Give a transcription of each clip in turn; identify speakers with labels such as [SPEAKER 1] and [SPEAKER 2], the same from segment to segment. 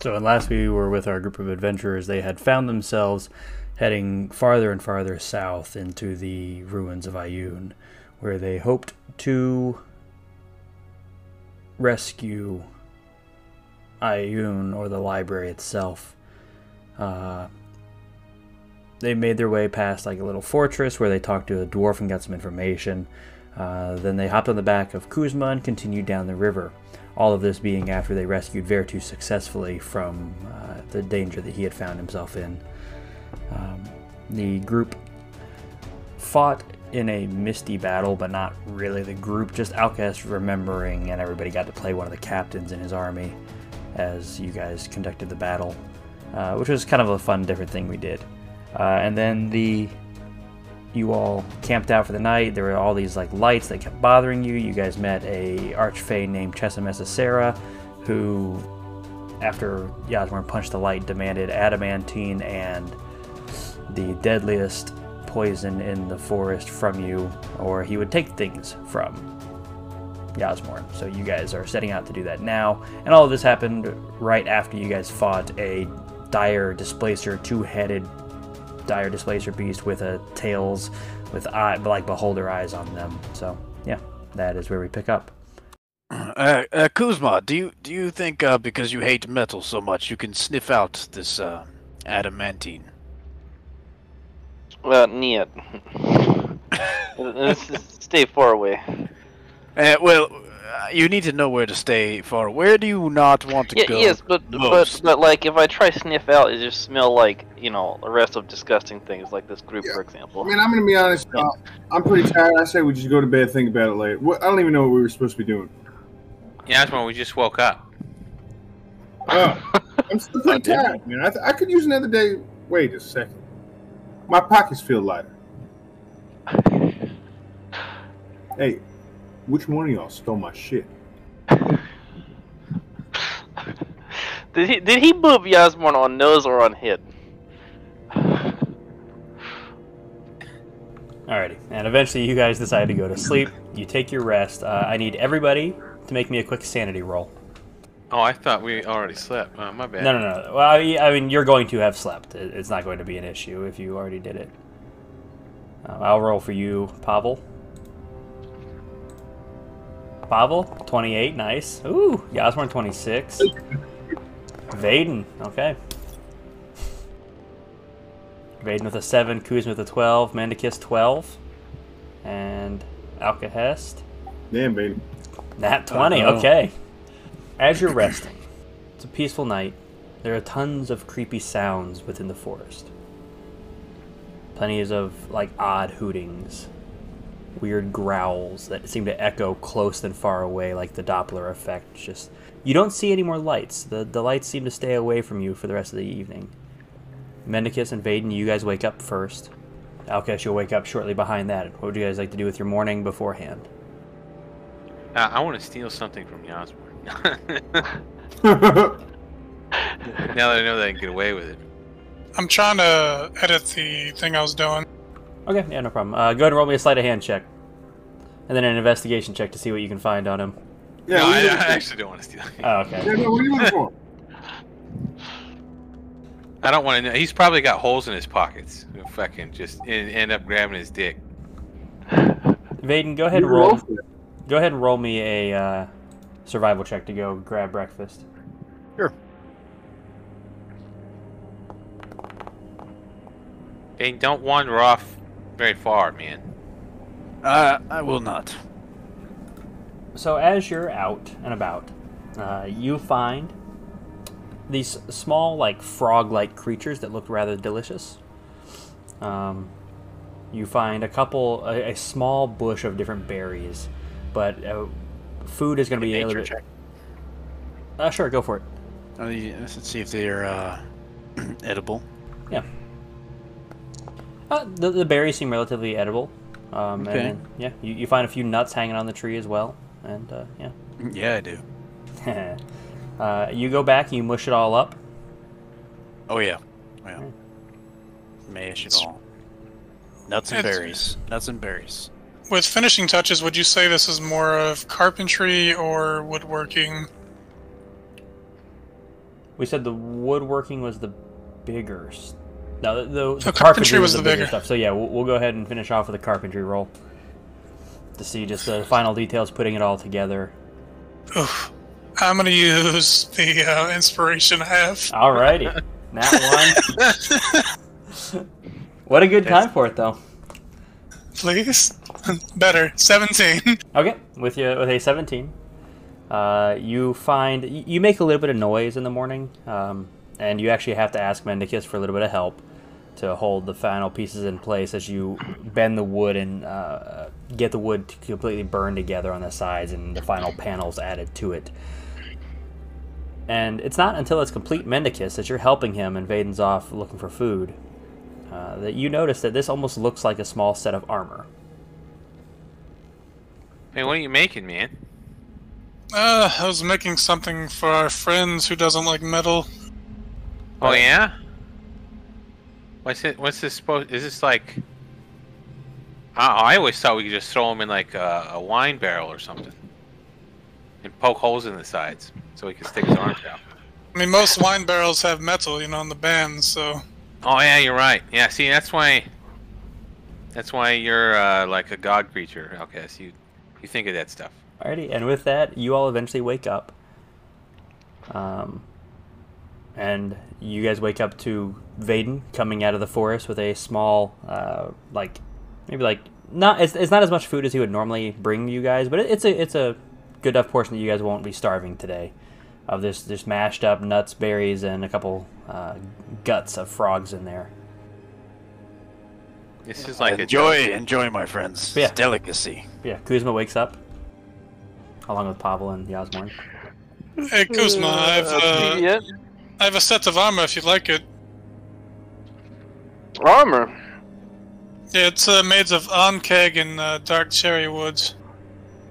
[SPEAKER 1] So, unless we were with our group of adventurers, they had found themselves heading farther and farther south into the ruins of Ayun, where they hoped to rescue Ayun or the library itself. Uh, they made their way past like a little fortress where they talked to a dwarf and got some information. Uh, then they hopped on the back of Kuzma and continued down the river. All of this being after they rescued Vertu successfully from uh, the danger that he had found himself in. Um, the group fought in a misty battle, but not really the group, just Outcast remembering, and everybody got to play one of the captains in his army as you guys conducted the battle, uh, which was kind of a fun, different thing we did. Uh, and then the you all camped out for the night. There were all these like lights that kept bothering you. You guys met a archfey named Chesimessa Sarah, who, after Yasmar punched the light, demanded adamantine and the deadliest poison in the forest from you, or he would take things from Yasmor. So you guys are setting out to do that now, and all of this happened right after you guys fought a dire displacer, two-headed dire displacer beast with a tails with eye like beholder eyes on them. So yeah, that is where we pick up.
[SPEAKER 2] Uh, uh, Kuzma, do you do you think uh, because you hate metal so much, you can sniff out this uh, adamantine?
[SPEAKER 3] Well, Nia. Let's just stay far away.
[SPEAKER 2] Uh, well, uh, you need to know where to stay for. Where do you not want to
[SPEAKER 3] Yeah,
[SPEAKER 2] go?
[SPEAKER 3] yes, but, but
[SPEAKER 2] most?
[SPEAKER 3] but like if I try sniff out, it just smell like you know the rest of disgusting things, like this group,
[SPEAKER 4] Yeah.
[SPEAKER 3] for
[SPEAKER 4] I
[SPEAKER 3] example.
[SPEAKER 4] mean, I'm gonna be honest. Uh, I'm pretty tired. I say we just go to bed, think about it later. What, I don't even know what we were supposed to be doing.
[SPEAKER 5] Yeah, that's when we just woke up.
[SPEAKER 4] Oh, I'm still pretty
[SPEAKER 2] I did.
[SPEAKER 4] tired, man. I, th- I could use another day. Wait a second. My pockets feel lighter. Hey, which one of y'all stole my shit?
[SPEAKER 3] did he did he boob Yasmorn on nose or on head?
[SPEAKER 1] Alrighty, and eventually you guys decide to go to sleep. You take your rest. Uh, I need everybody to make me a quick sanity roll.
[SPEAKER 5] Oh, I thought we already slept. Oh, my bad.
[SPEAKER 1] No, no, no. Well, I I mean, you're going to have slept. It- It's not going to be an issue if you already did it. Um, I'll roll for you, Pavel. Pavel, 28, nice. Ooh, Yasmar, 26. Vaden, okay. Vaden with a 7, Kuzma with a 12, Mendicus, 12. And Alkahest,
[SPEAKER 4] Damn, baby.
[SPEAKER 1] Nat 20,
[SPEAKER 4] Uh-oh.
[SPEAKER 1] okay. As you're resting, it's a peaceful night. There are tons of creepy sounds within the forest. Plenty of like odd hootings, weird growls that seem to echo close and far away like the Doppler effect. Just you don't see any more lights. The the lights seem to stay away from you for the rest of the evening. Mendicus and Vaden, you guys wake up first. Alkesh, you'll wake up shortly behind that. What would you guys like to do with your morning beforehand?
[SPEAKER 5] Uh, I want to steal something from Yasmor. now that I know that I can get away with it.
[SPEAKER 6] I'm trying to edit the thing I was doing.
[SPEAKER 1] Okay, yeah, no problem. Uh, go ahead and roll me a sleight of hand check, and then an investigation check to see what you can find on him.
[SPEAKER 4] Yeah,
[SPEAKER 5] no,
[SPEAKER 4] what
[SPEAKER 5] I,
[SPEAKER 4] are
[SPEAKER 5] I
[SPEAKER 4] you looking
[SPEAKER 5] actually don't want to steal.
[SPEAKER 1] Oh,
[SPEAKER 4] for?
[SPEAKER 1] okay.
[SPEAKER 4] Yeah, no, what are you looking for?
[SPEAKER 5] I don't want to know. He's probably got holes in his pockets. He'll Fucking just and end up grabbing his dick.
[SPEAKER 1] Vaden, go ahead
[SPEAKER 4] You
[SPEAKER 1] and roll.
[SPEAKER 4] for it.
[SPEAKER 1] Go ahead and roll me a uh, survival check to go grab breakfast.
[SPEAKER 5] They don't wander off very far, man.
[SPEAKER 2] Uh, I will not.
[SPEAKER 1] So as you're out and about, uh, you find these small, like frog-like creatures that look rather delicious. Um, you find a couple, a, a small bush of different berries, but uh, food is going to be a
[SPEAKER 2] Nature
[SPEAKER 1] little bit.
[SPEAKER 2] check.
[SPEAKER 1] Uh, sure, go for it.
[SPEAKER 2] Uh, yeah, Let's see if they're uh, edible.
[SPEAKER 1] Yeah. Uh, the, the berries seem relatively edible. Um,
[SPEAKER 2] Okay.
[SPEAKER 1] And then, yeah, you, you find a few nuts hanging on the tree as well. And uh,
[SPEAKER 2] Yeah, I do.
[SPEAKER 1] yeah. uh, you go back and you mush it all up.
[SPEAKER 2] Oh yeah, yeah.
[SPEAKER 3] Hmm.
[SPEAKER 2] Mash it all. Nuts and
[SPEAKER 6] It's-
[SPEAKER 2] berries. Nuts and berries.
[SPEAKER 6] With finishing touches, would you say this is more of carpentry or woodworking?
[SPEAKER 1] We said the woodworking was the bigger. s- No, the, the, the
[SPEAKER 6] The carpentry was the bigger.
[SPEAKER 1] stuff. So yeah, we'll, we'll go ahead and finish off with the carpentry roll to see just the final details, putting it all together.
[SPEAKER 6] Oof. I'm gonna use the uh, inspiration I have.
[SPEAKER 1] Alrighty, that one. What a good time for it though.
[SPEAKER 6] Please, better. Seventeen.
[SPEAKER 1] Okay, with you with a seventeen, uh, you find y- you make a little bit of noise in the morning, um, and you actually have to ask Mendicus for a little bit of help to hold the final pieces in place as you bend the wood and uh, get the wood to completely burn together on the sides and the final panels added to it. And it's not until it's complete Mendicus that you're helping him and Vaden's off looking for food uh, that you notice that this almost looks like a small set of armor.
[SPEAKER 5] Hey, what are you making, man?
[SPEAKER 6] Uh, I was making something for our friends who doesn't like metal.
[SPEAKER 5] Oh yeah. What's it? What's this supposed? Is this like? I, I always thought we could just throw them in like a, a wine barrel or something, and poke holes in the sides so he can stick his arms out.
[SPEAKER 6] I mean, most wine barrels have metal, you know, in the band, so
[SPEAKER 5] Oh yeah, you're right. Yeah, see, that's why. That's why you're uh, like a god creature, Alcas. You, you think of that stuff.
[SPEAKER 1] Alrighty, and with that, you all eventually wake up. Um, and you guys wake up to Vaden coming out of the forest with a small, uh, like, maybe like not it's, it's not as much food as he would normally bring you guys, but it, it's a it's a good enough portion that you guys won't be starving today. Of this this mashed up nuts, berries, and a couple uh, guts of frogs in there.
[SPEAKER 5] This is like
[SPEAKER 2] enjoy,
[SPEAKER 5] a
[SPEAKER 2] enjoy, my friends.
[SPEAKER 1] Yeah.
[SPEAKER 2] It's delicacy.
[SPEAKER 1] Yeah, Kuzma wakes up along with Pavel and Yasmorn.
[SPEAKER 6] hey, Kuzma, I've
[SPEAKER 3] Uh,
[SPEAKER 6] uh,
[SPEAKER 3] yeah.
[SPEAKER 6] I have a set of armor if you'd like it.
[SPEAKER 3] Armor.
[SPEAKER 6] Yeah, it's uh, made of onkeg and uh, dark cherry woods.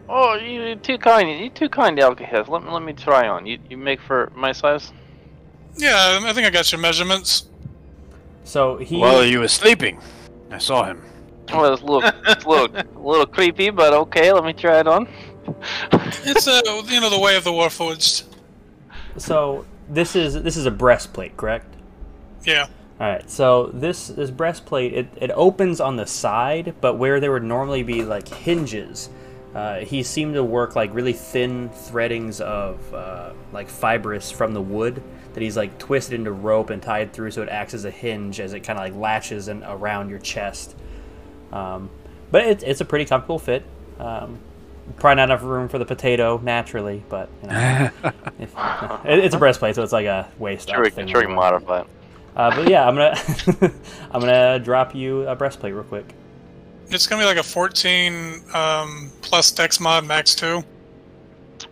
[SPEAKER 3] Oh, you, you're too kind. You're too kind, Alcahas. Let me let me try on. You you make for my size.
[SPEAKER 6] Yeah, I think I got your measurements.
[SPEAKER 1] So he
[SPEAKER 2] While you were sleeping, I saw him.
[SPEAKER 3] Well, it's a little it's a little a little creepy, but okay. Let me try it on.
[SPEAKER 6] It's uh, you know, the way of the warforged.
[SPEAKER 1] so this is this is a breastplate, correct?
[SPEAKER 6] Yeah.
[SPEAKER 1] All right, so this this breastplate it, it opens on the side, but where there would normally be like hinges, uh, he seemed to work like really thin threadings of uh, like fibrous from the wood that he's like twisted into rope and tied through, so it acts as a hinge as it kind of like latches and around your chest. Um, but it, it's a pretty comfortable fit. Um, probably not enough room for the potato naturally, but you know, if, it, it's a breastplate, so it's like a waist. up
[SPEAKER 3] Sure,
[SPEAKER 1] thing
[SPEAKER 3] sure, you
[SPEAKER 1] anyway.
[SPEAKER 3] modify it.
[SPEAKER 1] Uh, but yeah, I'm gonna I'm gonna drop you a breastplate real quick.
[SPEAKER 6] It's gonna be like a 14 um, plus Dex mod max two.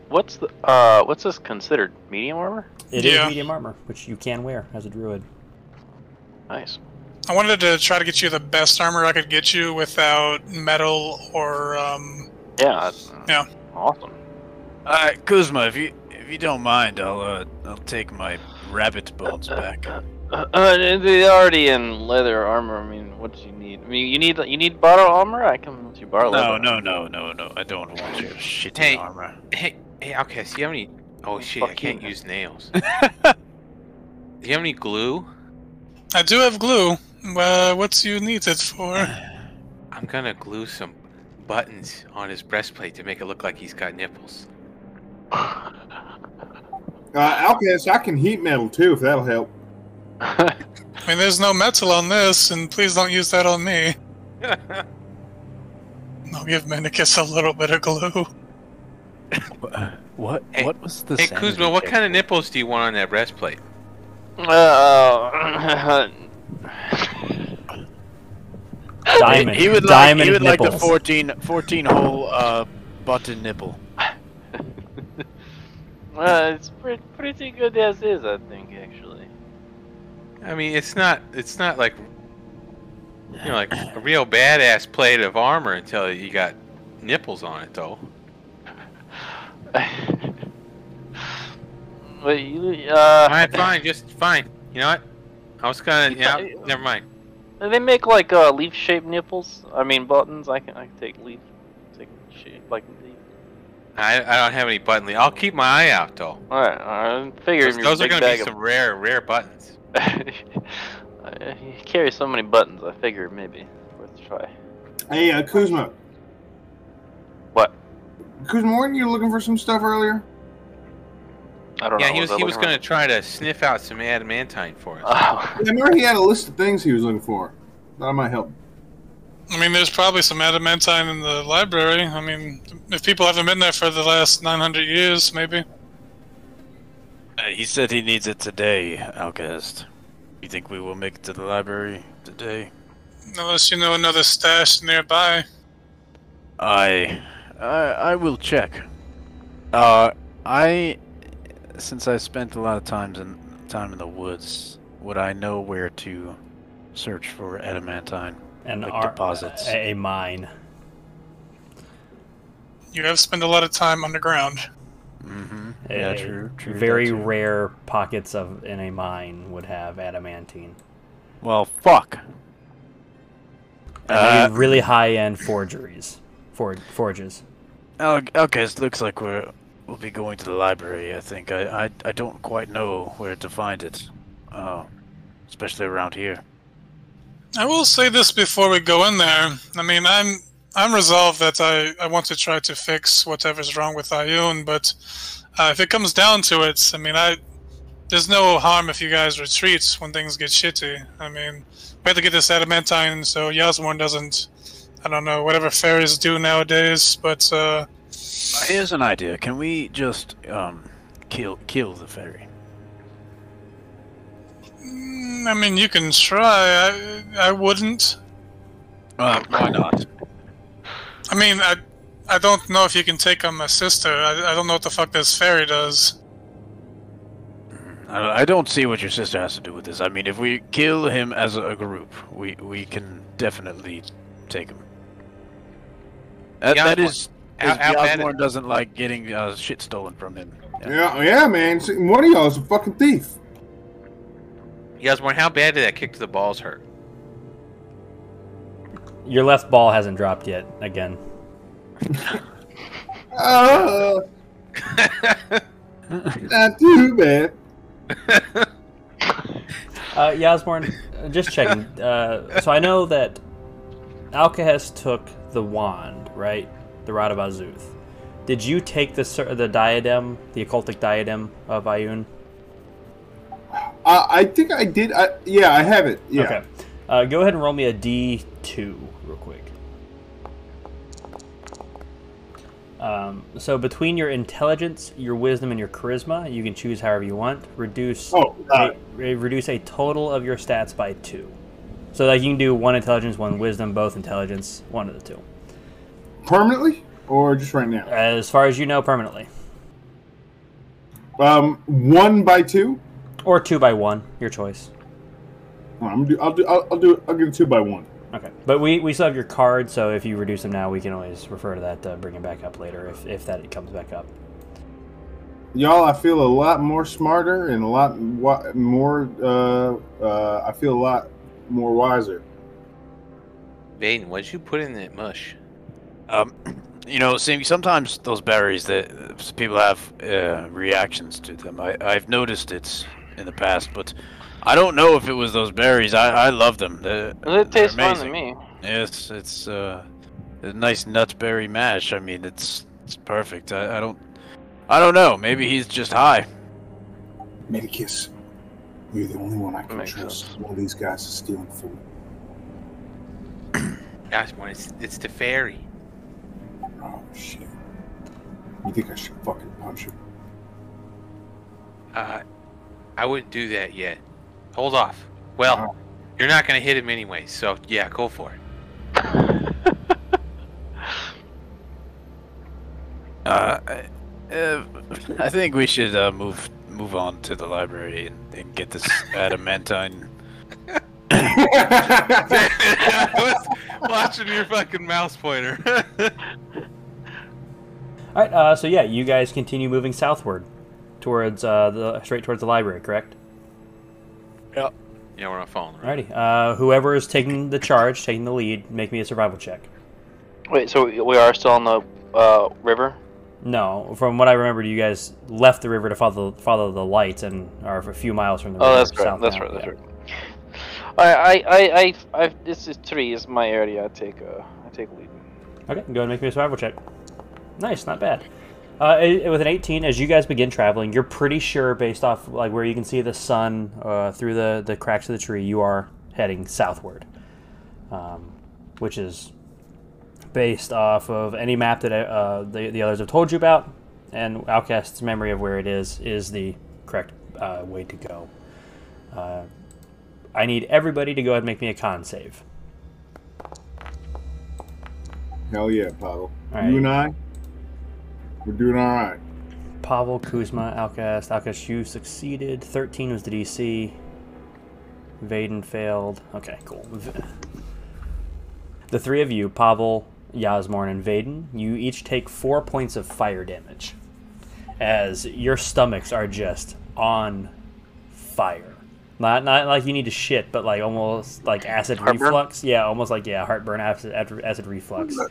[SPEAKER 3] What's the uh? What's this considered? Medium armor?
[SPEAKER 1] It is
[SPEAKER 6] Yeah.
[SPEAKER 1] medium armor, which you can wear as a druid.
[SPEAKER 3] Nice.
[SPEAKER 6] I wanted to try to get you the best armor I could get you without metal or um,
[SPEAKER 3] Yeah. That's,
[SPEAKER 6] Yeah.
[SPEAKER 3] Awesome.
[SPEAKER 2] All right, Kuzma, if you if you don't mind, I'll uh, I'll take my rabbit bones back.
[SPEAKER 3] Uh, uh, they're already in leather armor. I mean, what do you need? I mean, you need you need borrow armor. I can let you borrow.
[SPEAKER 2] No,
[SPEAKER 3] leather.
[SPEAKER 2] no, no, no, no. I don't want your shitty
[SPEAKER 5] Hey.
[SPEAKER 2] armor.
[SPEAKER 5] Hey, hey, Alcas, do you have any? Oh shit, I
[SPEAKER 3] Fuck
[SPEAKER 5] can't
[SPEAKER 3] you.
[SPEAKER 5] use nails. do you have any glue?
[SPEAKER 6] I do have glue. Uh, what's you need it for?
[SPEAKER 5] I'm gonna glue some buttons on his breastplate to make it look like he's got nipples.
[SPEAKER 4] Uh, Alcast, I can heat metal too, if that'll help.
[SPEAKER 6] I mean, there's no metal on this, and please don't use that on me. I'll give Manicus a little bit of glue.
[SPEAKER 2] What?
[SPEAKER 5] Hey-
[SPEAKER 2] what was the?
[SPEAKER 5] hey Kuzma, what kind of nipples do you want on that breastplate?
[SPEAKER 3] Uh,
[SPEAKER 1] Diamond,
[SPEAKER 2] He would
[SPEAKER 1] diamond
[SPEAKER 2] like. He would
[SPEAKER 1] nipples.
[SPEAKER 2] like the 14, 14 hole uh, button nipple.
[SPEAKER 3] uh, it's pretty, pretty good as is, I think, actually.
[SPEAKER 5] I mean, it's not it's not like you know like a real badass plate of armor until you got nipples on it though.
[SPEAKER 3] but you, uh,
[SPEAKER 5] All right, fine, just fine. You know what? I was gonna yeah, never mind.
[SPEAKER 3] do they make like uh, leaf-shaped nipples. I mean, buttons. I can I can take leaf, take shape like leaf.
[SPEAKER 5] I, I don't have any button. le- I'll keep my eye out though.
[SPEAKER 3] All right, I figured
[SPEAKER 5] Those,
[SPEAKER 3] your
[SPEAKER 5] those are
[SPEAKER 3] big
[SPEAKER 5] gonna be
[SPEAKER 3] bag
[SPEAKER 5] some
[SPEAKER 3] of-
[SPEAKER 5] rare rare buttons.
[SPEAKER 3] I- you carry so many buttons. I figured maybe worth a try.
[SPEAKER 4] Hey, uh, Kuzma.
[SPEAKER 3] What?
[SPEAKER 4] Kuzma, weren't you looking for some stuff earlier?
[SPEAKER 3] I don't know.
[SPEAKER 5] Yeah, he was
[SPEAKER 3] I
[SPEAKER 5] he was
[SPEAKER 3] looking
[SPEAKER 5] gonna
[SPEAKER 3] for-
[SPEAKER 5] try to sniff out some adamantine for us.
[SPEAKER 3] Oh,
[SPEAKER 4] I remember he had a list of things he was looking for. That might help.
[SPEAKER 6] I mean, there's probably some adamantine in the library. I mean, if people haven't been there for the last 900 years, maybe.
[SPEAKER 2] Uh, He said he needs it today, Alcast. You think we will make it to the library today?
[SPEAKER 6] Unless you know another stash nearby.
[SPEAKER 2] I, I, I will check. Uh, I, since I spent a lot of times in time in the woods, would I know where to search for adamantine?
[SPEAKER 1] And
[SPEAKER 2] Like
[SPEAKER 1] our-
[SPEAKER 2] deposits.
[SPEAKER 1] A, a mine.
[SPEAKER 6] You have spent a lot of time underground.
[SPEAKER 2] Mm-hmm.
[SPEAKER 1] A-
[SPEAKER 2] yeah, true, true. that
[SPEAKER 1] Very
[SPEAKER 2] too.
[SPEAKER 1] rare pockets of in a mine would have adamantine.
[SPEAKER 2] Well, fuck.
[SPEAKER 1] And
[SPEAKER 2] Uh,
[SPEAKER 1] maybe really high end forgeries. For, forges.
[SPEAKER 2] Al- Alcast looks like we're we'll be going to the library. I think I I, I don't quite know where to find it, uh, especially around here.
[SPEAKER 6] I will say this before we go in there. I mean, I'm I'm resolved that I, I want to try to fix whatever's wrong with Ayun, but uh, if it comes down to it, I mean, I there's no harm if you guys retreat when things get shitty. I mean, we have to get this adamantine so Yasmorn doesn't. I don't know whatever fairies do nowadays, but uh,
[SPEAKER 2] Here's an idea. Can we just um kill kill the fairy?
[SPEAKER 6] mm, I mean, you can try. I I wouldn't.
[SPEAKER 2] Uh, why not?
[SPEAKER 6] I mean, I I don't know if you can take on my sister. I, I don't know what the fuck this fairy does.
[SPEAKER 2] I, I don't see what your sister has to do with this. I mean, if we kill him as a group, we we can definitely take him. That, that
[SPEAKER 5] Yasmorn.
[SPEAKER 2] is,
[SPEAKER 5] Al-
[SPEAKER 2] is
[SPEAKER 5] Al- Al-
[SPEAKER 2] Yasmorn doesn't like getting uh, shit stolen from him.
[SPEAKER 4] Yeah, yeah, man. See, One of y'all is a fucking thief.
[SPEAKER 5] Yasmorn, how bad did that kick to the balls hurt?
[SPEAKER 1] Your left ball hasn't dropped yet, again.
[SPEAKER 4] Uh, not too bad.
[SPEAKER 1] Uh, Yasmorn, uh, just checking. Uh, so I know that Alcahest took the wand, right? The Rod of Azuth. Did you take the cir- the diadem, the occultic diadem of Ayun?
[SPEAKER 4] Uh, I think I did. I, yeah, I have it. Yeah.
[SPEAKER 1] Okay. Uh, go ahead and roll me a d2 real quick. Um, so between your intelligence, your wisdom, and your charisma, you can choose however you want. Reduce
[SPEAKER 4] Oh, uh,
[SPEAKER 1] a, re- reduce a total of your stats by two. So like you can do one intelligence, one wisdom, both intelligence, one of the two.
[SPEAKER 4] permanently or just right now?
[SPEAKER 1] As far as you know, permanently,
[SPEAKER 4] Um, one by two.
[SPEAKER 1] or two by one, your choice.
[SPEAKER 4] Hold on, I'm do, I'll do. I'll, I'll do. I'll give it two by one.
[SPEAKER 1] Okay, but we, we still have your card, so if you reduce them now, we can always refer to that to bring it back up later if, if that comes back up.
[SPEAKER 4] Y'all, I feel a lot more smarter and a lot wi- more. Uh, uh, I feel a lot more wiser.
[SPEAKER 5] Baden, what'd you put in that mush?
[SPEAKER 2] Um, you know, seeing sometimes those berries that uh, s- people have uh, reactions to them. I, I've noticed it in the past, but I don't know if it was those berries. I, I love them. They're,
[SPEAKER 3] Oh. it tastes
[SPEAKER 2] they're
[SPEAKER 3] fine
[SPEAKER 2] amazing.
[SPEAKER 3] to me.
[SPEAKER 2] Yes, it's uh, a nice nut berry mash. I mean, it's it's perfect. I, I don't, I don't know. Maybe he's just high.
[SPEAKER 4] Medicus, you're the only one I can
[SPEAKER 3] Makes
[SPEAKER 4] trust.
[SPEAKER 3] sense.
[SPEAKER 4] One of these guys is stealing from me.
[SPEAKER 5] Yasmorn, it's it's the fairy.
[SPEAKER 4] Oh shit! You think I should fucking punch him?
[SPEAKER 5] Uh, I wouldn't do that yet. Hold off. Well, you're not gonna hit him anyway, so yeah, go for it.
[SPEAKER 2] Uh, I, uh, I think we should uh, move move on to the library and, and get this adamantine.
[SPEAKER 5] I was watching your fucking mouse pointer.
[SPEAKER 1] All right. Uh, so yeah, you guys continue moving southward, towards uh, the straight towards the library. Correct.
[SPEAKER 5] yeah, we're not following. Right?
[SPEAKER 1] Alrighty. Uh, whoever is taking the charge, taking the lead, make me a survival check.
[SPEAKER 3] Wait, so we are still on the uh, river?
[SPEAKER 1] No, from what I remember, you guys left the river to follow follow the lights and are a few miles from the river.
[SPEAKER 3] Oh, that's right.
[SPEAKER 1] south
[SPEAKER 3] That's
[SPEAKER 1] now,
[SPEAKER 3] right. That's
[SPEAKER 1] yeah.
[SPEAKER 3] right. I, I, I, I, I, this is three is my area. I take, uh, I take lead.
[SPEAKER 1] Okay, go ahead and make me a survival check. Nice, not bad. Uh, i- with an 18, as you guys begin traveling, you're pretty sure, based off like where you can see the sun uh, through the, the cracks of the tree, you are heading southward, um, which is based off of any map that uh, the, the others have told you about, and Outcast's memory of where it is is the correct uh, way to go. Uh, I need everybody to go ahead and make me a con save.
[SPEAKER 4] Hell yeah, Pavel.
[SPEAKER 1] All
[SPEAKER 4] You
[SPEAKER 1] right.
[SPEAKER 4] and I, we're doing all right.
[SPEAKER 1] Pavel, Kuzma, Alcast. Alcast, you succeeded. 13 was the DC. Vaden failed. Okay, cool. V- The three of you, Pavel, Yasmorn, and Vaden, you each take four points of fire damage as your stomachs are just on fire. Not, not like you need to shit, but like almost like acid reflux. Yeah, almost like, yeah, heartburn, acid, acid reflux.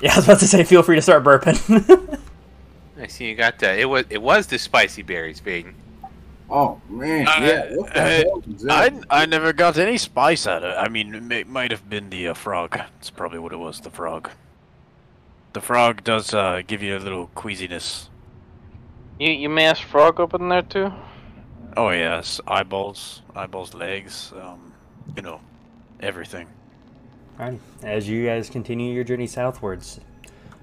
[SPEAKER 1] Yeah, I was about to say, feel free to start burping.
[SPEAKER 5] I see you got the. It was it was the spicy berries, Baden.
[SPEAKER 4] Oh man,
[SPEAKER 5] Uh,
[SPEAKER 4] yeah. What the
[SPEAKER 2] uh,
[SPEAKER 4] hell is that?
[SPEAKER 2] I, I never got any spice out of it. I mean, it may, might have been the uh, frog. It's probably what it was, the frog. The frog does uh, give you a little queasiness.
[SPEAKER 3] You, you mash frog up in there too?
[SPEAKER 2] Oh, yes, eyeballs, eyeballs, legs, um, you know, everything.
[SPEAKER 1] Alrighty. As you guys continue your journey southwards,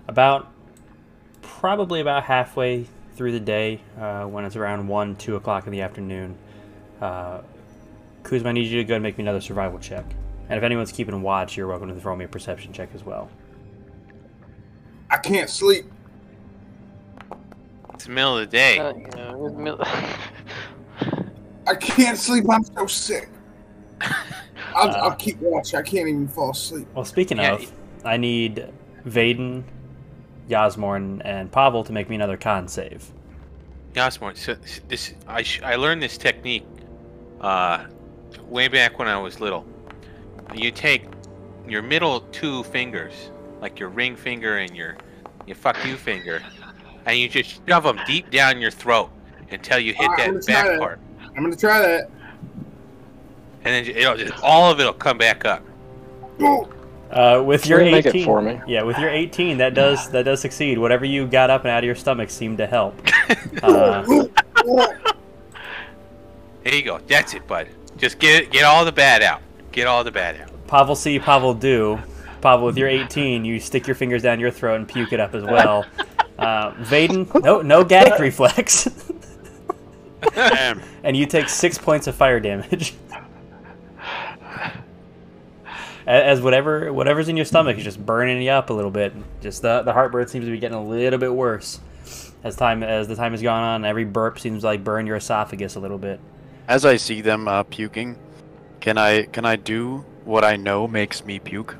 [SPEAKER 1] about probably about halfway through the day, uh, when it's around one, two o'clock in the afternoon, uh, Kuzma, I need you to go and make me another survival check. And if anyone's keeping watch, you're welcome to throw me a perception check as well.
[SPEAKER 4] I can't sleep.
[SPEAKER 5] It's the middle of the day.
[SPEAKER 3] Uh, yeah, with mil-
[SPEAKER 4] I can't sleep. I'm so sick. I'll, I'll keep watch. I can't even fall asleep.
[SPEAKER 1] Well, speaking
[SPEAKER 5] Yeah,
[SPEAKER 1] of, I need Vaden, Yasmorn, and Pavel to make me another con save.
[SPEAKER 5] Yasmore, so s- this I sh- I learned this technique, uh, way back when I was little. You take your middle two fingers, like your ring finger and your your fuck you finger, and you just shove them deep down your throat until you hit
[SPEAKER 4] Alright, I'm gonna
[SPEAKER 5] that
[SPEAKER 4] try
[SPEAKER 5] back
[SPEAKER 4] that.
[SPEAKER 5] part,
[SPEAKER 4] I'm gonna try that.
[SPEAKER 5] and then it'll just all of it'll come back up.
[SPEAKER 4] Oh,
[SPEAKER 1] Uh, with your
[SPEAKER 7] Can you make
[SPEAKER 1] 18,
[SPEAKER 7] it for me?
[SPEAKER 1] yeah, with your 18, that does that does succeed. Whatever you got up and out of your stomach seemed to help. Uh,
[SPEAKER 4] oh, oh.
[SPEAKER 5] There you go. That's it, bud. Just get it, get all the bad out. Get all the bad out.
[SPEAKER 1] Pavel see, Pavel do. Pavel, with your 18, you stick your fingers down your throat and puke it up as well. Uh, Vaden, no, no gag reflex,
[SPEAKER 2] Damn.
[SPEAKER 1] and you take six points of fire damage. A- As whatever whatever's in your stomach is just burning you up a little bit. Just the the heartburn seems to be getting a little bit worse as time as the time has gone on. Every burp seems to, like burn your esophagus a little bit.
[SPEAKER 2] As I see them uh, puking, can I can I do what I know makes me puke?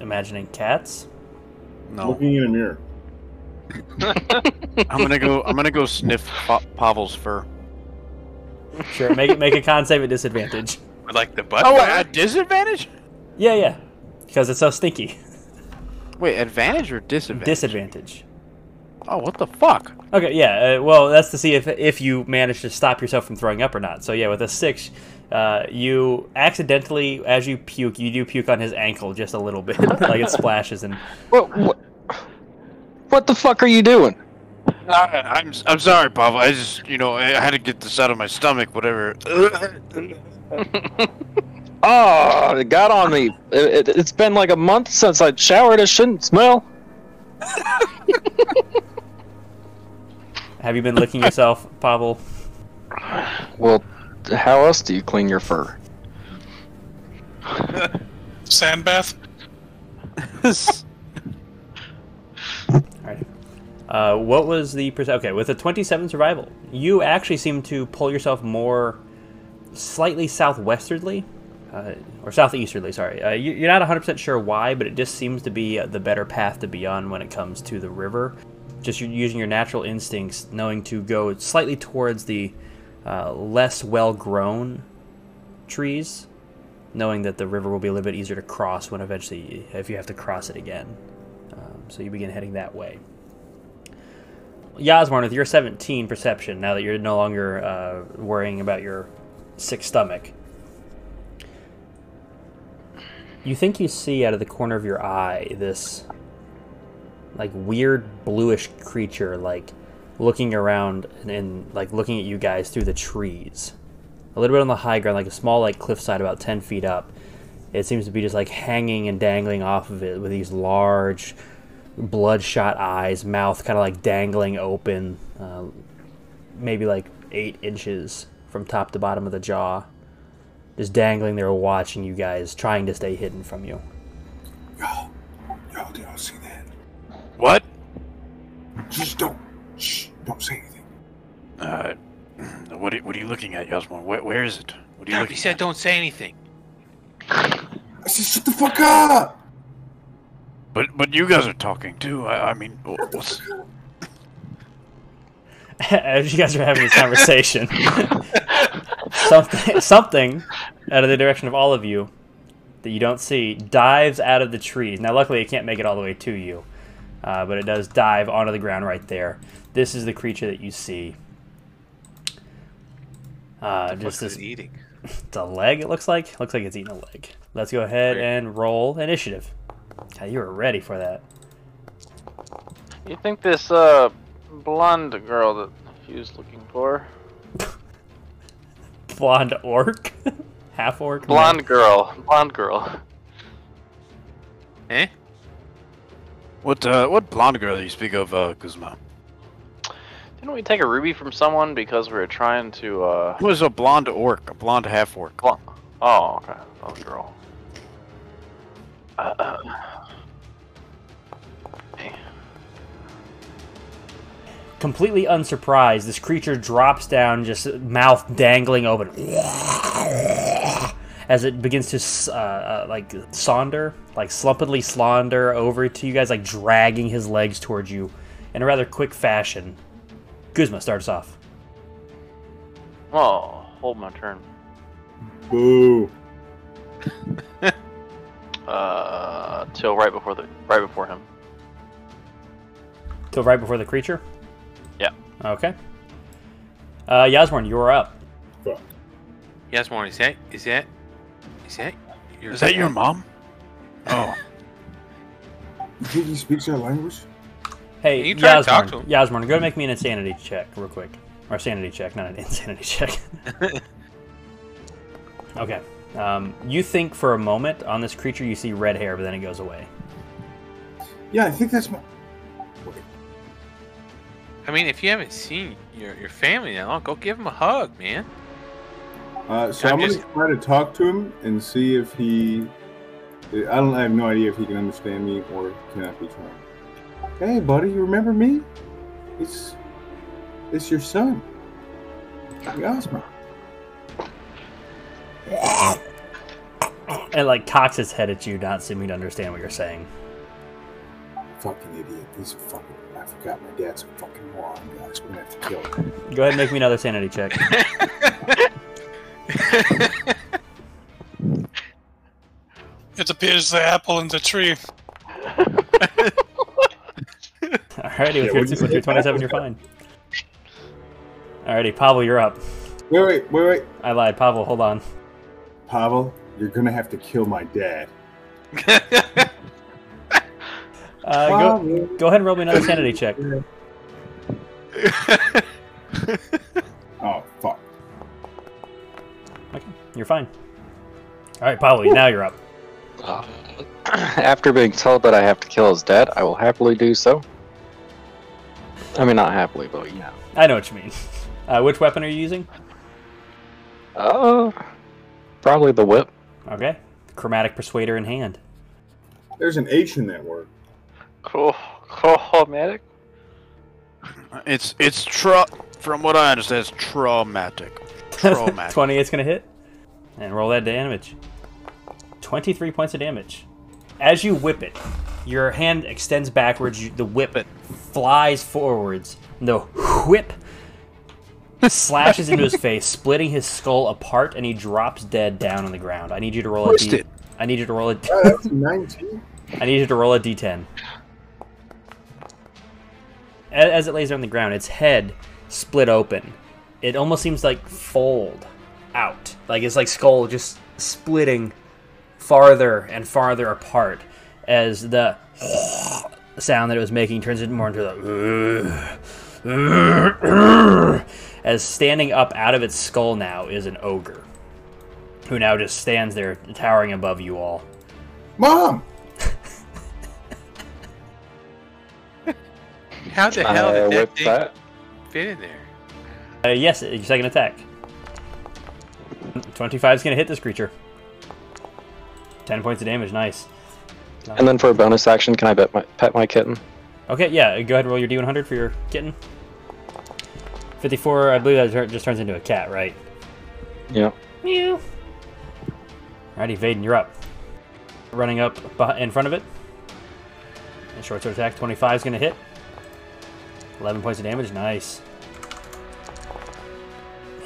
[SPEAKER 1] Imagining cats.
[SPEAKER 2] No,
[SPEAKER 4] Looking in a mirror.
[SPEAKER 2] I'm gonna go. I'm gonna go sniff pa- Pavel's fur.
[SPEAKER 1] Sure, make it make a con save at disadvantage.
[SPEAKER 5] Like the butt.
[SPEAKER 2] Oh, at disadvantage?
[SPEAKER 1] Yeah, yeah, because it's so stinky.
[SPEAKER 2] Wait, advantage or disadvantage?
[SPEAKER 1] Disadvantage.
[SPEAKER 2] oh, what the fuck?
[SPEAKER 1] Okay, yeah. Uh, well, that's to see if if you manage to stop yourself from throwing up or not. So yeah, with a six, uh, you accidentally, as you puke, you do puke on his ankle just a little bit, like it splashes and
[SPEAKER 7] What, what, what the fuck are you doing?
[SPEAKER 2] I, Uh, I'm s- I'm sorry, Pavel. I just you know I had to get this out of my stomach. Whatever.
[SPEAKER 7] Oh, it got on me. It, it, it's been like a month since I showered. It shouldn't smell.
[SPEAKER 1] have you been licking yourself, Pavel?
[SPEAKER 7] Well, how else do you clean your fur?
[SPEAKER 6] Sand bath.
[SPEAKER 1] Alright. Uh, what was the perce- okay with a 27 survival? You actually seem to pull yourself more slightly southwesterly, uh, or southeasterly. Sorry, uh, you, you're not 100 percent sure why, but it just seems to be uh, the better path to be on when it comes to the river. Just you using your natural instincts, knowing to go slightly towards the uh, less well-grown trees, knowing that the river will be a little bit easier to cross when eventually, if you have to cross it again. Um, so you begin heading that way. Yasmar, with your 17 perception, now that you're no longer uh, worrying about your sick stomach, you think you see out of the corner of your eye this like weird bluish creature like looking around and, and like looking at you guys through the trees a little bit on the high ground like a small like cliffside about 10 feet up it seems to be just like hanging and dangling off of it with these large bloodshot eyes mouth kind of like dangling open uh, maybe like eight inches from top to bottom of the jaw just dangling there watching you guys trying to stay hidden from you
[SPEAKER 4] Y'all, y'all, did y'all see that?
[SPEAKER 2] What?
[SPEAKER 4] Just don't, shh, don't say anything.
[SPEAKER 2] Uh, what are, what are you looking at, Yasmar? Where, where is it? What are you
[SPEAKER 5] he
[SPEAKER 2] looking
[SPEAKER 5] said
[SPEAKER 2] at?
[SPEAKER 5] don't say anything.
[SPEAKER 4] I said, shut the fuck up.
[SPEAKER 2] But but you guys are talking too. I, I mean, wh- what's
[SPEAKER 1] as you guys are having this conversation, something, something out of the direction of all of you that you don't see dives out of the trees. Now, luckily, it can't make it all the way to you, uh, but it does dive onto the ground right there. This is the creature that you see. Uh, just
[SPEAKER 5] What's
[SPEAKER 1] this,
[SPEAKER 5] this eating?
[SPEAKER 1] it's a leg. It looks like looks like it's eating a leg. Let's go ahead
[SPEAKER 5] Great.
[SPEAKER 1] and roll initiative. God, you were ready for that.
[SPEAKER 3] You think this uh blonde girl that he was looking for?
[SPEAKER 1] Blonde orc, half orc,
[SPEAKER 3] Blonde girl. Blonde girl.
[SPEAKER 5] Eh?
[SPEAKER 2] what uh, what blonde girl do you speak of, uh, Kuzma?
[SPEAKER 3] Didn't we take a ruby from someone because we were trying to uh
[SPEAKER 2] Who is a blonde orc? A blonde half orc?
[SPEAKER 3] blo- Oh, okay. Blonde girl. Uh,
[SPEAKER 1] completely unsurprised, this creature drops down, just mouth dangling open, as it begins to uh, uh, like saunder, like slumpedly slaunder over to you guys, like dragging his legs towards you in a rather quick fashion. Guzma starts off.
[SPEAKER 3] oh, hold my turn.
[SPEAKER 4] Boo.
[SPEAKER 3] Uh till right before the right before him.
[SPEAKER 1] Till right before the creature?
[SPEAKER 3] Yeah.
[SPEAKER 1] Okay. Uh, Yasmorn, you're up.
[SPEAKER 5] Yes, Morning. Is that is that is that your
[SPEAKER 2] Is that your mom? Oh,
[SPEAKER 4] You think he speaks our language?
[SPEAKER 1] Hey,
[SPEAKER 5] You try to talk
[SPEAKER 1] Yasmorn,
[SPEAKER 5] to him.
[SPEAKER 1] Yasmorn, go make me an insanity check real quick. Or sanity check, not an insanity check. okay. Um, you think for a moment on this creature you see red hair, but then it goes away.
[SPEAKER 4] Yeah, I think that's my.
[SPEAKER 5] I mean, if you haven't seen your your family that long, go give them a hug, man.
[SPEAKER 4] Uh, so
[SPEAKER 5] I'm
[SPEAKER 4] I'm,
[SPEAKER 5] just-
[SPEAKER 4] gonna try to talk to him and see if he. I don't. I have no idea if he can understand me or cannot be trying. Hey, buddy, you remember me? It's, it's your son, Yasma.
[SPEAKER 1] And like cocks its head at you, not seeming to understand what you're saying.
[SPEAKER 4] Fucking idiot. He's a fucking. I forgot my dad's a fucking moron, guys. We're gonna have to kill him.
[SPEAKER 1] Go ahead and make me another sanity check.
[SPEAKER 6] It appears the apple in the tree.
[SPEAKER 1] Alrighty, with,
[SPEAKER 4] Yeah,
[SPEAKER 1] your,
[SPEAKER 4] what'd you
[SPEAKER 1] with
[SPEAKER 4] say?
[SPEAKER 1] your 27, you're fine. Alrighty, Pavel, you're up.
[SPEAKER 4] Wait, wait, wait, wait.
[SPEAKER 1] I lied. Pavel, hold on.
[SPEAKER 4] Pavel, you're gonna have to kill my dad.
[SPEAKER 1] Uh, go,
[SPEAKER 4] Pavel.
[SPEAKER 1] go ahead and roll me another sanity check.
[SPEAKER 4] Oh fuck.
[SPEAKER 1] Okay, you're fine. Alright, Pavel, now you're up.
[SPEAKER 7] Uh, After being told that I have to kill his dad, I will happily do so. I mean, not happily, but you know.
[SPEAKER 1] I know what you mean. Uh, which weapon are you using?
[SPEAKER 7] Uh, probably the whip.
[SPEAKER 1] Okay. Chromatic Persuader in hand.
[SPEAKER 4] There's an H in that word.
[SPEAKER 3] Cool. Chromatic?
[SPEAKER 2] it's it's tra. From what I understand, it's traumatic. Traumatic.
[SPEAKER 1] 28's going to hit. And roll that damage. 23 points of damage. As you whip it, your hand extends backwards. You, the whip it flies forwards. and the whip slashes into his face, splitting his skull apart, and he drops dead down on the ground. I need you to roll a d.
[SPEAKER 2] Twisted.
[SPEAKER 1] I need you to roll a.
[SPEAKER 4] Oh, that's a 19.
[SPEAKER 1] I need you to roll a d10. a- as it lays there on the ground, its head split open. It almost seems like fold out, like it's like skull just splitting farther and farther apart as the sound that it was making turns it more into the as standing up out of its skull now is an ogre who now just stands there towering above you all
[SPEAKER 4] Mom!
[SPEAKER 5] How the hell
[SPEAKER 7] I
[SPEAKER 5] did that
[SPEAKER 7] whip
[SPEAKER 5] thing
[SPEAKER 7] Uh, that.
[SPEAKER 5] fit in there?
[SPEAKER 1] uh, yes your second attack 25 is going to hit this creature 10 points of damage nice
[SPEAKER 7] And then for a bonus action, can I bet my, pet my kitten?
[SPEAKER 1] Okay, yeah, go ahead and roll your D100 for your kitten. 54, I believe that tur- just turns into a cat, right?
[SPEAKER 7] Yeah.
[SPEAKER 1] Meow. Alrighty, Vaden, you're up. Running up beh- in front of it. A short sword attack, 25 is going to hit. 11 points of damage, nice.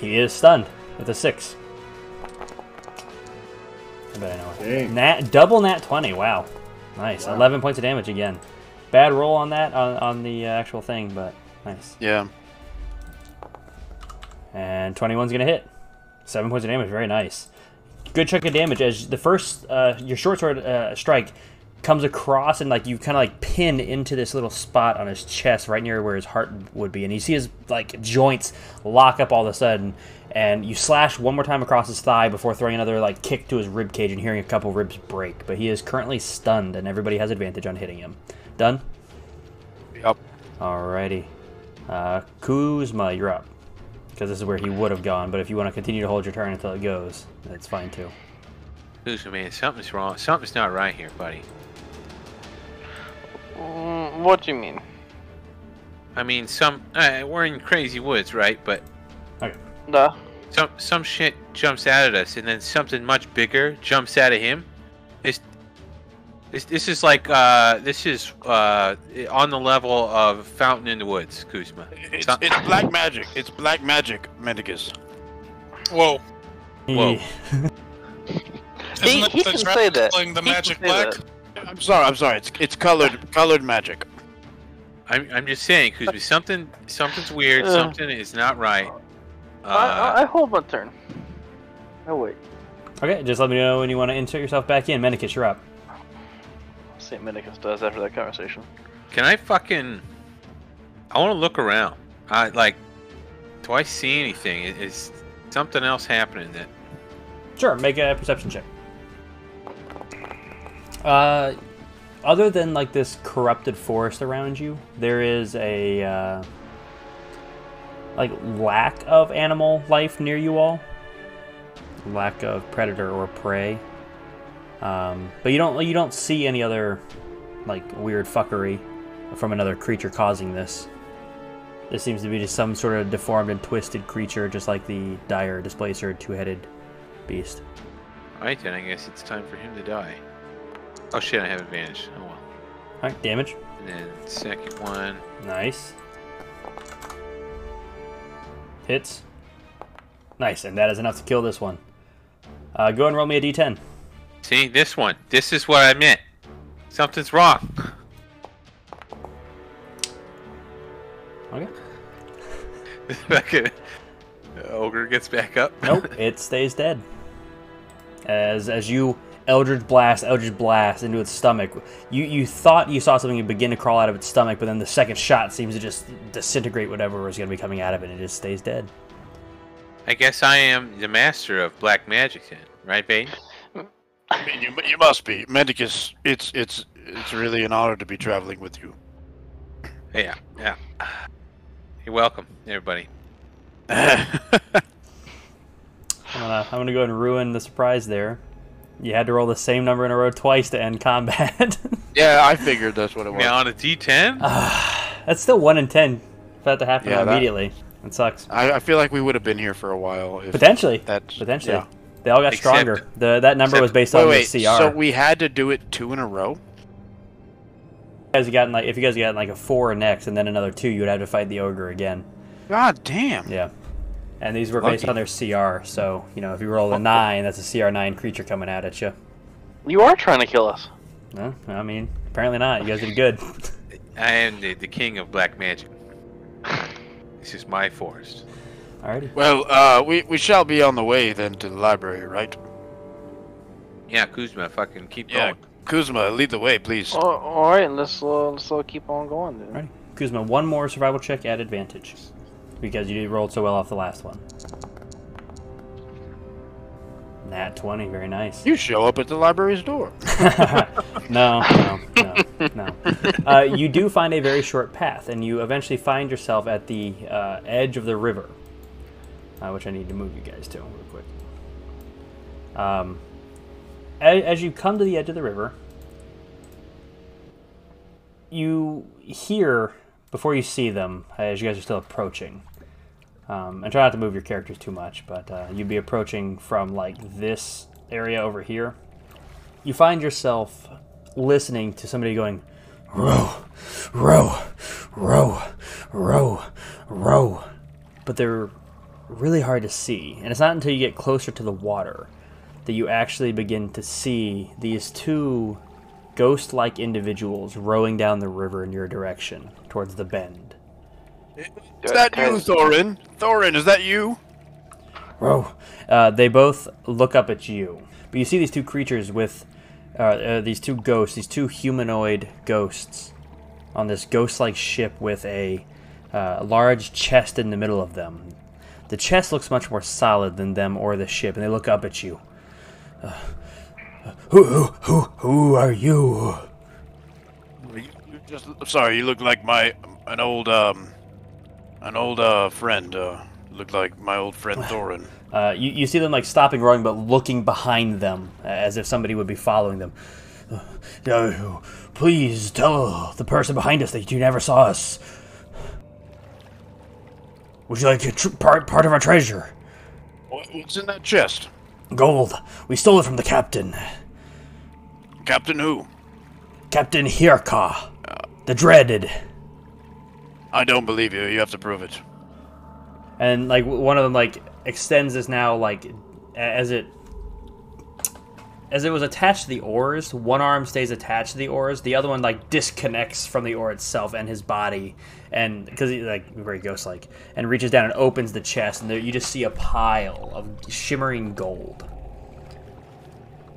[SPEAKER 1] He is stunned with a 6. I bet I know it.
[SPEAKER 4] Dang.
[SPEAKER 1] Nat, double nat 20, wow. Nice, 11 points of damage again. Bad roll on that, on, on the uh, actual thing, but nice.
[SPEAKER 2] Yeah.
[SPEAKER 1] And 21's going to hit. 7 points of damage. Very nice. Good chunk of damage as the first, uh, your short sword uh, strike comes across and like you kind of like pin into this little spot on his chest right near where his heart would be and you see his like joints lock up all of a sudden and you slash one more time across his thigh before throwing another like kick to his rib cage and hearing a couple ribs break but he is currently stunned and everybody has advantage on hitting him done
[SPEAKER 2] Yep.
[SPEAKER 1] Alrighty. Uh, Kuzma, you're up. Because this is where he would have gone, but if you want to continue to hold your turn until it goes, that's fine too.
[SPEAKER 5] Listen, man, something's wrong. Something's not right here, buddy.
[SPEAKER 3] Mm, what do you mean?
[SPEAKER 5] I mean, some uh, we're in crazy woods, right? But
[SPEAKER 3] Duh.
[SPEAKER 5] some some shit jumps out at us, and then something much bigger jumps out at him. It's this, this is like uh, this is uh, on the level of Fountain in the Woods, Kuzma.
[SPEAKER 2] It's,
[SPEAKER 5] Some-
[SPEAKER 2] it's black magic. It's black magic, Medicus.
[SPEAKER 6] Whoa.
[SPEAKER 5] Whoa.
[SPEAKER 1] He-
[SPEAKER 3] He,
[SPEAKER 6] Isn't
[SPEAKER 3] he
[SPEAKER 6] it
[SPEAKER 3] can
[SPEAKER 6] the
[SPEAKER 3] say
[SPEAKER 6] dragon
[SPEAKER 3] that.
[SPEAKER 6] playing the
[SPEAKER 3] He can
[SPEAKER 6] magic
[SPEAKER 3] say
[SPEAKER 6] black?
[SPEAKER 3] that.
[SPEAKER 2] I'm sorry. I'm sorry. It's it's colored colored magic.
[SPEAKER 5] I'm, I'm just saying,
[SPEAKER 3] Uh,
[SPEAKER 5] Kuzma, something something's weird.
[SPEAKER 3] Ugh.
[SPEAKER 5] Something is not right.
[SPEAKER 3] I, I,
[SPEAKER 5] Uh,
[SPEAKER 3] I hold my turn. Oh wait,
[SPEAKER 1] Okay, just let me know when you want to insert yourself back in. Menicus, you're up.
[SPEAKER 3] Saint Medicus does after that conversation.
[SPEAKER 5] can I fucking? I want to look around. I like. Do I see anything? Is, is something else happening that?
[SPEAKER 1] Sure, make a perception check. Uh, other than like this corrupted forest around you, there is a uh, like lack of animal life near you all, lack of predator or prey. Um, but you don't you don't see any other like weird fuckery from another creature causing this. This seems to be just some sort of deformed and twisted creature, just like the dire displacer two-headed beast.
[SPEAKER 5] Alright then, I guess it's time for him to die. Oh shit, I have advantage. Oh well.
[SPEAKER 1] All right, damage.
[SPEAKER 5] And then second one,
[SPEAKER 1] Nice. Hits. Nice, and that is enough to kill this one. Uh, go and roll me a d10.
[SPEAKER 5] See this one. This is what I meant. Something's wrong.
[SPEAKER 1] Okay.
[SPEAKER 5] Fucking ogre gets back up.
[SPEAKER 1] Nope, it stays dead. As as you Eldritch blast, Eldritch blast into its stomach. You you thought you saw something begin to crawl out of its stomach, but then the second shot seems to just disintegrate whatever was going to be coming out of it, and it just stays dead.
[SPEAKER 5] I guess I am the master of black magic then, right, Bane?
[SPEAKER 2] I mean, you you must be Medicus. It's it's it's really an honor to be traveling with you.
[SPEAKER 5] Yeah, yeah. You're welcome, everybody.
[SPEAKER 1] I'm gonna I'm gonna go ahead and ruin the surprise there. You had to roll the same number in a row twice to end combat.
[SPEAKER 2] yeah, I figured that's what it was.
[SPEAKER 5] Now on a D10?
[SPEAKER 3] Uh-huh.
[SPEAKER 1] That's still one in ten for that to happen
[SPEAKER 2] Yeah, that-
[SPEAKER 1] immediately. That sucks.
[SPEAKER 2] I, I feel like we would have been here for a while. If
[SPEAKER 1] Potentially.
[SPEAKER 2] That's-
[SPEAKER 1] Potentially.
[SPEAKER 2] yeah.
[SPEAKER 1] They all got
[SPEAKER 5] Except-
[SPEAKER 1] stronger. The that number was based
[SPEAKER 2] wait,
[SPEAKER 1] on
[SPEAKER 2] wait,
[SPEAKER 1] the CR.
[SPEAKER 2] So we had to do it two in a row.
[SPEAKER 1] you guys had gotten like if you guys had gotten like a four next and then another two, you would have to fight the ogre again.
[SPEAKER 2] God damn.
[SPEAKER 1] Yeah. And these were based
[SPEAKER 2] Lucky.
[SPEAKER 1] on their CR, so you know if you roll a nine, that's a CR nine creature coming out at you.
[SPEAKER 3] You are trying to kill us.
[SPEAKER 1] No, I mean apparently not. You guys did good.
[SPEAKER 5] I am the, the king of black magic. This is my forest.
[SPEAKER 1] Alrighty.
[SPEAKER 2] Well, uh, we, we shall be on the way then to the library, right?
[SPEAKER 5] Yeah, Kuzma, fucking keep
[SPEAKER 2] Yeah.
[SPEAKER 5] going.
[SPEAKER 2] Kuzma, lead the way, please.
[SPEAKER 3] Oh, all right, let's uh, let's uh, keep on going then.
[SPEAKER 1] Alrighty. Kuzma, one more survival check at advantage. Because you rolled so well off the last one. Nat 20, very nice.
[SPEAKER 2] You show up at the library's door.
[SPEAKER 1] no, no, no, no. Uh, you do find a very short path, and you eventually find yourself at the uh, edge of the river, uh, which I need to move you guys to real quick. Um, a- as you come to the edge of the river, you hear before you see them as you guys are still approaching. Um, and try not to move your characters too much, but uh, you'd be approaching from like this area over here you find yourself listening to somebody going, row, row, row, row, row. But they're really hard to see. And it's not until you get closer to the water that you actually begin to see these two ghost like individuals rowing down the river in your direction towards the bend.
[SPEAKER 2] Is that you, Thorin? Thorin, is that you?
[SPEAKER 1] Row. Uh, they both look up at you, but you see these two creatures with uh, uh, these two ghosts, these two humanoid ghosts, on this ghost-like ship with a uh, large chest in the middle of them. The chest looks much more solid than them or the ship, and they look up at you. Uh, who, who, who, who are you?
[SPEAKER 2] You- you Just, sorry, you look like my an old um an old uh friend. Uh, looked like my old friend Thorin.
[SPEAKER 1] Uh, you, you see them like stopping rowing, but looking behind them uh, as if somebody would be following them. Uh, please tell the person behind us that you never saw us. Would you like to tr- part part of our treasure?
[SPEAKER 2] What- What's in that chest,
[SPEAKER 1] Gold. We stole it from the captain,
[SPEAKER 2] Captain? Who?
[SPEAKER 1] Captain Hirka, the dreaded.
[SPEAKER 2] I don't believe you. You have to prove it.
[SPEAKER 1] and like w- one of them like extends this now like a- as it as it was attached to the oars one arm stays attached to the oars the other one like disconnects from the oar itself and his body and because he's like very ghost like and reaches down and opens the chest and there you just see a pile of shimmering gold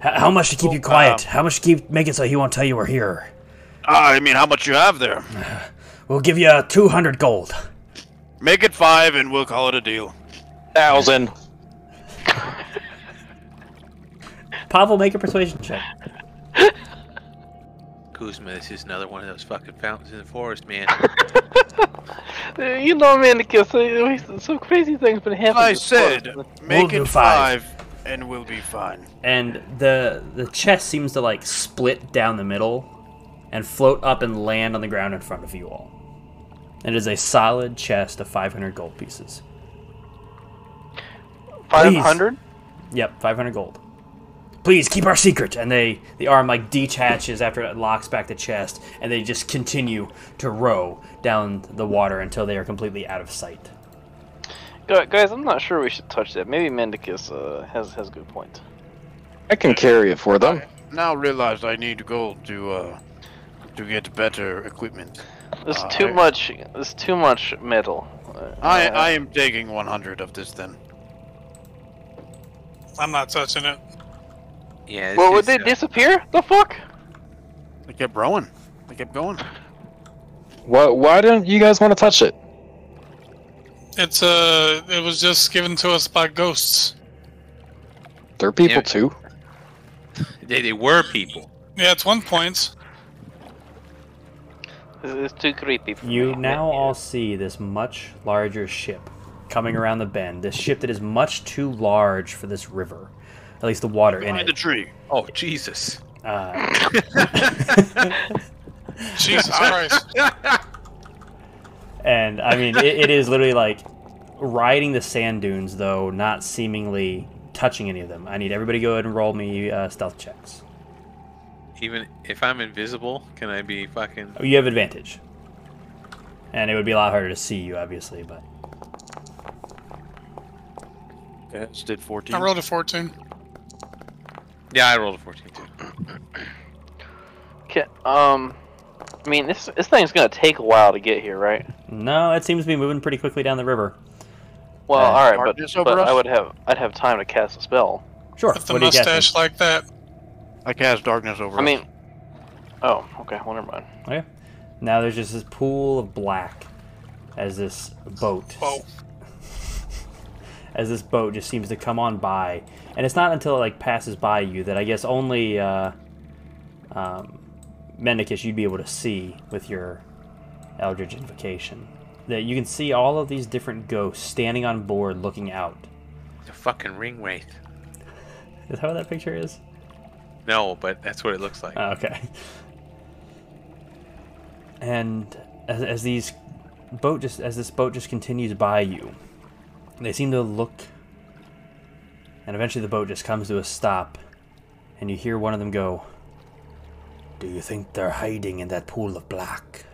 [SPEAKER 1] H- how much to keep you quiet how much to keep make it so he won't tell you we're here
[SPEAKER 2] Ah, I mean, how much you have there?
[SPEAKER 1] we'll give you 200 gold
[SPEAKER 2] Make it five, and we'll call it a deal.
[SPEAKER 7] Thousand.
[SPEAKER 1] pavel make a persuasion check
[SPEAKER 5] Kuzma, this is another one of those fucking fountains in the forest, man.
[SPEAKER 3] Uh, You know, man, the kids, uh, some crazy things been happening.
[SPEAKER 2] I
[SPEAKER 3] this month.
[SPEAKER 2] said, make
[SPEAKER 1] do
[SPEAKER 2] it
[SPEAKER 1] five.
[SPEAKER 2] five, and we'll be fine.
[SPEAKER 1] and the the chest seems to like split down the middle and float up and land on the ground in front of you all. It is a solid chest of 500 gold pieces.
[SPEAKER 3] 500?
[SPEAKER 1] Yep, 500 gold. Please keep our secret. And they the arm like detaches after it locks back the chest, and they just continue to row down the water until they are completely out of sight.
[SPEAKER 3] Gu- Guys, I'm not sure we should touch that. Maybe Mendicus uh, has has good point.
[SPEAKER 7] I can carry it for them.
[SPEAKER 2] Now realized I need gold to uh to get better equipment.
[SPEAKER 3] There's
[SPEAKER 2] Uh,
[SPEAKER 3] too
[SPEAKER 2] I-
[SPEAKER 3] much. There's too much metal. Uh,
[SPEAKER 2] I
[SPEAKER 3] uh,
[SPEAKER 2] I am taking 100 of this then.
[SPEAKER 6] I'm not touching it.
[SPEAKER 5] Yeah.
[SPEAKER 3] Well,
[SPEAKER 5] this
[SPEAKER 3] would
[SPEAKER 5] is,
[SPEAKER 3] they
[SPEAKER 5] uh,
[SPEAKER 3] disappear? The fuck?
[SPEAKER 2] They kept rowing. They kept going.
[SPEAKER 7] Why, why don't you guys want to touch it?
[SPEAKER 6] It's uh, it was just given to us by ghosts.
[SPEAKER 7] They're people
[SPEAKER 5] Yeah.
[SPEAKER 7] too.
[SPEAKER 5] They, they were people.
[SPEAKER 6] Yeah, at one point.
[SPEAKER 3] This is too creepy. For
[SPEAKER 1] You
[SPEAKER 3] me.
[SPEAKER 1] now all see this much larger ship coming around the bend. This ship that is much too large for this river. At least the water in
[SPEAKER 2] Behind the
[SPEAKER 1] it.
[SPEAKER 2] tree.
[SPEAKER 5] Oh Jesus.
[SPEAKER 1] Uh,
[SPEAKER 6] Jesus Christ.
[SPEAKER 1] And I mean, it, it is literally like riding the sand dunes, though not seemingly touching any of them. I need everybody to go ahead and roll me uh, stealth checks.
[SPEAKER 5] Even if I'm invisible, can I be fucking?
[SPEAKER 1] Oh, You have advantage, and it would be a lot harder to see you, obviously. But
[SPEAKER 2] Yeah, it's did 14.
[SPEAKER 6] I rolled a 14.
[SPEAKER 5] Yeah, I rolled a fourteen too.
[SPEAKER 3] Ca- um, I mean, this this thing's gonna take a while to get here, right?
[SPEAKER 1] No, it seems to be moving pretty quickly down the river.
[SPEAKER 3] Well,
[SPEAKER 1] Uh,
[SPEAKER 3] all right,
[SPEAKER 2] Marcus
[SPEAKER 3] but, but
[SPEAKER 2] Oberus?
[SPEAKER 3] I would have I'd have time to cast a spell.
[SPEAKER 1] Sure.
[SPEAKER 6] With the
[SPEAKER 1] what do you got?
[SPEAKER 6] mustache like that.
[SPEAKER 2] I cast darkness over.
[SPEAKER 3] I
[SPEAKER 2] us.
[SPEAKER 3] mean, oh, okay, well, never mind.
[SPEAKER 1] Okay. Now there's just this pool of black as this boat
[SPEAKER 6] Whoa.
[SPEAKER 1] as this boat just seems to come on by, and it's not until it like passes by you that I guess only uh, um, Mendicus you'd be able to see with your Eldritch invocation that you can see all of these different ghosts standing on board looking out.
[SPEAKER 5] The fucking ring wraith.
[SPEAKER 1] Is that what that picture is?
[SPEAKER 5] No, but that's what it looks
[SPEAKER 3] Uh.
[SPEAKER 5] like.
[SPEAKER 1] Oh, okay. And as, as these boat just as this boat just continues by you, they seem to look, and eventually the boat just comes to a stop, and you hear one of them go. Do you think they're hiding in that pool of black?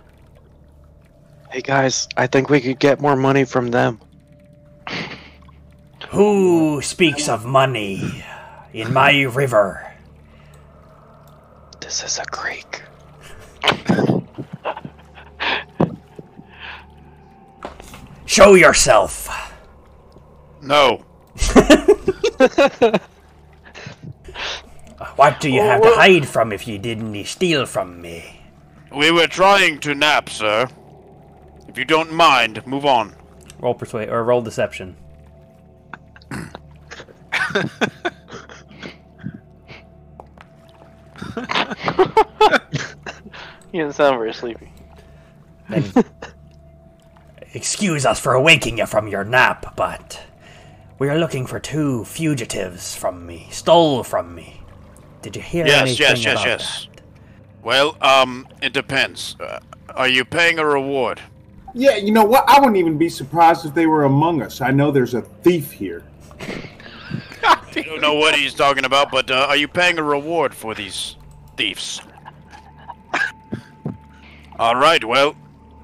[SPEAKER 7] Hey guys, I think we could get more money from them.
[SPEAKER 1] Who speaks of money in my river?
[SPEAKER 7] This is a creek.
[SPEAKER 1] Show yourself.
[SPEAKER 2] no.
[SPEAKER 1] What do you have to hide from if you didn't steal from me?
[SPEAKER 2] We were trying to nap, sir. If you don't mind, move on.
[SPEAKER 1] Roll persuade or roll deception.
[SPEAKER 3] You didn't sound very sleepy.
[SPEAKER 1] Excuse us for waking you from your nap, but we are looking for two fugitives from me, stole from me. Did you hear
[SPEAKER 2] Yes,
[SPEAKER 1] anything
[SPEAKER 2] yes, yes,
[SPEAKER 1] about
[SPEAKER 2] yes. Well, um, it depends. Uh, are you paying a reward?
[SPEAKER 4] Yeah, you know what? I wouldn't even be surprised if they were among us. I know there's a thief here.
[SPEAKER 2] I don't know what he's talking about, but uh, are you paying a reward for these thieves? All right. Well,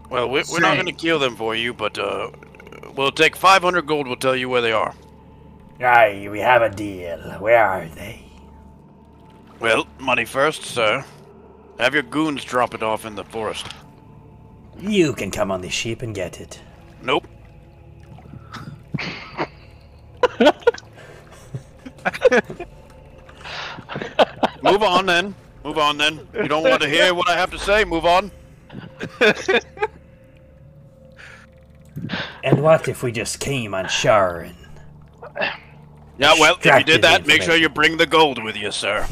[SPEAKER 2] well, we're, we're not
[SPEAKER 4] Say.
[SPEAKER 2] going to kill them for you, but uh, we'll take 500 gold. We'll tell you where they are.
[SPEAKER 1] that? Aye, we have a deal. Where are they?
[SPEAKER 2] Well, money first, sir. Have your goons drop it off in the forest.
[SPEAKER 1] You can come on the ship and get it.
[SPEAKER 2] Nope. Move on then. Move on then. You don't want to hear what I have to say? Move on.
[SPEAKER 1] And what if we just came on Sharon?
[SPEAKER 2] Yeah, well, if you
[SPEAKER 1] Extracted
[SPEAKER 2] did that, make sure
[SPEAKER 1] information.
[SPEAKER 2] you bring the gold with you, sir.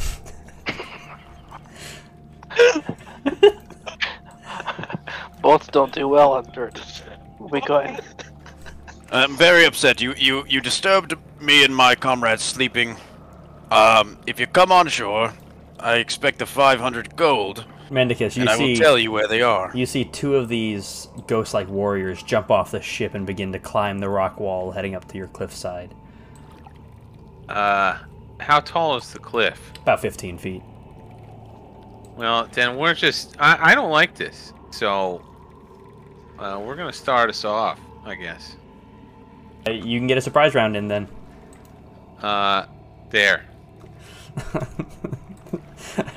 [SPEAKER 3] Boats don't do well on dirt. We go ahead.
[SPEAKER 2] I'm very upset. You you you disturbed me and my comrades sleeping. Um, if you come on shore, I expect the 500 gold,
[SPEAKER 1] Mendicus, you
[SPEAKER 2] and I will
[SPEAKER 1] see
[SPEAKER 2] tell you where they are.
[SPEAKER 1] you see two of these ghost-like warriors jump off the ship and begin to climb the rock wall heading up to your cliffside.
[SPEAKER 5] Uh, how tall is the cliff?
[SPEAKER 1] About 15 feet.
[SPEAKER 5] Well, then we're just. I, I don't like this. So, uh, we're going to start us off, I guess.
[SPEAKER 1] Uh, You can get a surprise round in then.
[SPEAKER 5] Uh, there.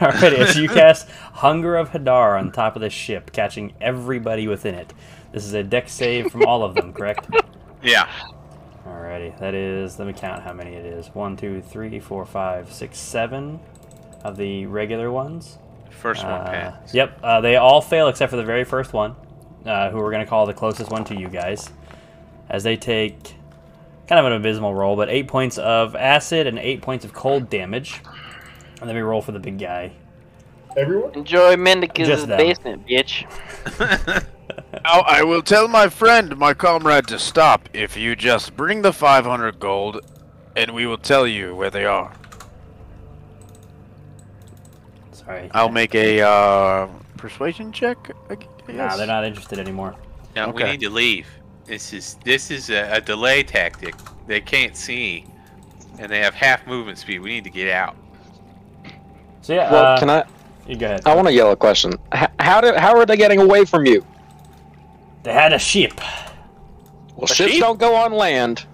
[SPEAKER 1] Alright, as you cast Hunger of Hadar on top of this ship, catching everybody within it. This is a deck save from all of them, correct?
[SPEAKER 5] Yeah.
[SPEAKER 1] Alrighty, that is, let me count how many it is. One, two, three, four, five, six, seven of the regular ones.
[SPEAKER 5] First one
[SPEAKER 1] Uh,
[SPEAKER 5] passed.
[SPEAKER 1] Yep, uh, they all fail except for the very first one, uh, who we're going to call the closest one to you guys, as they take kind of an abysmal roll, but eight points of acid and eight points of cold damage. And then we roll for the big guy.
[SPEAKER 4] Everyone?
[SPEAKER 3] Enjoy Mendicus'
[SPEAKER 1] Just them.
[SPEAKER 3] basement, bitch.
[SPEAKER 2] Now I will tell my friend, my comrade, to stop if you just bring the 500 gold, and we will tell you where they are.
[SPEAKER 1] Sorry.
[SPEAKER 2] I'll make a uh, persuasion check. I guess.
[SPEAKER 1] Nah, they're not interested anymore.
[SPEAKER 5] Now we
[SPEAKER 2] Okay.
[SPEAKER 5] need to leave. This is this is a, a delay tactic. They can't see, and they have half movement speed. We need to get out.
[SPEAKER 1] So yeah,
[SPEAKER 7] Well,
[SPEAKER 1] uh,
[SPEAKER 7] can I? Oh.
[SPEAKER 1] you go ahead.
[SPEAKER 7] I want to yell a question. H- how did? How are they getting away from you?
[SPEAKER 1] They had a ship.
[SPEAKER 7] Well, ships don't go on land.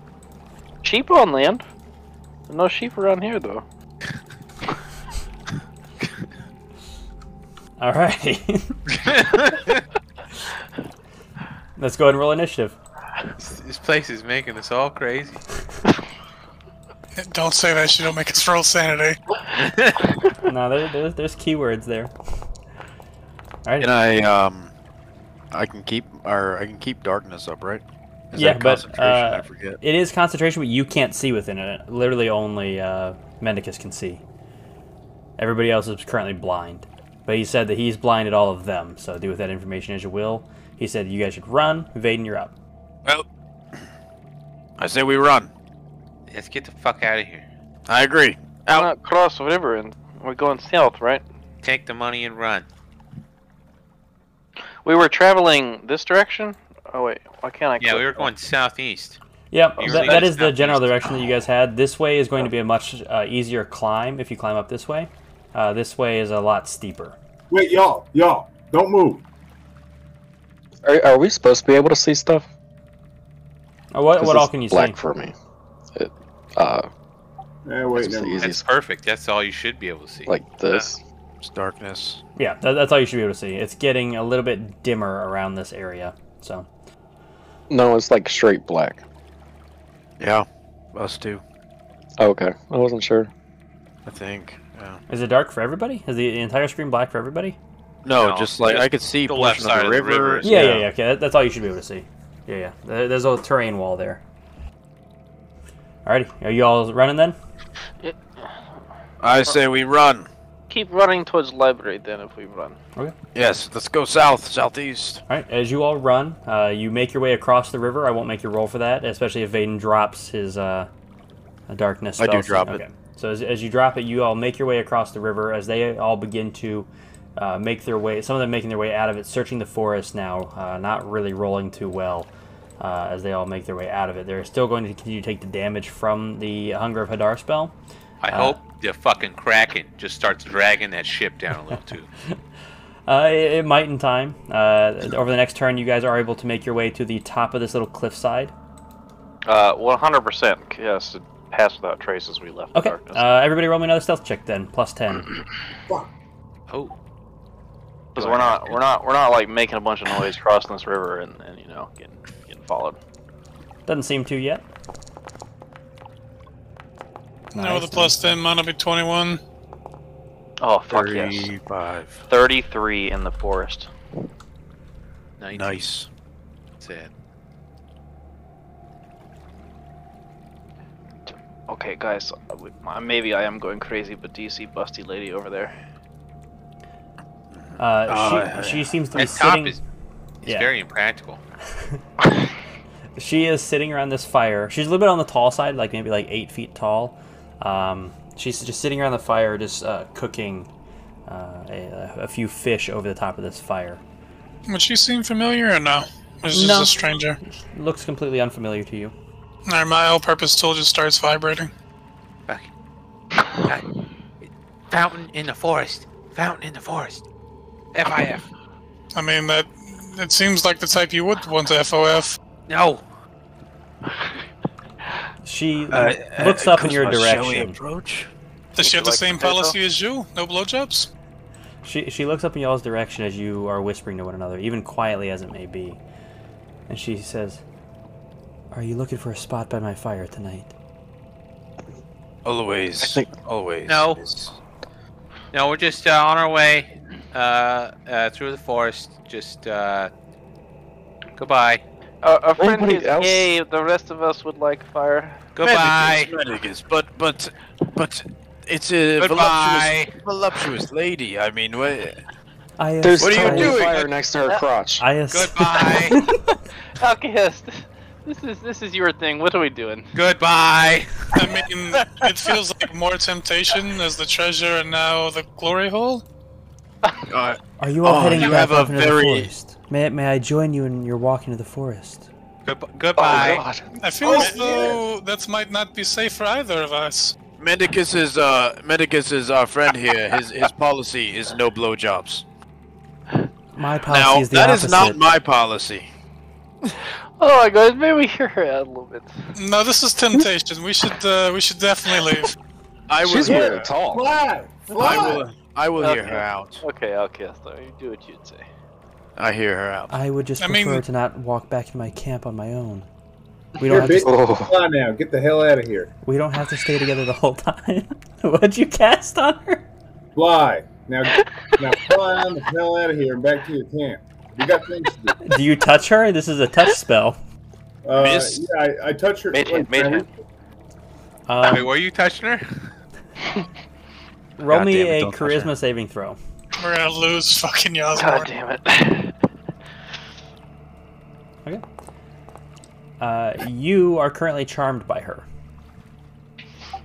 [SPEAKER 3] Sheep on land. No sheep around here though.
[SPEAKER 1] All right. Let's go ahead and roll initiative.
[SPEAKER 5] this place is making us all crazy.
[SPEAKER 6] Don't say that. She don't make us roll sanity.
[SPEAKER 1] No, there, there's, there's keywords there.
[SPEAKER 2] Can I um, I can keep or I can keep darkness up, right? Is
[SPEAKER 1] Yeah,
[SPEAKER 2] that
[SPEAKER 1] but,
[SPEAKER 2] concentration? I
[SPEAKER 1] uh,
[SPEAKER 2] forget.
[SPEAKER 1] It is concentration, but you can't see within it. Literally, only uh, Mendicus can see. Everybody else is currently blind. But he said that he's blind at all of them, so do with that information as you will. He said you guys should run. Vaden, you're up.
[SPEAKER 5] Well,
[SPEAKER 2] I say we run.
[SPEAKER 5] let's get the fuck out of here.
[SPEAKER 2] I agree.
[SPEAKER 3] Why not cross the river and we're going south, right?
[SPEAKER 5] Take the money and run.
[SPEAKER 3] We were traveling this direction. Oh wait, why can't I?
[SPEAKER 5] Yeah, we
[SPEAKER 3] click
[SPEAKER 5] were going southeast.
[SPEAKER 1] Yep,
[SPEAKER 5] You
[SPEAKER 1] that,
[SPEAKER 5] really
[SPEAKER 1] that
[SPEAKER 5] just
[SPEAKER 1] is the
[SPEAKER 5] got
[SPEAKER 1] general
[SPEAKER 5] these-
[SPEAKER 1] direction that you guys had. This way is going to be a much uh, easier climb if you climb up this way. Uh, this way is a lot steeper.
[SPEAKER 4] Wait, y'all, y'all, don't move.
[SPEAKER 7] Are, are we supposed to be able to see stuff?
[SPEAKER 1] Uh, what
[SPEAKER 7] 'Cause
[SPEAKER 1] what all
[SPEAKER 7] it's
[SPEAKER 1] can you
[SPEAKER 7] black
[SPEAKER 1] see?
[SPEAKER 7] for me. It, uh,
[SPEAKER 4] Eh, wait,
[SPEAKER 7] It's
[SPEAKER 4] never
[SPEAKER 7] the
[SPEAKER 4] mind.
[SPEAKER 7] easy-
[SPEAKER 5] That's perfect. That's all you should be able to see.
[SPEAKER 7] like this.
[SPEAKER 2] It's darkness.
[SPEAKER 1] Yeah, that, that's all you should be able to see. It's getting a little bit dimmer around this area, so
[SPEAKER 7] No, it's like straight black.
[SPEAKER 2] Yeah, us too.
[SPEAKER 7] Okay, I wasn't sure.
[SPEAKER 2] I think. Yeah.
[SPEAKER 1] is it dark for everybody? Is the entire screen black for everybody?
[SPEAKER 2] No,
[SPEAKER 5] No,
[SPEAKER 2] just like
[SPEAKER 5] just
[SPEAKER 2] I could see
[SPEAKER 5] the
[SPEAKER 2] portion
[SPEAKER 5] left
[SPEAKER 2] of the
[SPEAKER 5] side of the
[SPEAKER 2] river.
[SPEAKER 5] river is-
[SPEAKER 1] Yeah, yeah, yeah. Okay, that, that's all you should be able to see. Yeah, yeah. There- There's a terrain wall there. Alrighty, are you all running then?
[SPEAKER 2] I say we run.
[SPEAKER 3] Keep running towards the library then if we run.
[SPEAKER 2] Yes, let's go south, southeast.
[SPEAKER 1] All right. As you all run, uh, you make your way across the river. I won't make you roll for that, especially if Vaden drops his uh, darkness.
[SPEAKER 2] I do
[SPEAKER 1] spell.
[SPEAKER 2] drop it.
[SPEAKER 1] So as, as you drop it, you all make your way across the river. As they all begin to uh, make their way, some of them making their way out of it, searching the forest now, uh, not really rolling too well. Uh, as they all make their way out of it, they're still going to continue to take the damage from the Hunger of Hadar spell.
[SPEAKER 5] I hope the fucking Kraken just starts dragging that ship down a little too.
[SPEAKER 1] Uh, it, it might in time. Uh, over the next turn, you guys are able to make your way to the top of this little cliffside.
[SPEAKER 3] Uh, 100%. Yes, it passed without trace as we left
[SPEAKER 1] Okay.
[SPEAKER 3] the darkness.
[SPEAKER 1] Uh, everybody roll me another stealth check then, plus ten.
[SPEAKER 5] Oh,
[SPEAKER 3] Because we're not, we're not, we're not like making a bunch of noise crossing this river and, and you know getting getting followed.
[SPEAKER 1] Doesn't seem to yet.
[SPEAKER 6] No, with a plus ten, mine will be twenty-one.
[SPEAKER 3] Oh fuck yes.
[SPEAKER 2] Thirty-five.
[SPEAKER 3] 33 in the forest.
[SPEAKER 5] nice.
[SPEAKER 2] Nice.
[SPEAKER 5] Sad.
[SPEAKER 3] Okay, guys, uh, we- uh, maybe I am going crazy, but do you see busty lady over there?
[SPEAKER 1] Uh, she, she seems to be
[SPEAKER 5] That top
[SPEAKER 1] sitting.
[SPEAKER 5] is, is
[SPEAKER 1] yeah.
[SPEAKER 5] very impractical.
[SPEAKER 1] She is sitting around this fire. She's a little bit on the tall side, like maybe like eight feet tall. Um, she's just sitting around the fire, just uh, cooking uh, a, a few fish over the top of this fire.
[SPEAKER 6] Would she seem familiar or no? Was she
[SPEAKER 1] No.
[SPEAKER 6] just a stranger?
[SPEAKER 1] Looks completely unfamiliar to you.
[SPEAKER 6] Or my all-purpose tool just starts vibrating.
[SPEAKER 5] Fucking- God. Fountain in the forest. Fountain in the forest. FIF.
[SPEAKER 6] I mean, that it seems like the type you would want to FOF.
[SPEAKER 5] No.
[SPEAKER 1] She looks up
[SPEAKER 2] uh,
[SPEAKER 1] in your direction.
[SPEAKER 2] approach.
[SPEAKER 6] Does she have the
[SPEAKER 3] like
[SPEAKER 6] same
[SPEAKER 3] potato?
[SPEAKER 6] policy as you? No blowjobs?
[SPEAKER 1] She, she looks up in y'all's direction as you are whispering to one another, even quietly as it may be. And she says, Are you looking for a spot by my fire tonight?
[SPEAKER 2] Always.
[SPEAKER 7] I think-
[SPEAKER 2] Always.
[SPEAKER 5] No.
[SPEAKER 2] is-
[SPEAKER 5] No, we're just uh, on our way uh, uh, through the forest. Just uh, goodbye.
[SPEAKER 3] Uh, a friend
[SPEAKER 7] Anybody
[SPEAKER 3] is
[SPEAKER 7] else?
[SPEAKER 3] gay. The rest of us would like fire.
[SPEAKER 5] Goodbye.
[SPEAKER 2] Medicus, Medicus, But but but it's a
[SPEAKER 5] Goodbye.
[SPEAKER 2] voluptuous, voluptuous lady. I mean, what?
[SPEAKER 1] I
[SPEAKER 7] There's
[SPEAKER 2] What are you
[SPEAKER 7] totally
[SPEAKER 2] doing?
[SPEAKER 7] fire next to her crotch.
[SPEAKER 1] I ass-
[SPEAKER 5] Goodbye.
[SPEAKER 3] Okay, yes. This is this is your thing. What are we doing?
[SPEAKER 5] goodbye.
[SPEAKER 6] I mean, it feels like more temptation as the treasure and now the glory hole.
[SPEAKER 2] Uh,
[SPEAKER 1] Are you all
[SPEAKER 2] Oh,
[SPEAKER 1] heading
[SPEAKER 2] you
[SPEAKER 1] back
[SPEAKER 2] have a
[SPEAKER 1] off into
[SPEAKER 2] very-
[SPEAKER 1] the forest? May, may I join you in your walk into the forest?
[SPEAKER 5] Good- goodbye.
[SPEAKER 1] Oh,
[SPEAKER 6] I feel
[SPEAKER 3] Oh,
[SPEAKER 6] as though that might not be safe for either of us.
[SPEAKER 2] Medicus is uh Medicus is our friend here. His his policy is no blowjobs.
[SPEAKER 1] My policy
[SPEAKER 2] Now
[SPEAKER 1] is the
[SPEAKER 2] that
[SPEAKER 1] opposite.
[SPEAKER 2] is not my policy.
[SPEAKER 3] Oh my god, maybe we hear her out a little bit.
[SPEAKER 6] No, this is temptation. We should uh, we should definitely leave.
[SPEAKER 2] I will
[SPEAKER 7] She's
[SPEAKER 2] hear-
[SPEAKER 7] weird at all.
[SPEAKER 4] Fly,
[SPEAKER 2] I
[SPEAKER 4] fly.
[SPEAKER 2] will I will hear
[SPEAKER 3] Okay.
[SPEAKER 2] her out.
[SPEAKER 3] Okay, okay, so you do what you'd say.
[SPEAKER 2] I hear her out.
[SPEAKER 1] I would just
[SPEAKER 6] I
[SPEAKER 1] prefer
[SPEAKER 6] mean-
[SPEAKER 1] to not walk back to my camp on my own. We
[SPEAKER 4] Here,
[SPEAKER 1] don't have
[SPEAKER 4] bitch,
[SPEAKER 1] to,
[SPEAKER 7] Oh.
[SPEAKER 4] come on now. Get the hell out of here.
[SPEAKER 1] we don't have to stay together the whole time. What'd you cast on her?
[SPEAKER 4] Fly. Now, now fly on the hell out of here and back to your camp. You got things to do.
[SPEAKER 1] Do you touch her? This is a touch spell.
[SPEAKER 4] Uh,
[SPEAKER 2] Miss-
[SPEAKER 4] yeah, I, I touch her.
[SPEAKER 3] Made hit, made hit.
[SPEAKER 5] Wait,
[SPEAKER 1] Um,
[SPEAKER 5] were you touching her?
[SPEAKER 1] roll me
[SPEAKER 2] Goddamn it,
[SPEAKER 1] a
[SPEAKER 2] don't touch her.
[SPEAKER 1] charisma saving throw.
[SPEAKER 6] We're gonna lose fucking
[SPEAKER 3] God
[SPEAKER 6] Yasmar.
[SPEAKER 3] damn it.
[SPEAKER 1] Uh, you are currently charmed by her.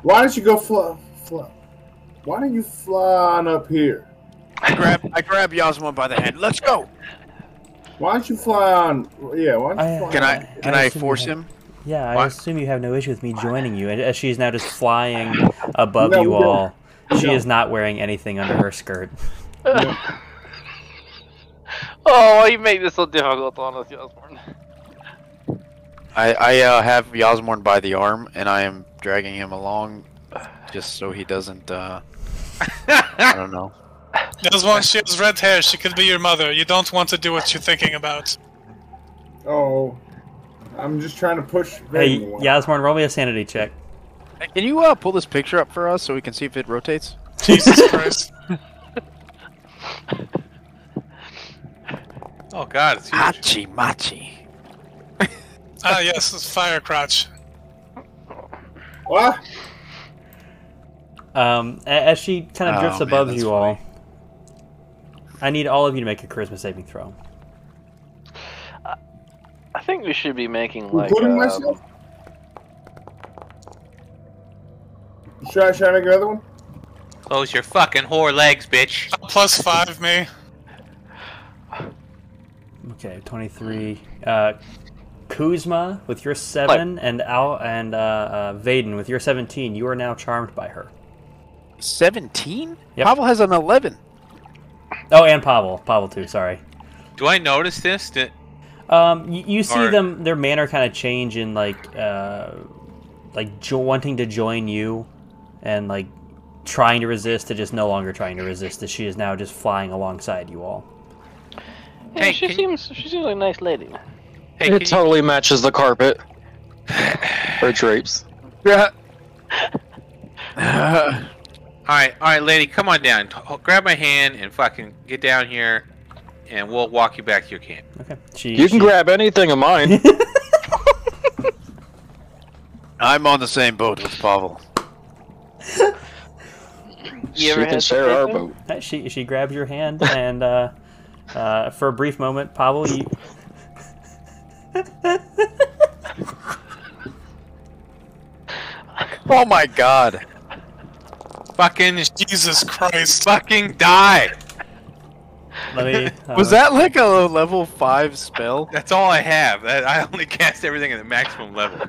[SPEAKER 4] Why don't you go fly, fly? Why don't you fly on up here?
[SPEAKER 2] I grab I grab Yasmin by the hand. Let's go.
[SPEAKER 4] Why don't you fly on? Yeah, why don't you
[SPEAKER 1] I-
[SPEAKER 4] fly
[SPEAKER 2] Can I
[SPEAKER 1] I
[SPEAKER 2] can I
[SPEAKER 1] assume you
[SPEAKER 2] force
[SPEAKER 1] have-
[SPEAKER 2] him?
[SPEAKER 1] Yeah, I
[SPEAKER 5] What?
[SPEAKER 1] assume you have no issue with me joining you, and as she's now just flying above
[SPEAKER 4] No,
[SPEAKER 1] you
[SPEAKER 4] we don't.
[SPEAKER 1] all, she
[SPEAKER 4] No.
[SPEAKER 1] is not wearing anything under her skirt.
[SPEAKER 3] Oh, why you make this so difficult on us, Osborne?
[SPEAKER 2] I I uh, have Yasmin by the arm and I am dragging him along, just so he doesn't. uh I don't know.
[SPEAKER 6] Yasmar, she has red hair. She could be your mother. You don't want to do what you're thinking about.
[SPEAKER 4] Oh, I'm just trying to push.
[SPEAKER 1] Hey,
[SPEAKER 4] Raven away.
[SPEAKER 1] Yasmorn, roll me a sanity check.
[SPEAKER 2] Hey, Can you uh, pull this picture up for us so we can see if it rotates?
[SPEAKER 6] Jesus Christ.
[SPEAKER 5] Oh god, it's huge.
[SPEAKER 2] Hachi machi.
[SPEAKER 6] Ah, yes, it's fire crotch.
[SPEAKER 4] What?
[SPEAKER 1] Um, a- as she kind of
[SPEAKER 2] Oh,
[SPEAKER 1] drifts
[SPEAKER 2] man,
[SPEAKER 1] above
[SPEAKER 2] that's
[SPEAKER 1] you all, I need all of you to make a charisma saving throw.
[SPEAKER 3] I think we should be making like.
[SPEAKER 4] Including
[SPEAKER 3] um,
[SPEAKER 4] myself? Should I, should I make another one?
[SPEAKER 5] Close your fucking whore legs, bitch.
[SPEAKER 6] Plus five, me.
[SPEAKER 1] Okay, twenty-three. Uh, Kuzma with your seven, and Al and uh, uh, Vaden with your seventeen. You are now charmed by her.
[SPEAKER 2] Seventeen.
[SPEAKER 1] Yep.
[SPEAKER 2] Pavel has an eleven.
[SPEAKER 1] Oh, and Pavel, Pavel too. Sorry.
[SPEAKER 5] Do I notice this? Did,
[SPEAKER 1] Um, you, you see
[SPEAKER 5] Or-
[SPEAKER 1] them their manner kind of change in like uh, like jo- wanting to join you, and like trying to resist to just no longer trying to resist. As she is now just flying alongside you all.
[SPEAKER 3] yeah,
[SPEAKER 5] Hey,
[SPEAKER 3] she
[SPEAKER 5] can you-
[SPEAKER 3] seems she seems like a nice lady.
[SPEAKER 5] hey,
[SPEAKER 7] it
[SPEAKER 5] can you,
[SPEAKER 7] totally matches the carpet. or drapes.
[SPEAKER 2] Yeah.
[SPEAKER 5] all right, all right, lady, come on down. T- grab my hand and fucking get down here, and we'll walk you back to your camp.
[SPEAKER 1] Okay. She,
[SPEAKER 7] You
[SPEAKER 1] she-
[SPEAKER 7] can grab anything of mine.
[SPEAKER 2] I'm on the same boat with Pavel.
[SPEAKER 3] You
[SPEAKER 7] she
[SPEAKER 3] ever
[SPEAKER 7] can
[SPEAKER 3] had
[SPEAKER 7] share our
[SPEAKER 3] potato?
[SPEAKER 7] boat.
[SPEAKER 1] Uh, She she grabs your hand and uh, uh, for a brief moment, Pavel, you
[SPEAKER 2] Oh my god.
[SPEAKER 5] Fucking,
[SPEAKER 6] Jesus Christ.
[SPEAKER 5] fucking die.
[SPEAKER 1] let me. Uh,
[SPEAKER 2] Was that like a level five spell?
[SPEAKER 5] That's all I have. That, I only cast everything at the maximum level.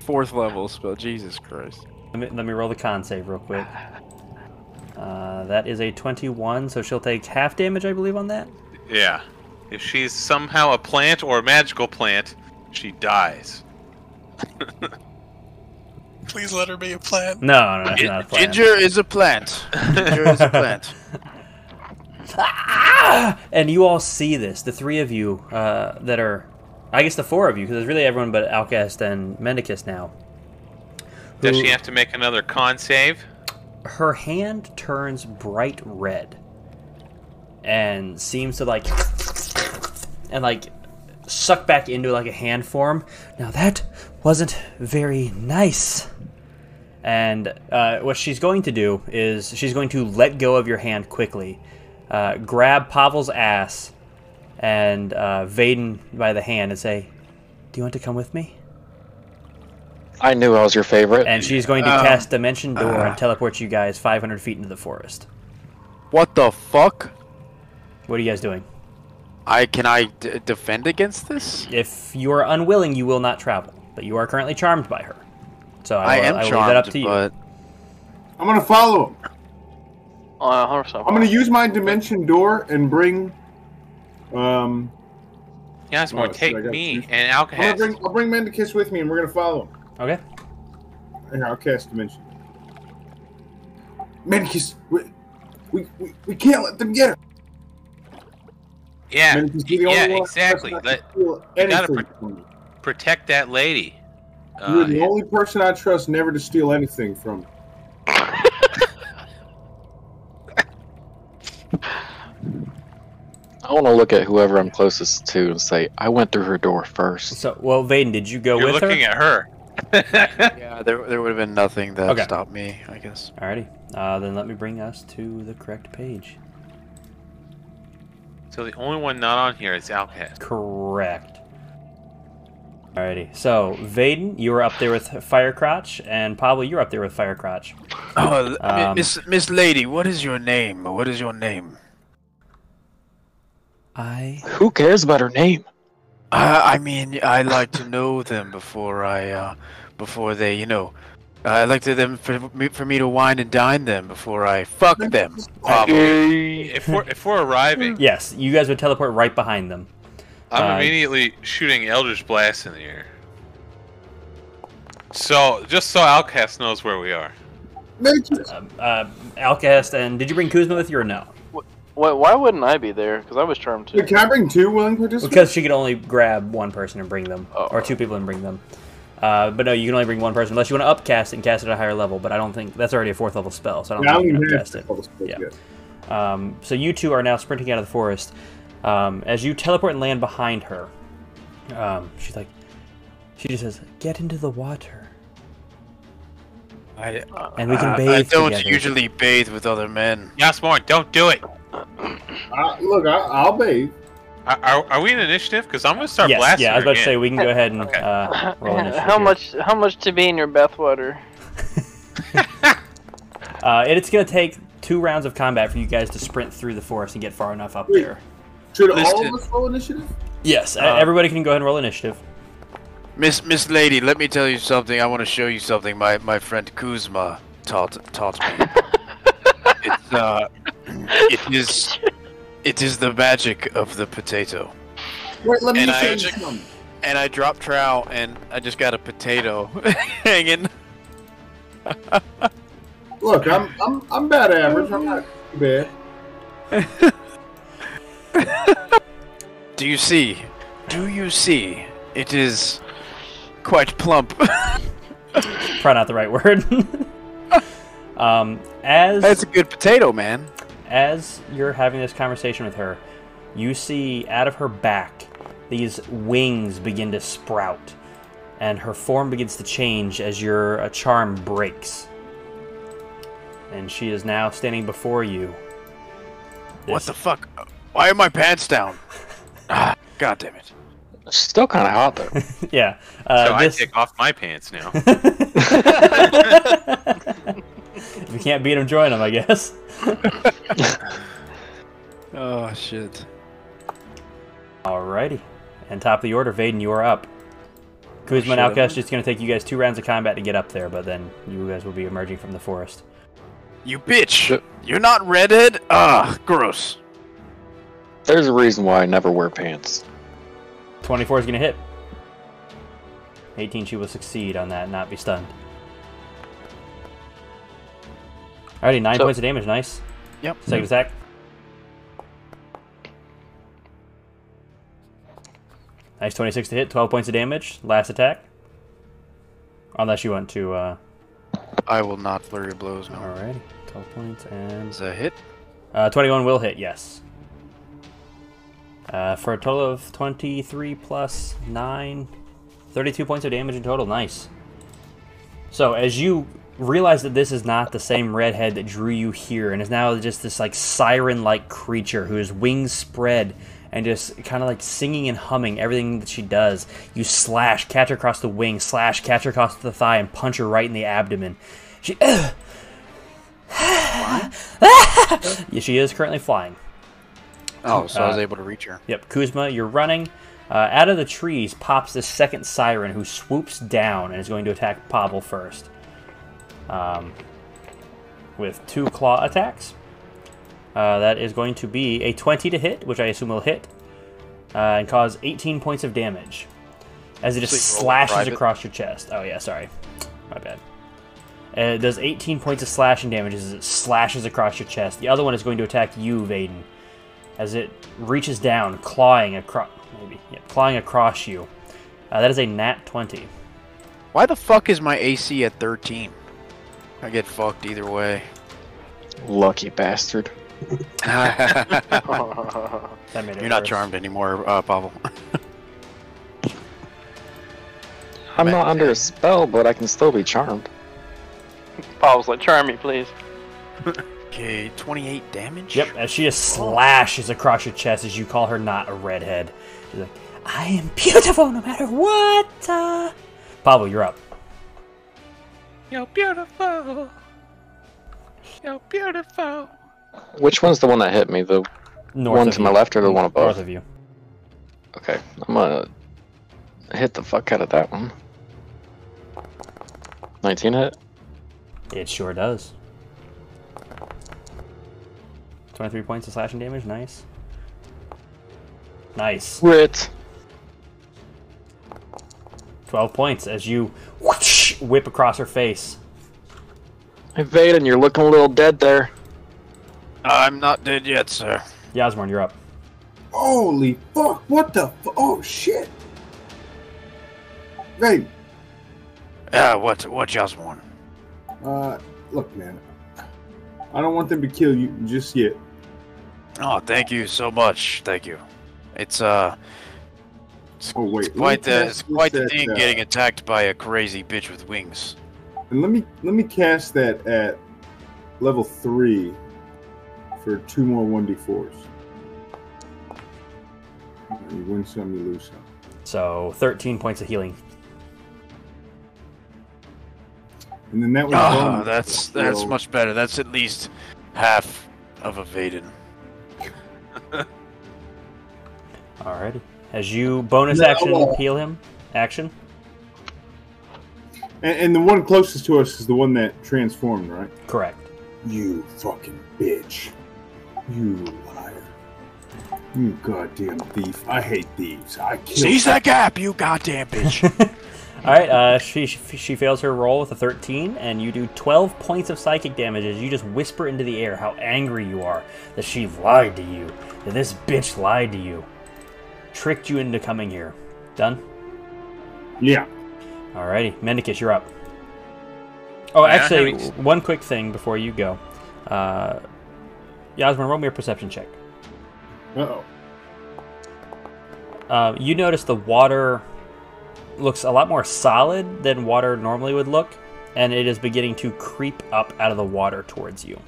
[SPEAKER 2] Fourth level spell. Jesus Christ.
[SPEAKER 1] Let me, let me roll the con save real quick. Uh, that is a twenty-one, so she'll take half damage, I believe, on that.
[SPEAKER 5] Yeah. If she's somehow a plant or a magical plant, she dies.
[SPEAKER 6] Please let her be a plant.
[SPEAKER 1] No, no, that's not a plan.
[SPEAKER 2] Ginger is a plant. Ginger is a plant.
[SPEAKER 1] Ah! And you all see this. The three of you uh, that are, I guess the four of you, because there's really everyone but Alcast and Mendicus now.
[SPEAKER 5] Does
[SPEAKER 1] who-
[SPEAKER 5] she have to make another con save?
[SPEAKER 1] her hand turns bright red and seems to like and like suck back into like a hand form now that wasn't very nice and uh, what she's going to do is she's going to let go of your hand quickly uh, grab pavel's ass and uh, vaden by the hand and say do you want to come with me
[SPEAKER 7] I knew I was your favorite.
[SPEAKER 1] and she's going to cast dimension door and teleport you guys 500 feet into the forest
[SPEAKER 2] What the fuck?
[SPEAKER 1] What are you guys doing?
[SPEAKER 2] I can I d- defend against this?
[SPEAKER 1] If you are unwilling, you will not travel. But you are currently charmed by her. So I, will,
[SPEAKER 2] Uh, I
[SPEAKER 1] I
[SPEAKER 2] am
[SPEAKER 1] will leave
[SPEAKER 2] charmed,
[SPEAKER 1] that up to you.
[SPEAKER 2] but
[SPEAKER 4] I'm gonna follow him.
[SPEAKER 3] Oh, I hope so.
[SPEAKER 4] I'm gonna use my dimension door and bring. Um, Oh,
[SPEAKER 5] Yasmor,
[SPEAKER 4] shit,
[SPEAKER 5] take
[SPEAKER 4] I gotta
[SPEAKER 5] me
[SPEAKER 4] choose.
[SPEAKER 5] and
[SPEAKER 4] I'm gonna
[SPEAKER 5] Alcahest.
[SPEAKER 4] bring. I'll bring Mendicus with me, and we're gonna follow him.
[SPEAKER 1] Okay.
[SPEAKER 4] Here, I'll cast dimension. Mendicus, we, we, we, we can't let them get her.
[SPEAKER 5] Yeah,
[SPEAKER 4] And if you see the only
[SPEAKER 5] yeah,
[SPEAKER 4] one that's
[SPEAKER 5] exactly.
[SPEAKER 4] not
[SPEAKER 5] Let
[SPEAKER 4] steal
[SPEAKER 5] you gotta
[SPEAKER 4] anything
[SPEAKER 5] protect-
[SPEAKER 4] from me.
[SPEAKER 5] protect that lady.
[SPEAKER 4] You're
[SPEAKER 5] Uh,
[SPEAKER 4] the only person I trust never to steal anything from. me.
[SPEAKER 7] I want to look at whoever I'm closest to and say, I went through her door first.
[SPEAKER 1] So, well, Vaden, did you go
[SPEAKER 5] you're
[SPEAKER 1] with her?
[SPEAKER 5] looking at her.
[SPEAKER 2] Yeah, there, there would have been nothing that
[SPEAKER 1] Okay.
[SPEAKER 2] stopped me, I guess.
[SPEAKER 1] Alrighty. Uh, then let me bring us to the correct page.
[SPEAKER 5] so the only one not on here is Alcast.
[SPEAKER 1] Correct. Alrighty. So, Vaden, you were up there with Firecrotch, and Pablo, you were up there with Firecrotch.
[SPEAKER 2] Oh,
[SPEAKER 1] Um,
[SPEAKER 2] Miss Miss Lady, what is your name? What is your name?
[SPEAKER 1] I.
[SPEAKER 7] Who cares about her name?
[SPEAKER 2] I, I mean, I like to know them before I, uh, before they, you know, I like to them for me, for me to wine and dine them before I fuck them. Um, Probably.
[SPEAKER 5] If we're if we're arriving,
[SPEAKER 1] Yes, you guys would teleport right behind them.
[SPEAKER 5] I'm
[SPEAKER 1] Uh,
[SPEAKER 5] immediately shooting Elder's Blast in the air. So just so Alcast knows where we are.
[SPEAKER 4] Matrix.
[SPEAKER 1] Um, uh, Alcast, and did you bring Kuzma with you or no?
[SPEAKER 3] Why, why wouldn't I be there? Because I was charmed too.
[SPEAKER 4] Can I bring two willing participants?
[SPEAKER 1] Because she could only grab one person and bring them, or
[SPEAKER 3] Oh.
[SPEAKER 1] two people and bring them. Uh, but no, you can only bring one person unless you want to upcast and cast it at a higher level. But I don't think that's already a fourth level spell, so I don't
[SPEAKER 4] Yeah, I
[SPEAKER 1] think you
[SPEAKER 4] don't
[SPEAKER 1] can
[SPEAKER 4] even have
[SPEAKER 1] upcast it.
[SPEAKER 4] to
[SPEAKER 1] Yeah.
[SPEAKER 4] yet.
[SPEAKER 1] Um, so you two are now sprinting out of the forest. Um, as you teleport and land behind her, um, she's like, she just says, "Get into the water,
[SPEAKER 2] I,
[SPEAKER 1] and we can
[SPEAKER 5] Uh,
[SPEAKER 2] I-
[SPEAKER 1] bathe
[SPEAKER 2] I don't
[SPEAKER 1] together."
[SPEAKER 2] usually bathe with other men.
[SPEAKER 5] Yasmorn, don't do it.
[SPEAKER 4] I, Uh, look, I, I'll bathe.
[SPEAKER 5] Are, are, are we in initiative? Because I'm gonna start
[SPEAKER 1] yes,
[SPEAKER 5] blasting.
[SPEAKER 1] yeah, I was
[SPEAKER 5] her
[SPEAKER 1] about to say
[SPEAKER 5] again.
[SPEAKER 1] we can go ahead and
[SPEAKER 5] Okay.
[SPEAKER 1] uh, roll initiative.
[SPEAKER 3] how
[SPEAKER 1] here.
[SPEAKER 3] much? How much to be in your bathwater?
[SPEAKER 1] Uh, and it's gonna take two rounds of combat for you guys to sprint through the forest and get far enough up
[SPEAKER 4] Wait.
[SPEAKER 1] there.
[SPEAKER 4] Should all
[SPEAKER 2] Listen.
[SPEAKER 4] of us roll initiative?
[SPEAKER 1] Yes, uh,
[SPEAKER 2] Uh,
[SPEAKER 1] everybody can go ahead and roll initiative.
[SPEAKER 2] Miss Miss Lady, let me tell you something. I want to show you something. My my friend Kuzma taught taught me. it's uh, it is, it is the magic of the potato.
[SPEAKER 4] Wait, let me
[SPEAKER 2] And
[SPEAKER 4] say
[SPEAKER 2] I-
[SPEAKER 4] something.
[SPEAKER 2] And I dropped trowel, and I just got a potato hanging.
[SPEAKER 4] Look, I'm I'm I'm about average. I'm not too bad.
[SPEAKER 2] Do you see? Do you see? It is quite plump.
[SPEAKER 1] Probably not the right word. um, as
[SPEAKER 2] That's a good potato, man.
[SPEAKER 1] as you're having this conversation with her, you see out of her back these wings begin to sprout, and her form begins to change as your uh, charm breaks. And she is now standing before you.
[SPEAKER 2] What
[SPEAKER 1] This-
[SPEAKER 2] the fuck? Why are my pants down? Ah, God damn it.
[SPEAKER 7] She's still kind of hot, though.
[SPEAKER 1] Yeah. Uh,
[SPEAKER 5] so
[SPEAKER 1] this-
[SPEAKER 5] I take off my pants now.
[SPEAKER 1] if you can't beat him, join him, I guess.
[SPEAKER 2] Oh, shit.
[SPEAKER 1] Alrighty. And top of the order, Vaden, you are up. Kuzma and
[SPEAKER 2] Oh, shit,
[SPEAKER 1] Outcast
[SPEAKER 2] I'm-
[SPEAKER 1] just going to take you guys two rounds of combat to get up there, but then you guys will be emerging from the forest.
[SPEAKER 2] You bitch! You're not redhead? Ah, gross.
[SPEAKER 7] There's a reason why I never wear pants.
[SPEAKER 1] 24 is going to hit. 18, she will succeed on that, and not be stunned. Alrighty, nine
[SPEAKER 3] So-
[SPEAKER 1] points of damage. Nice.
[SPEAKER 2] Yep. Mm-hmm.
[SPEAKER 1] Second attack. Nice 26 to hit, 12 points of damage. Last attack. Unless you want to, uh.
[SPEAKER 2] I will not flurry of blows now.
[SPEAKER 1] Alrighty. 12 points and.
[SPEAKER 2] Is a hit?
[SPEAKER 1] Uh, 21 will hit, yes. Uh, for a total of 23 plus 9. 32 points of damage in total. Nice. So, as you realize that this is not the same redhead that drew you here and is now just this like siren like creature whose wings spread and just kind of like singing and humming everything that she does, you slash, catch her across the wing, slash, catch her across the thigh, and punch her right in the abdomen. She. Yeah, she is currently flying.
[SPEAKER 2] Oh, so I was
[SPEAKER 1] Uh,
[SPEAKER 2] able to reach her.
[SPEAKER 1] Yep, Kuzma, you're running. Uh, out of the trees pops this second siren who swoops down and is going to attack Pavel first. Um, with two claw attacks. Uh, that is going to be a 20 to hit, which I assume will hit, uh, and cause 18 points of damage as it just
[SPEAKER 2] Please roll
[SPEAKER 1] slashes
[SPEAKER 2] private.
[SPEAKER 1] across your chest. Oh, yeah, sorry. My bad. Uh, it does 18 points of slashing damage as it slashes across your chest. The other one is going to attack you, Vaden. as it reaches down, clawing across, maybe, yeah, clawing across you. Uh, that is a nat 20.
[SPEAKER 2] Why the fuck is my AC at 13? I get fucked either way.
[SPEAKER 7] Lucky bastard.
[SPEAKER 2] You're
[SPEAKER 1] That made it
[SPEAKER 2] not
[SPEAKER 1] worse.
[SPEAKER 2] charmed anymore, uh, Pavel.
[SPEAKER 7] I'm not under a spell, but I can still be charmed.
[SPEAKER 3] Paul's like, charm me, please.
[SPEAKER 2] Okay, 28 damage?
[SPEAKER 1] Yep, as she just slashes across your chest as you call her not a redhead. She's like, I am beautiful no matter what. Uh... Pablo, you're up.
[SPEAKER 5] You're beautiful. You're beautiful.
[SPEAKER 7] Which one's the one that hit me? The
[SPEAKER 1] North
[SPEAKER 7] one
[SPEAKER 1] of
[SPEAKER 7] to
[SPEAKER 1] you.
[SPEAKER 7] my left or the one above?
[SPEAKER 1] North of you.
[SPEAKER 7] Okay, I'm gonna hit the fuck out of that one. 19 hit?
[SPEAKER 1] It sure does. 23 points of slashing damage. Nice. Nice.
[SPEAKER 7] Crit!
[SPEAKER 1] 12 points as you whoosh, whip across her face.
[SPEAKER 7] Hey, Vaden, you're looking a little dead there.
[SPEAKER 2] I'm not dead yet, sir.
[SPEAKER 1] Yasmorn, you're up.
[SPEAKER 4] Holy fuck! What the? Fu- oh shit! Hey,
[SPEAKER 2] Uh, what, what, Jasmine?
[SPEAKER 4] uh, look, man. I don't want them to kill you just yet.
[SPEAKER 2] Oh, thank you so much. Thank you. It's, uh,
[SPEAKER 4] Oh wait,
[SPEAKER 2] it's quite
[SPEAKER 4] let me
[SPEAKER 2] the, it's
[SPEAKER 4] cast this
[SPEAKER 2] quite the
[SPEAKER 4] at,
[SPEAKER 2] thing
[SPEAKER 4] uh,
[SPEAKER 2] getting attacked by a crazy bitch with wings.
[SPEAKER 4] And let me let me cast that at level three for two more one d fours. You win some, you lose some.
[SPEAKER 1] So 13 points of healing.
[SPEAKER 4] And then that was
[SPEAKER 2] Oh,
[SPEAKER 4] bonus,
[SPEAKER 2] that's, that's
[SPEAKER 4] so-
[SPEAKER 2] much better. That's at least half of a Vaden.
[SPEAKER 1] Alrighty. As you bonus action heal him, action.
[SPEAKER 4] And, and the one closest to us is the one that transformed, right?
[SPEAKER 1] Correct.
[SPEAKER 4] You fucking bitch! You liar! You goddamn thief! I hate thieves. I kill.
[SPEAKER 2] Seize that gap, you goddamn bitch.
[SPEAKER 1] All right, uh, she she fails her roll with a 13, and you do 12 points of psychic damage as you just whisper into the air how angry you are that she lied to you, that this bitch lied to you, tricked you into coming here. Done.
[SPEAKER 4] Yeah.
[SPEAKER 1] Alrighty, Mendicus, you're up. Oh,
[SPEAKER 5] Yeah, I
[SPEAKER 1] actually,
[SPEAKER 5] haven't-
[SPEAKER 1] one quick thing before you go. Uh, Yasmin, roll me a perception check.
[SPEAKER 4] Uh oh.
[SPEAKER 1] Uh, you notice the water looks a lot more solid than water normally would look, and it is beginning to creep up out of the water towards you.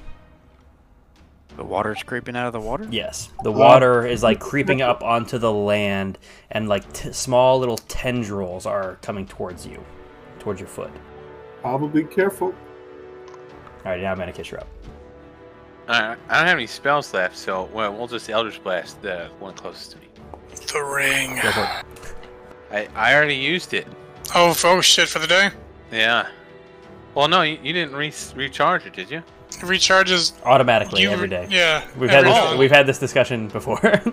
[SPEAKER 2] the water's creeping out of the water?
[SPEAKER 1] Yes, the water is like creeping up onto the land, and like t- small little tendrils are coming towards you, towards your foot.
[SPEAKER 4] Probably careful.
[SPEAKER 1] All right, now I'm gonna kiss you up.
[SPEAKER 5] Alright, I don't have any spells left, so well, we'll just Eldritch Blast the one closest to me.
[SPEAKER 6] The ring.
[SPEAKER 1] Go for it.
[SPEAKER 5] I, I already used it.
[SPEAKER 6] Oh, f- oh shit for the day.
[SPEAKER 5] Yeah. Well, no, you, you didn't re- recharge it, did you?
[SPEAKER 6] It recharges
[SPEAKER 1] Automatically
[SPEAKER 6] you
[SPEAKER 1] every day.
[SPEAKER 6] Yeah.
[SPEAKER 1] We've had
[SPEAKER 6] every
[SPEAKER 1] this,
[SPEAKER 6] time.
[SPEAKER 1] we've had this discussion before. Uh,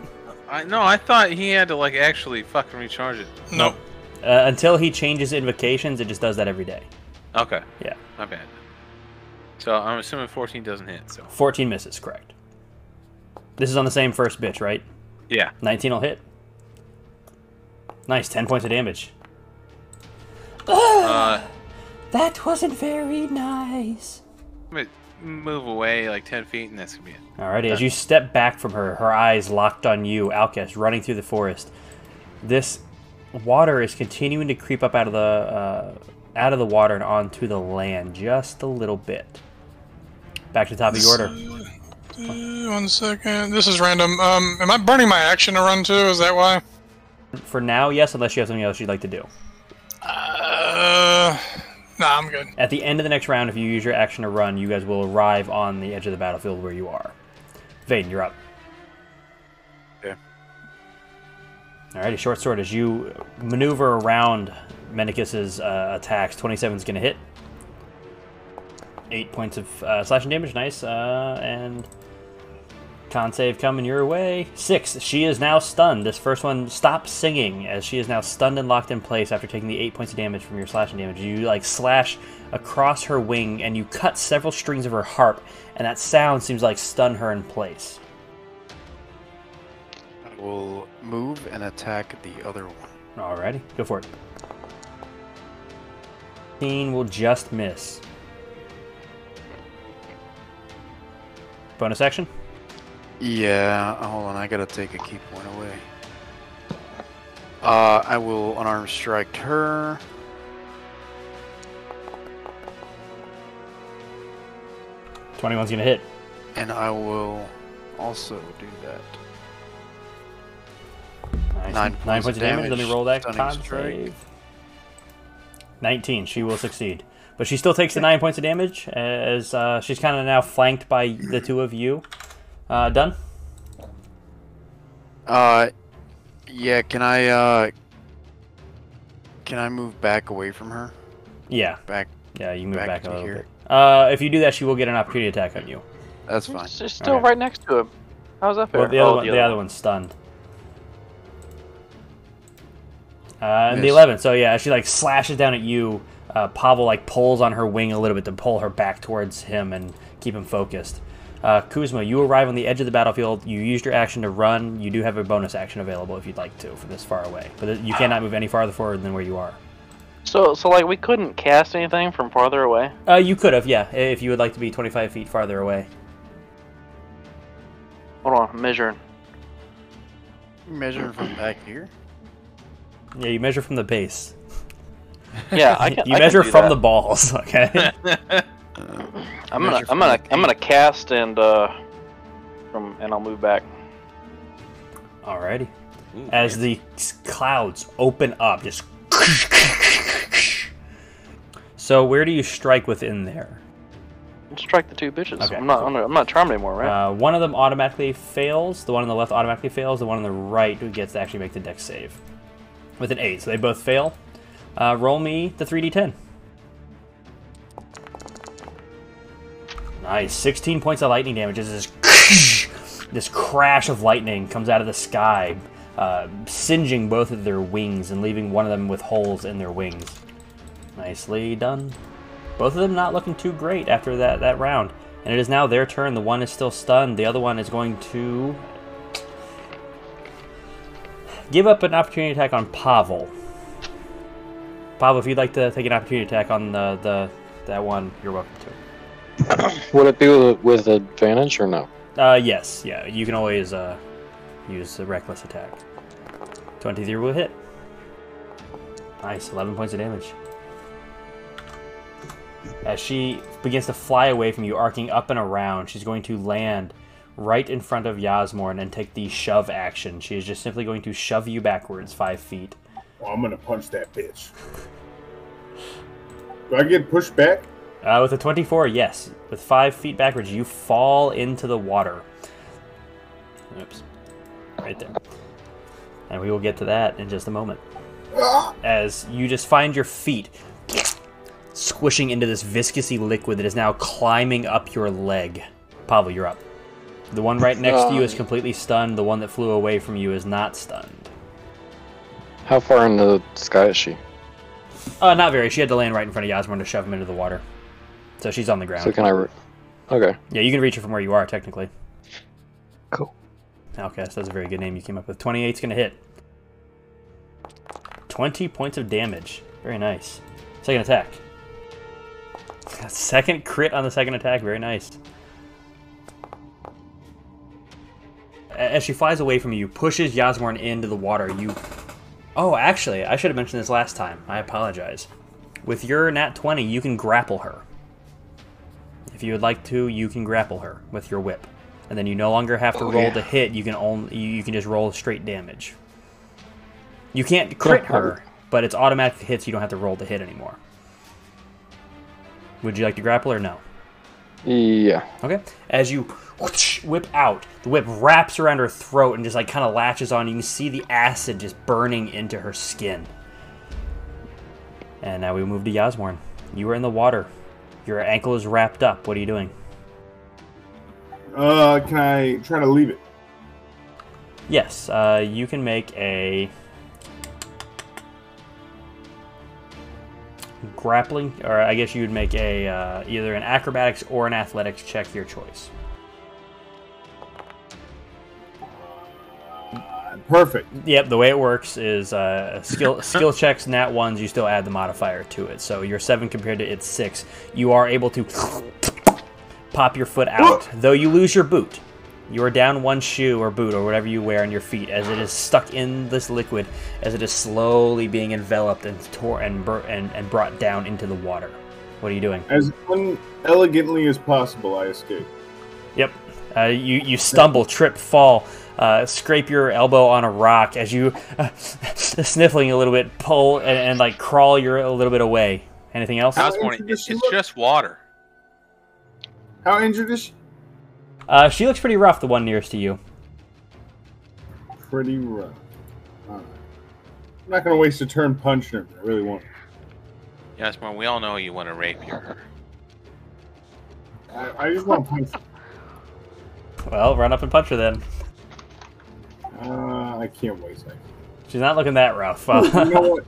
[SPEAKER 5] I no, I thought he had to like actually fucking recharge it.
[SPEAKER 6] no.
[SPEAKER 1] uh, until he changes invocations, it just does that every day.
[SPEAKER 5] Okay.
[SPEAKER 1] Yeah.
[SPEAKER 5] My bad. So I'm assuming 14 doesn't hit. So
[SPEAKER 1] 14 misses, correct. This is on the same first bitch, right?
[SPEAKER 5] yeah.
[SPEAKER 1] 19 will hit. Nice, 10 points of damage. Ugh,
[SPEAKER 5] Uh,
[SPEAKER 1] that wasn't very nice.
[SPEAKER 5] I'm gonna move away like 10 feet, and that's gonna be it.
[SPEAKER 1] Alrighty, as you step back from her, her eyes locked on you, Alkest, running through the forest. This water is continuing to creep up out of the uh, out of the water and onto the land just a little bit. Back to the top of the order.
[SPEAKER 6] Uh, one second. This is random. Um, am I burning my action to run too? Is that why?
[SPEAKER 1] For now, yes, unless you have something else you'd like to do.
[SPEAKER 6] Uh, nah, I'm good.
[SPEAKER 1] At the end of the next round, if you use your action to run, you guys will arrive on the edge of the battlefield where you are. Vaden, you're up.
[SPEAKER 2] Okay.
[SPEAKER 1] Alrighty, short sword. As you maneuver around Menicus's uh, attacks, 27's going to hit. Eight points of uh, slashing damage, nice. Uh, and con save coming your way. Six. She is now stunned. This first one stops singing as she is now stunned and locked in place after taking the eight points of damage from your slashing damage. You like slash across her wing and you cut several strings of her harp, and that sound seems to, like stun her in place.
[SPEAKER 2] will move and attack the other one.
[SPEAKER 1] Alrighty, go for it. 15 will just miss. Bonus action?
[SPEAKER 2] Yeah, hold on, I gotta take a key point away. Uh, I will unarmed strike her.
[SPEAKER 1] Twenty-one's gonna hit.
[SPEAKER 2] And I will also do that.
[SPEAKER 1] Nice.
[SPEAKER 2] Nine points
[SPEAKER 1] points of
[SPEAKER 2] of
[SPEAKER 1] damage. Let me
[SPEAKER 2] damage,
[SPEAKER 1] roll that
[SPEAKER 2] stunning
[SPEAKER 1] con
[SPEAKER 2] strike.
[SPEAKER 1] save. Nineteen. She will succeed, but she still takes the nine points of damage as uh, she's kind of now flanked by the two of you. Uh, done.
[SPEAKER 2] Uh, yeah, can I, uh, can I move back away from her?
[SPEAKER 1] Yeah,
[SPEAKER 2] Back,
[SPEAKER 1] yeah. You can move
[SPEAKER 2] Back
[SPEAKER 1] back, a
[SPEAKER 2] to
[SPEAKER 1] little
[SPEAKER 2] here.
[SPEAKER 1] bit. Uh, if you do that, she will get an opportunity attack on you.
[SPEAKER 2] that's fine.
[SPEAKER 3] She's still
[SPEAKER 1] Alright.
[SPEAKER 3] right. next to him. How's that fair?
[SPEAKER 1] Well, the other,
[SPEAKER 3] Oh,
[SPEAKER 1] one, the other one's stunned. Uh, and the
[SPEAKER 2] Yes.
[SPEAKER 1] 11. So, yeah, she, like, slashes down at you. Uh, Pavel, like, pulls on her wing a little bit to pull her back towards him and keep him focused. Uh, Kuzma, you arrive on the edge of the battlefield. You used your action to run. You do have a bonus action available if you'd like to for this far away. But you cannot move any farther forward than where you are.
[SPEAKER 3] So, so like we couldn't cast anything from farther away.
[SPEAKER 1] Uh, you could have, yeah, if you would like to be 25 feet farther away.
[SPEAKER 3] Hold on, I'm measuring.
[SPEAKER 2] Measure from back here?
[SPEAKER 1] Yeah, you measure from the base.
[SPEAKER 3] Yeah, I can.
[SPEAKER 1] you
[SPEAKER 3] I can
[SPEAKER 1] measure
[SPEAKER 3] do
[SPEAKER 1] from
[SPEAKER 3] that.
[SPEAKER 1] the balls, okay?
[SPEAKER 3] I'm gonna,
[SPEAKER 2] measure
[SPEAKER 3] I'm
[SPEAKER 2] from
[SPEAKER 3] gonna,
[SPEAKER 2] the
[SPEAKER 3] I'm gonna cast and uh, from and I'll move back.
[SPEAKER 1] Alrighty. As the s- clouds open up, just. So where do you strike within there?
[SPEAKER 3] Strike the two bitches.
[SPEAKER 1] Okay,
[SPEAKER 3] I'm not, I'm not, I'm not charmed anymore, right?
[SPEAKER 1] Uh, one of them automatically fails. The one on the left automatically fails. The one on the right who gets to actually make the deck save with an eight. So they both fail. Uh, roll me the three d ten. Nice, sixteen points of lightning damage. As this this crash of lightning comes out of the sky, uh, singeing both of their wings and leaving one of them with holes in their wings. Nicely done. Both of them not looking too great after that, that round. And it is now their turn. The one is still stunned. The other one is going to give up an opportunity attack on Pavel. Pavel, if you'd like to take an opportunity attack on the, the that one, you're welcome to.
[SPEAKER 7] Would it be with, with advantage or no?
[SPEAKER 1] Uh, yes, yeah, you can always uh, use the reckless attack. 23 will hit. Nice, 11 points of damage. As she begins to fly away from you, arcing up and around, she's going to land right in front of Yasmorn and take the shove action. She is just simply going to shove you backwards five feet.
[SPEAKER 4] Oh, I'm gonna punch that bitch. Do I get pushed back?
[SPEAKER 1] Uh, with a 24, yes. With five feet backwards, you fall into the water. Oops. Right there. And we will get to that in just a moment. As you just find your feet squishing into this viscousy liquid that is now climbing up your leg. Pavel, you're up. The one right next to you is completely stunned. The one that flew away from you is not stunned.
[SPEAKER 7] How far in the sky is she?
[SPEAKER 1] Uh, not very. She had to land right in front of Yasmin to shove him into the water. So she's on the ground.
[SPEAKER 7] So can I? Re- okay.
[SPEAKER 1] Yeah, you can reach her from where you are, technically.
[SPEAKER 7] Cool.
[SPEAKER 1] Outcast, that's a very good name you came up with. 28's going to hit. 20 points of damage. Very nice. Second attack. Second crit on the second attack. Very nice. A- As she flies away from you, pushes Yasmorn into the water. You. Oh, actually, I should have mentioned this last time. I apologize. With your nat 20, you can grapple her. If you would like to, you can grapple her with your whip, and then you no longer have to roll to hit. You can only you, you can just roll straight damage. You can't crit her, but it's automatic hits. You don't have to roll to hit anymore. Would you like to grapple or no?
[SPEAKER 7] Yeah.
[SPEAKER 1] Okay. As you whoosh, whip out, the whip wraps around her throat and just like kind of latches on. You can see the acid just burning into her skin. And now we move to Yasmorn. You are in the water. Your ankle is wrapped up. What are you doing?
[SPEAKER 4] Uh, can I try to leave it?
[SPEAKER 1] Yes, uh, you can make a grappling, or I guess you would make a uh, either an acrobatics or an athletics check, your choice.
[SPEAKER 4] Uh, Perfect.
[SPEAKER 1] Yep, the way it works is uh, skill skill checks, nat ones, you still add the modifier to it. So your seven compared to its six, you are able to pop your foot out, though you lose your boot. You are down one shoe or boot or whatever you wear on your feet as it is stuck in this liquid as it is slowly being enveloped and tore and bur- and, and brought down into the water. What are you doing?
[SPEAKER 4] As unelegantly as possible, I escape.
[SPEAKER 1] Yep. Uh, you you stumble, trip, fall, uh, scrape your elbow on a rock as you uh, sniffling a little bit, pull and, and like crawl your a little bit away. Anything else?
[SPEAKER 5] How's morning?
[SPEAKER 4] introduce
[SPEAKER 5] It's,
[SPEAKER 4] you
[SPEAKER 5] it's
[SPEAKER 4] look?
[SPEAKER 5] just water.
[SPEAKER 4] How injured is she?
[SPEAKER 1] Uh, she looks pretty rough, the one nearest to you.
[SPEAKER 4] Pretty rough. Alright. I'm not gonna waste a turn punching her. but I really won't.
[SPEAKER 5] Yes, morning. We all know you want to rape her.
[SPEAKER 4] I, I just want to punch. her.
[SPEAKER 1] Well, run up and punch her then.
[SPEAKER 4] Uh, I can't waste that.
[SPEAKER 1] She's not looking that rough.
[SPEAKER 4] You know what?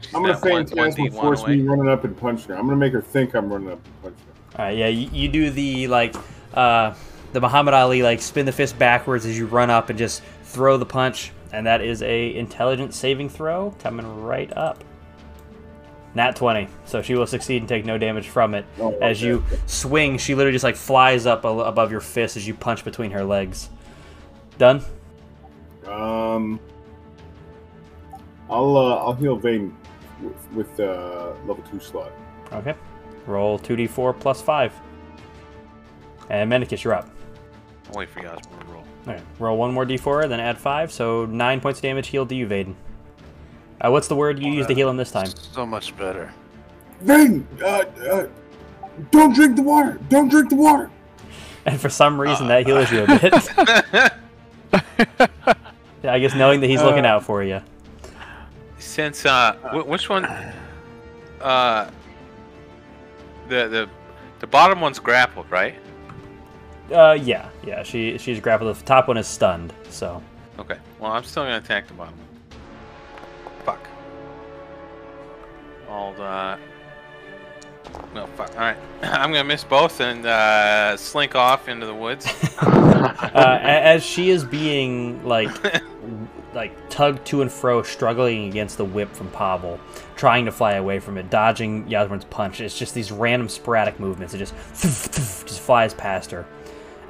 [SPEAKER 5] She's
[SPEAKER 4] I'm gonna
[SPEAKER 5] that one-
[SPEAKER 4] fantastic
[SPEAKER 5] one
[SPEAKER 4] and
[SPEAKER 5] D1
[SPEAKER 4] force
[SPEAKER 5] away.
[SPEAKER 4] me running up and punching her. I'm gonna make her think I'm running up and punching her.
[SPEAKER 1] All right, yeah, you, you do the like uh, the Muhammad Ali like spin the fist backwards as you run up and just throw the punch, and that is a intelligence saving throw coming right up. Nat twenty, so she will succeed and take no damage from it.
[SPEAKER 4] Oh, okay.
[SPEAKER 1] As you swing, she literally just like flies up a- above your fist as you punch between her legs. Done.
[SPEAKER 4] Um, I'll uh, I'll heal Vayne with, with uh, level two slot.
[SPEAKER 1] Okay. Roll two d four plus five. And Mendicus, you're up.
[SPEAKER 5] I'll wait for you guys to roll.
[SPEAKER 1] Alright, roll one more d4, then add five, so nine points of damage healed to you, Vaden. Uh, what's the word you used to heal him this time?
[SPEAKER 2] So much better.
[SPEAKER 4] Vayne, uh, uh, don't drink the water. Don't drink the water.
[SPEAKER 1] And for some reason, that heals you a bit. Yeah, I guess knowing that he's looking out for you.
[SPEAKER 5] Since uh, wh- which one? Uh, the the the bottom one's grappled, right?
[SPEAKER 1] Uh, yeah, yeah, she she's grappled. The top one is stunned, so
[SPEAKER 5] Okay. Well, I'm still gonna attack the bottom. Fuck. All the. No fuck. All right. I'm gonna miss both and uh, slink off into the woods.
[SPEAKER 1] uh, a- as she is being like like tugged to and fro, struggling against the whip from Pavel, trying to fly away from it, dodging Yasmin's punch. It's just these random sporadic movements. It just just flies past her.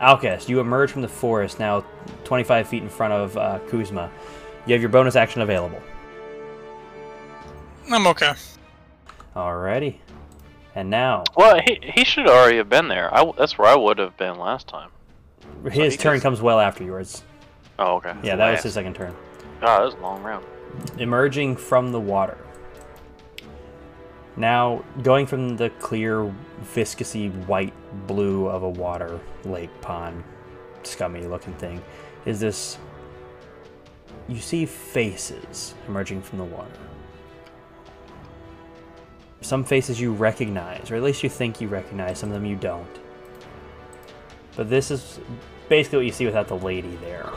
[SPEAKER 1] Alcast, you emerge from the forest now, 25 feet in front of uh, Kuzma. You have your bonus action available.
[SPEAKER 6] I'm okay.
[SPEAKER 1] Alrighty, and now
[SPEAKER 3] Well, he, he should already have been there. I w that's where I would have been last time.
[SPEAKER 1] his
[SPEAKER 3] he
[SPEAKER 1] turn
[SPEAKER 3] just-
[SPEAKER 1] comes well after yours.
[SPEAKER 3] Oh, okay.
[SPEAKER 1] Yeah, that was his second turn.
[SPEAKER 3] God, that was a long round.
[SPEAKER 1] emerging from the water. Now, going from the clear, viscousy white blue of a water, lake, pond, scummy looking thing, is this. You see faces emerging from the water. Some faces you recognize, or at least you think you recognize, some of them you don't. But this is basically what you see without the lady there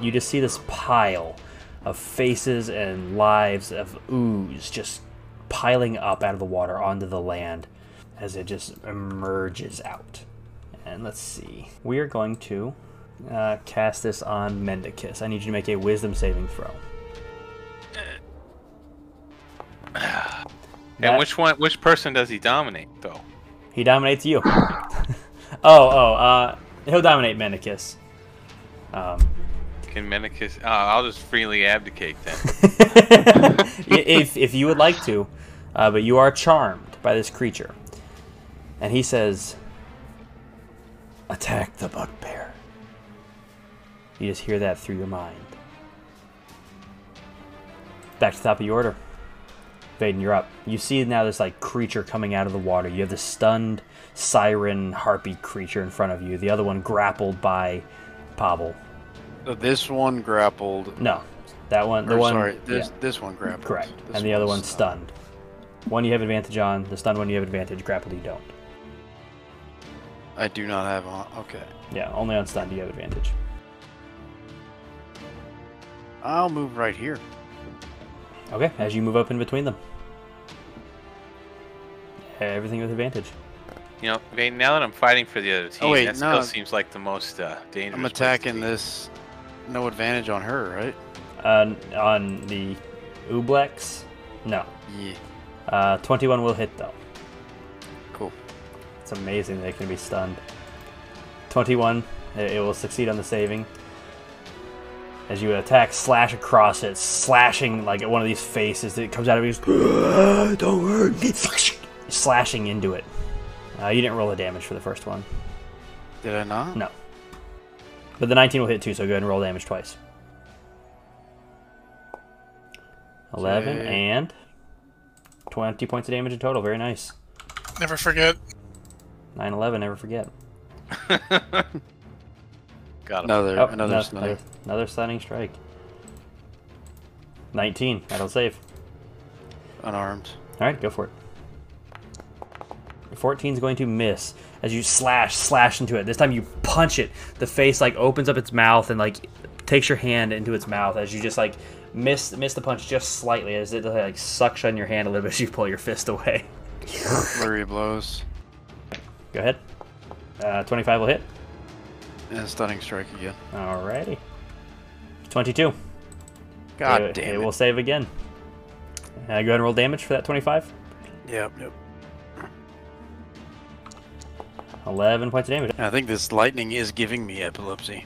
[SPEAKER 1] you just see this pile of faces and lives of ooze just piling up out of the water onto the land as it just emerges out. And let's see. We are going to uh, cast this on Mendicus. I need you to make a wisdom saving throw.
[SPEAKER 5] And which one? Which person does he dominate though?
[SPEAKER 1] He dominates you. oh, oh, uh, he'll dominate Mendicus. Um,
[SPEAKER 5] Can Menicus? Uh, I'll just freely abdicate then.
[SPEAKER 1] if, if you would like to, uh, but you are charmed by this creature. And he says, Attack the bugbear. You just hear that through your mind. Back to the top of your order. Vaden, you're up. You see now this like creature coming out of the water. You have this stunned siren harpy creature in front of you. The other one grappled by Pavel.
[SPEAKER 2] So this one grappled.
[SPEAKER 1] No, that one. The
[SPEAKER 2] or
[SPEAKER 1] one.
[SPEAKER 2] sorry, this
[SPEAKER 1] yeah.
[SPEAKER 2] this one grappled.
[SPEAKER 1] Correct.
[SPEAKER 2] This uh,
[SPEAKER 1] And the other one's
[SPEAKER 2] one's
[SPEAKER 1] stunned. One you have advantage on, the stunned one you have advantage, grappled you don't.
[SPEAKER 2] I do not have on. Okay.
[SPEAKER 1] Yeah, only on stunned you have advantage.
[SPEAKER 2] I'll move right here.
[SPEAKER 1] Okay, as you move up in between them. Everything with advantage.
[SPEAKER 5] You know, Vayne, now that I'm fighting for the other team,
[SPEAKER 2] Oh, wait,
[SPEAKER 5] that
[SPEAKER 2] no.
[SPEAKER 5] still seems like the most uh, dangerous.
[SPEAKER 2] I'm
[SPEAKER 5] place to
[SPEAKER 2] attacking
[SPEAKER 5] be.
[SPEAKER 2] this no advantage on her, right?
[SPEAKER 1] On on the Ublex? No.
[SPEAKER 2] Yeah.
[SPEAKER 1] Uh, 21 will hit though.
[SPEAKER 2] Cool.
[SPEAKER 1] It's amazing they can be stunned. 21, it, it will succeed on the saving. As you attack, slash across it, slashing like at one of these faces that comes out of you. Don't hurt me. Slashing into it. Uh, you didn't roll the damage for the first one,
[SPEAKER 2] Did I not?
[SPEAKER 1] No. but the 19 will hit too. So go ahead and roll damage twice. 11
[SPEAKER 2] Okay.
[SPEAKER 1] and 20 points of damage in total. Very nice.
[SPEAKER 6] Never forget.
[SPEAKER 1] 9 11, never forget.
[SPEAKER 5] Got him.
[SPEAKER 2] Another,
[SPEAKER 1] Oh,
[SPEAKER 2] another
[SPEAKER 1] no-
[SPEAKER 2] sniper.
[SPEAKER 1] another stunning strike. 19. That'll save.
[SPEAKER 2] Unarmed.
[SPEAKER 1] All right, go for it. 14 is going to miss as you slash, slash into it. This time you punch it. The face like opens up its mouth and like takes your hand into its mouth as you just like miss miss the punch just slightly as it like sucks on your hand a little bit as you pull your fist away.
[SPEAKER 2] Flurry of blows.
[SPEAKER 1] Go ahead. Uh, 25 will hit.
[SPEAKER 2] And a stunning strike again.
[SPEAKER 1] Alrighty. 22.
[SPEAKER 2] God
[SPEAKER 1] it,
[SPEAKER 2] damn it.
[SPEAKER 1] will save again. Uh, go ahead and roll damage for that 25.
[SPEAKER 2] Yep, yep.
[SPEAKER 1] 11 points of damage.
[SPEAKER 2] I think this lightning is giving me epilepsy.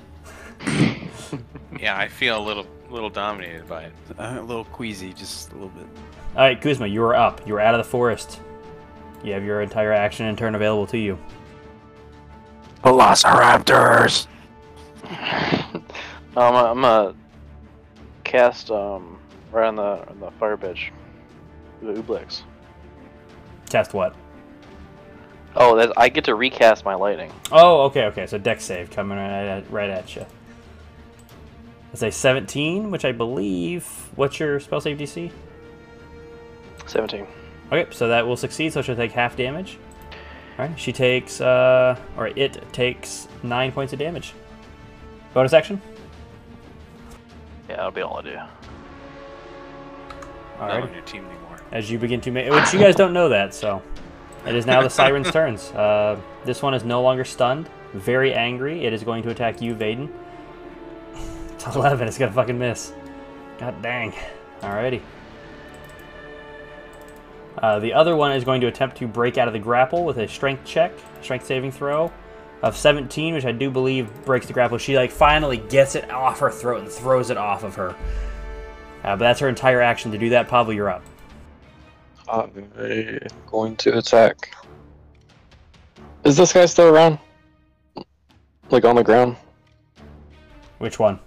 [SPEAKER 5] Yeah, I feel a little little dominated by it.
[SPEAKER 2] Uh, a little queasy, just a little bit.
[SPEAKER 1] All right, Kuzma, you are up. You're out of the forest. You have your entire action and turn available to you.
[SPEAKER 2] Velociraptors!
[SPEAKER 3] I'm a, I'm a cast um right on the on the fire bitch, the Ublex.
[SPEAKER 1] Cast what?
[SPEAKER 3] Oh, that's, I get to recast my lightning.
[SPEAKER 1] Oh, okay, okay. So deck save coming right at, right at you. It's a 17, which I believe. What's your spell save DC?
[SPEAKER 3] Seventeen.
[SPEAKER 1] Okay, so that will succeed. So she'll take half damage. All right, she takes, uh, or it takes nine points of damage. Bonus action.
[SPEAKER 3] Yeah, that'll be all I do.
[SPEAKER 1] All
[SPEAKER 5] Not
[SPEAKER 1] right.
[SPEAKER 5] on your team anymore.
[SPEAKER 1] as you begin to make which you guys don't know that so it is now the siren's turns uh, this one is no longer stunned very angry it is going to attack you vaden it's 11 it's gonna fucking miss god dang alrighty uh, the other one is going to attempt to break out of the grapple with a strength check strength saving throw of 17 which i do believe breaks the grapple she like finally gets it off her throat and throws it off of her uh, but that's her entire action to do that pavel you're up
[SPEAKER 7] I'm uh, going to attack. Is this guy still around? Like on the ground?
[SPEAKER 1] Which one?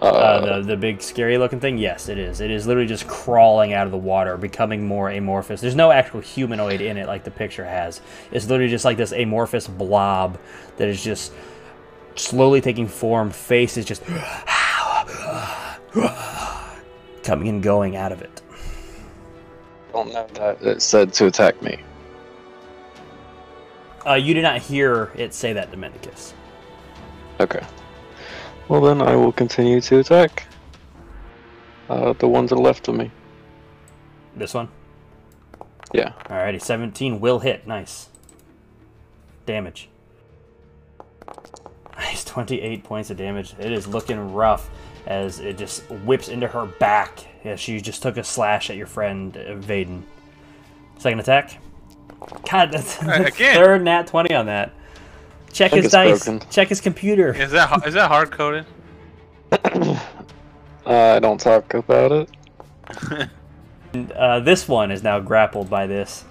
[SPEAKER 7] Uh,
[SPEAKER 1] Uh, the the big scary looking thing. Yes, it is. It is literally just crawling out of the water, becoming more amorphous. There's no actual humanoid in it like the picture has. It's literally just like this amorphous blob that is just slowly taking form. Face is just coming and going out of it.
[SPEAKER 7] don't know that it said to attack me.
[SPEAKER 1] Uh, you did not hear it say that, Dominicus.
[SPEAKER 7] Okay. Well, then I will continue to attack. Uh, the one to the left of me.
[SPEAKER 1] This one.
[SPEAKER 7] Yeah.
[SPEAKER 1] Alrighty, 17 will hit. Nice. Damage. Nice, 28 points of damage. It is looking rough as it just whips into her back. Yeah, she just took a slash at your friend, uh, Vaden. Second attack. God, that's the
[SPEAKER 5] again.
[SPEAKER 1] third nat 20 on that. Check
[SPEAKER 7] I
[SPEAKER 1] his
[SPEAKER 7] think it's
[SPEAKER 1] dice.
[SPEAKER 7] broken.
[SPEAKER 1] Check his computer.
[SPEAKER 5] Is that ho- is that hard coded?
[SPEAKER 7] Uh, I don't talk about it.
[SPEAKER 1] Uh, this one is now grappled by this,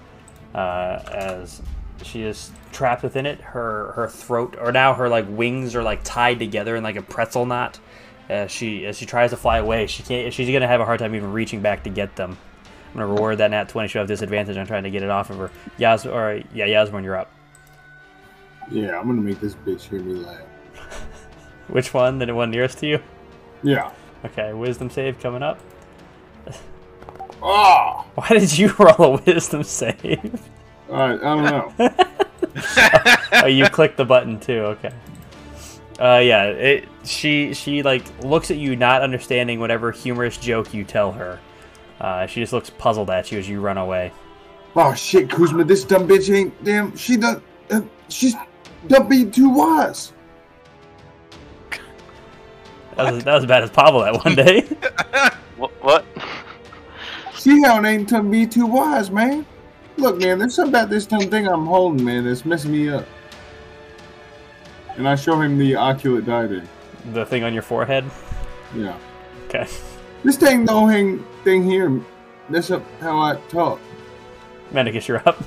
[SPEAKER 1] uh, as she is trapped within it. Her her throat, or now her like wings are like tied together in like a pretzel knot. As she as she tries to fly away, she can't. She's gonna have a hard time even reaching back to get them. I'm gonna reward that nat twenty. She'll have disadvantage on trying to get it off of her. Yas or yeah, Yasmin, you're up.
[SPEAKER 4] Yeah, I'm gonna make this bitch hear me laugh.
[SPEAKER 1] Which one? The one nearest to you.
[SPEAKER 4] Yeah.
[SPEAKER 1] Okay, wisdom save coming up.
[SPEAKER 4] Ah.
[SPEAKER 1] Why did you roll a wisdom save?
[SPEAKER 4] All right. I don't know.
[SPEAKER 1] oh, you clicked the button too. Okay. Uh, yeah. It. She. She like looks at you, not understanding whatever humorous joke you tell her. Uh, she just looks puzzled at you as you run away.
[SPEAKER 4] oh shit, Kuzma, this dumb bitch ain't damn. She done. Uh, she's dumb being too wise.
[SPEAKER 1] That was, that was bad as Pavel that one day.
[SPEAKER 3] What? what?
[SPEAKER 4] See how it ain't to be too wise, man. Look, man, there's something about this dumb thing I'm holding, man, that's messing me up. And I show him the oculate diamond.
[SPEAKER 1] the thing on your forehead.
[SPEAKER 4] Yeah.
[SPEAKER 1] Okay.
[SPEAKER 4] This thing, the whole hang, thing here, that's up how I talk.
[SPEAKER 1] Manicus, you're up.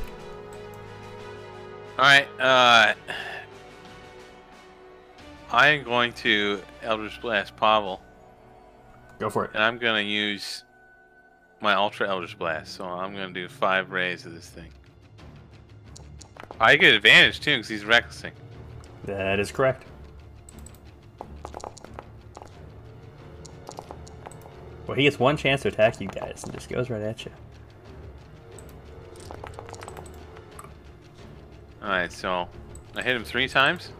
[SPEAKER 5] Alright, uh. I am going to Eldritch Blast Pavel,
[SPEAKER 1] Go for it.
[SPEAKER 5] and I'm going to use my Ultra Eldritch Blast, so I'm going to do five rays of this thing. I get advantage too, because he's recklessing.
[SPEAKER 1] That is correct. Well, he gets one chance to attack you guys and just goes right at you.
[SPEAKER 5] Alright, so I hit him three times.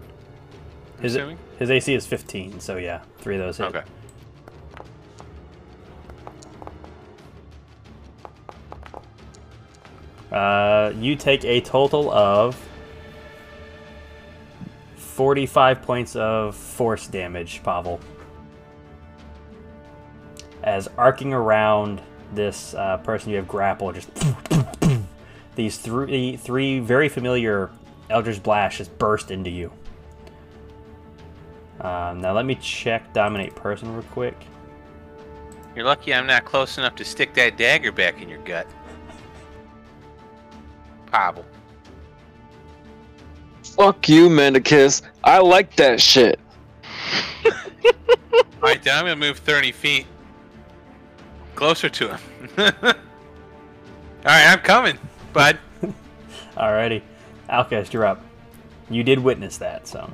[SPEAKER 5] I'm
[SPEAKER 1] Is it,
[SPEAKER 5] assuming?
[SPEAKER 1] his AC is 15, so yeah, three of those hit.
[SPEAKER 5] Okay.
[SPEAKER 1] Uh, you take a total of 45 points of force damage, Pavel. As arcing around this uh, person you have grapple, just these three three very familiar Eldritch Blast just burst into you. Um, now let me check dominate person real quick.
[SPEAKER 5] You're lucky I'm not close enough to stick that dagger back in your gut. Pavel.
[SPEAKER 7] Fuck you, Mendicus. I like that shit.
[SPEAKER 5] Alright, then I'm gonna move 30 feet closer to him. Alright, I'm coming, bud.
[SPEAKER 1] Alrighty, Alcast, you're up. You did witness that, so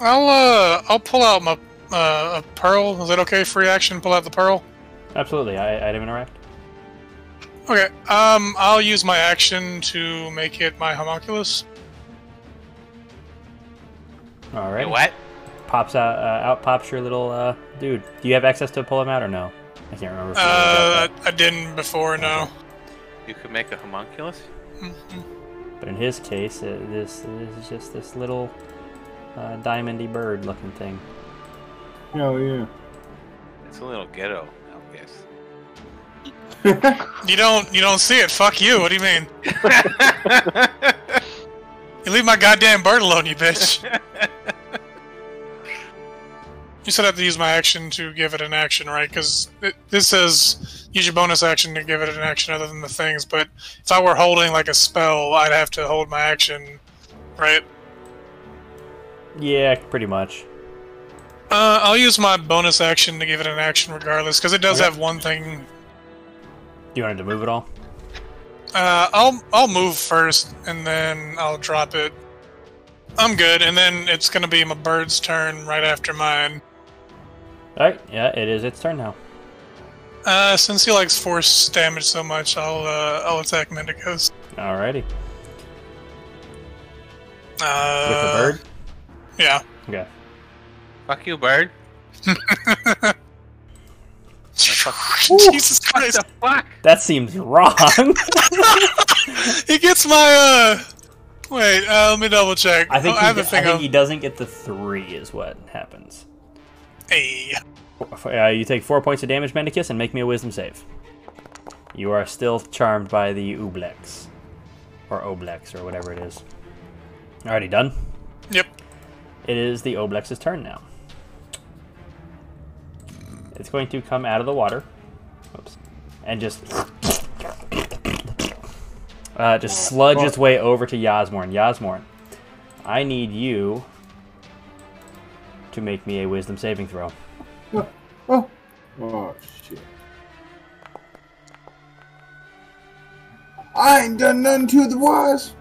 [SPEAKER 6] I'll uh, I'll pull out my uh, a pearl. Is that okay? Free action. Pull out the pearl.
[SPEAKER 1] absolutely, I, I didn't interact.
[SPEAKER 6] Okay. Um, I'll use my action to make it my homunculus.
[SPEAKER 1] All
[SPEAKER 5] Wait,
[SPEAKER 1] right.
[SPEAKER 5] what?
[SPEAKER 1] pops out uh, out pops your little uh, dude. Do you have access to pull him out or no? I can't remember. If you
[SPEAKER 6] Uh,
[SPEAKER 1] already got
[SPEAKER 6] I, I didn't before. No.
[SPEAKER 5] You could make a homunculus?
[SPEAKER 1] that. but in his case, uh this, this is just this little uh, diamondy bird looking thing.
[SPEAKER 4] Hell yeah.
[SPEAKER 5] It's a little ghetto, I guess.
[SPEAKER 6] You don't. You don't see it. Fuck you. What do you mean? You leave my goddamn bird alone, you bitch. you said I have to use my action to give it an action, right? Because this says use your bonus action to give it an action other than the things. But if I were holding like a spell, I'd have to hold my action, right?
[SPEAKER 1] Yeah, pretty much.
[SPEAKER 6] Uh, I'll use my bonus action to give it an action regardless, because it does have one thing.
[SPEAKER 1] You wanted to move it all?
[SPEAKER 6] Uh, I'll I'll move first, and then I'll drop it. I'm good, and then it's gonna be my bird's turn right after mine.
[SPEAKER 1] All right. Yeah, it is its turn now.
[SPEAKER 6] Uh, since he likes force damage so much, I'll uh, I'll attack Mendicos.
[SPEAKER 1] Alrighty. With
[SPEAKER 6] Uh,
[SPEAKER 1] the bird.
[SPEAKER 6] Yeah.
[SPEAKER 1] Okay.
[SPEAKER 5] Fuck you, bird.
[SPEAKER 6] Jesus Christ!
[SPEAKER 5] Fuck!
[SPEAKER 1] That seems wrong.
[SPEAKER 6] He gets my uh. Wait, uh, let me double check.
[SPEAKER 1] I think,
[SPEAKER 6] oh,
[SPEAKER 1] he,
[SPEAKER 6] I have a
[SPEAKER 1] I
[SPEAKER 6] thing
[SPEAKER 1] think
[SPEAKER 6] of
[SPEAKER 1] he doesn't get the three. Is what happens.
[SPEAKER 6] Hey.
[SPEAKER 1] Uh, you take four points of damage, Mendicus, and make me a Wisdom save. You are still charmed by the Ublex, or Oblex, or whatever it is. Already done.
[SPEAKER 6] Yep.
[SPEAKER 1] It is the Oblex's turn now. It's going to come out of the water, Oops. and just uh, just sludge its way over to Yasmorn. Yasmorn, I need you to make me a Wisdom saving throw.
[SPEAKER 4] Oh. Oh, shit. I ain't done nothing to the wise.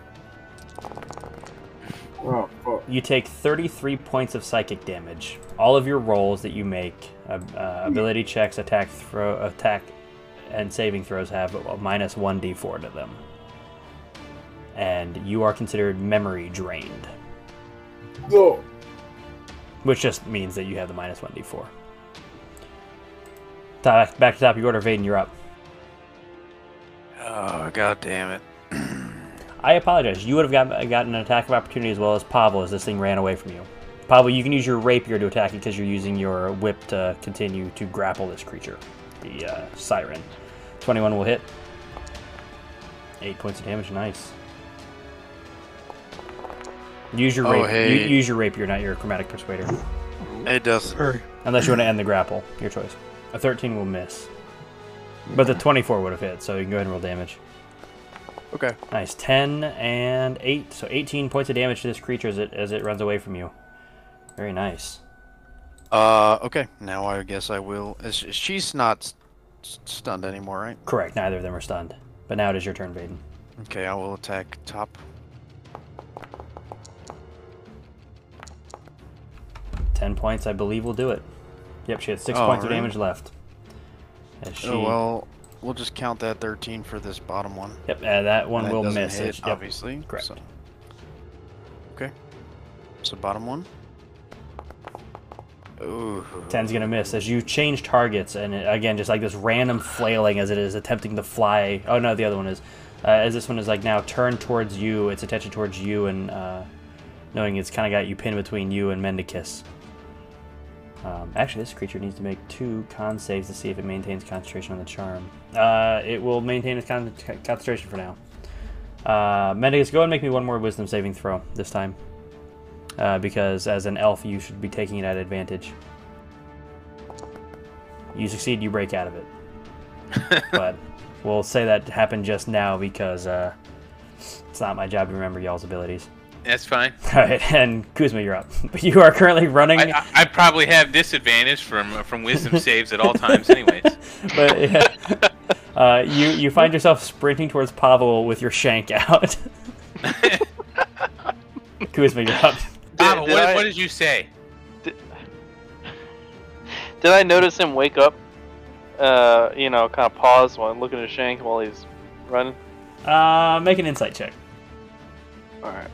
[SPEAKER 4] Oh, fuck.
[SPEAKER 1] you take 33 points of psychic damage. All of your rolls that you make, uh, uh, ability checks, attack throw, attack, and saving throws have a minus 1d4 to them. And you are considered memory drained,
[SPEAKER 4] Oh.
[SPEAKER 1] which just means that you have the minus 1d4. Top, back to top of your order, Vaden, you're up.
[SPEAKER 2] Oh, god damn it.
[SPEAKER 1] I apologize. You would have got, gotten an attack of opportunity as well as Pavel as this thing ran away from you. Pablo, you can use your rapier to attack it because you're using your whip to continue to grapple this creature, the uh, siren. 21 will hit. 8 points of damage, nice. Use your
[SPEAKER 2] Oh,
[SPEAKER 1] rapier.
[SPEAKER 2] hey.
[SPEAKER 1] u- Use your rapier, not your chromatic persuader.
[SPEAKER 2] It doesn't.
[SPEAKER 1] Unless you want to end the grapple, your choice. A 13 will miss. But the 24 would have hit, so you can go ahead and roll damage.
[SPEAKER 2] Okay.
[SPEAKER 1] Nice. 10 and 8. So 18 points of damage to this creature as it, as it runs away from you. Very nice.
[SPEAKER 2] Uh, okay. Now I guess I will. is- She's not s- stunned anymore, right?
[SPEAKER 1] Correct. Neither of them are stunned. But now it is your turn, Baden.
[SPEAKER 2] Okay, I will attack top.
[SPEAKER 1] 10 points, I believe, will do it. Yep, she had 6
[SPEAKER 2] Oh,
[SPEAKER 1] points of
[SPEAKER 2] really?
[SPEAKER 1] damage left. As she,
[SPEAKER 2] Oh well, we'll just count that 13 for this bottom one.
[SPEAKER 1] Yep, uh, that one
[SPEAKER 2] That
[SPEAKER 1] will
[SPEAKER 2] doesn't
[SPEAKER 1] miss.
[SPEAKER 2] hit,
[SPEAKER 1] It's- yep.
[SPEAKER 2] obviously.
[SPEAKER 1] correct.
[SPEAKER 2] so- Okay. So bottom one. Ooh.
[SPEAKER 1] 10's gonna miss as you change targets and it, again just like this random flailing as it is attempting to fly oh no the other one is uh, as this one is like now turned towards you its attention towards you and uh, knowing it's kind of got you pinned between you and mendicus um, actually this creature needs to make two con saves to see if it maintains concentration on the charm uh, it will maintain its con- concentration for now uh, mendicus go ahead and make me one more wisdom saving throw this time uh, because as an elf you should be taking it at advantage you succeed, you break out of it. but we'll say that happened just now because uh, it's not my job to remember y'all's abilities.
[SPEAKER 5] That's fine.
[SPEAKER 1] All right, and Kuzma, you're up. But you are currently running.
[SPEAKER 5] I, I, I probably have disadvantage from uh, from wisdom saves at all times, anyways.
[SPEAKER 1] but yeah. uh, you you find yourself sprinting towards Pavel with your shank out. Kuzma, you're up.
[SPEAKER 5] Bob,
[SPEAKER 3] did
[SPEAKER 5] what,
[SPEAKER 3] I-
[SPEAKER 5] what did you say?
[SPEAKER 3] Did I notice him wake up? Uh, you know, kind of pause while I'm looking at Shank while he's running.
[SPEAKER 1] Uh, make an insight check.
[SPEAKER 3] All right.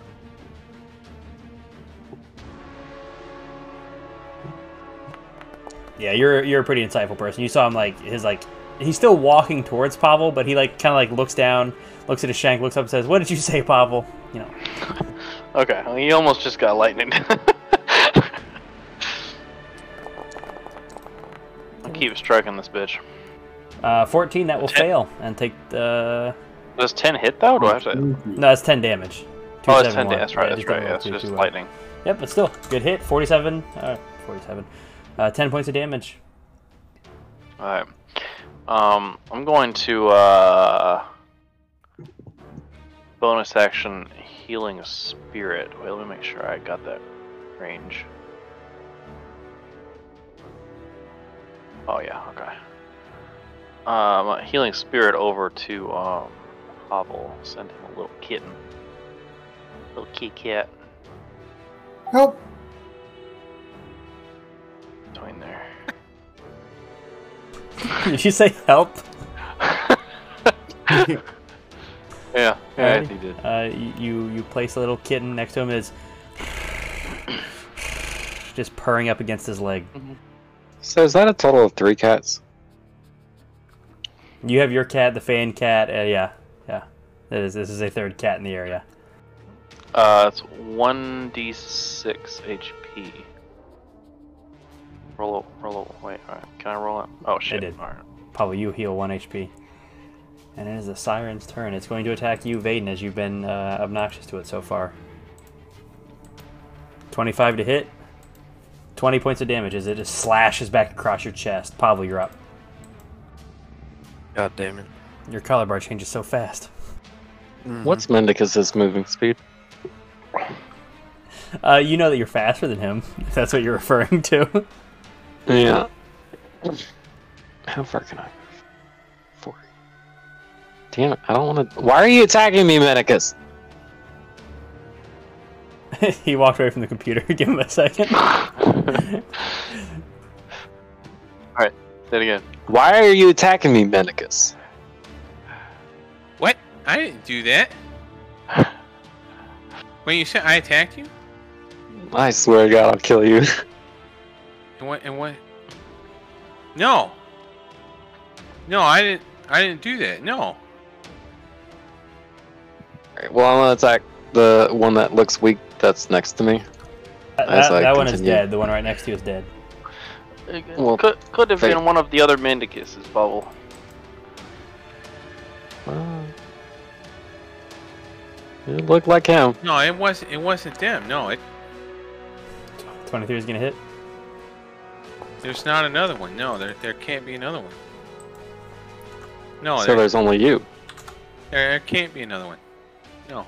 [SPEAKER 1] Yeah, you're you're a pretty insightful person. You saw him like his like he's still walking towards Pavel, but he like kind of like looks down, looks at his shank, looks up, and says, "What did you say, Pavel?" You know.
[SPEAKER 3] Okay. well, He almost just got lightning. I keep striking this bitch.
[SPEAKER 1] Uh, 14, that will
[SPEAKER 3] Ten.
[SPEAKER 1] fail and take the.
[SPEAKER 3] Does ten hit though? Do I have to?
[SPEAKER 1] No, that's 10 damage.
[SPEAKER 3] Oh, it's ten.
[SPEAKER 1] 271.
[SPEAKER 3] da- That's right.
[SPEAKER 1] Yeah,
[SPEAKER 3] That's
[SPEAKER 1] just
[SPEAKER 3] right.
[SPEAKER 1] don't
[SPEAKER 3] Yeah,
[SPEAKER 1] roll
[SPEAKER 3] it's
[SPEAKER 1] too-
[SPEAKER 3] just
[SPEAKER 1] too low.
[SPEAKER 3] lightning.
[SPEAKER 1] Yep, but still, good hit. 47. Uh, 47. Uh, 10 points of damage.
[SPEAKER 3] All right. Um, I'm going to uh, bonus action healing spirit. Wait, let me make sure I got that range. Oh yeah, okay. Um, healing spirit over to um, Pavel. Send him a little kitten, little kitty cat
[SPEAKER 4] Help!
[SPEAKER 3] between there.
[SPEAKER 1] Did you say help?
[SPEAKER 3] Yeah, yeah,
[SPEAKER 1] Alrighty.
[SPEAKER 3] he did.
[SPEAKER 1] Uh, y- you, you place a little kitten next to him. It's just purring up against his leg.
[SPEAKER 7] So is that a total of three cats?
[SPEAKER 1] You have your cat, the fan cat. Uh, yeah, yeah. That is, this is a third cat in the area.
[SPEAKER 3] Uh, it's one d six HP. Roll, a- roll. A, wait, all right. Can I roll it? Oh shit!
[SPEAKER 1] did.
[SPEAKER 3] All right.
[SPEAKER 1] Probably you heal 1 HP. And it is the siren's turn. It's going to attack you, Vaden, as you've been uh, obnoxious to it so far. 25 to hit. 20 points of damage as it just slashes back across your chest. Pavel, you're up.
[SPEAKER 2] God damn it.
[SPEAKER 1] Your color bar changes so fast.
[SPEAKER 7] What's Mendicus's moving speed?
[SPEAKER 1] Uh, you know that you're faster than him, if that's what you're referring to.
[SPEAKER 7] Yeah. How far can I? move? Forty. Damn it! I don't want to. Why are you attacking me, Mendicus?
[SPEAKER 1] he walked away from the computer. Give him a second.
[SPEAKER 3] Say it again.
[SPEAKER 7] Why are you attacking me, Mendicus?
[SPEAKER 5] What? I didn't do that. When you said I attacked you,
[SPEAKER 7] I swear to God, I'll kill you.
[SPEAKER 5] and what? And what? No. No, I didn't. I didn't do that. No.
[SPEAKER 7] Alright, well, I'm gonna attack the one that looks weak that's next to me.
[SPEAKER 1] Uh, That,
[SPEAKER 7] As
[SPEAKER 1] that-
[SPEAKER 7] I
[SPEAKER 1] that one is
[SPEAKER 7] continue.
[SPEAKER 1] dead. The one right next to you is dead.
[SPEAKER 3] It
[SPEAKER 7] Well,
[SPEAKER 3] could, could have
[SPEAKER 7] they-
[SPEAKER 3] been one of the other mendicus's bubble.
[SPEAKER 7] Well, Uh, it looked like him.
[SPEAKER 5] No, it was it wasn't them. No, it
[SPEAKER 1] Twenty-three is gonna hit.
[SPEAKER 5] there's not another one. No, there there can't be another one. No,
[SPEAKER 7] so
[SPEAKER 5] Oh, there,
[SPEAKER 7] there's only you.
[SPEAKER 5] there can't be another one. No.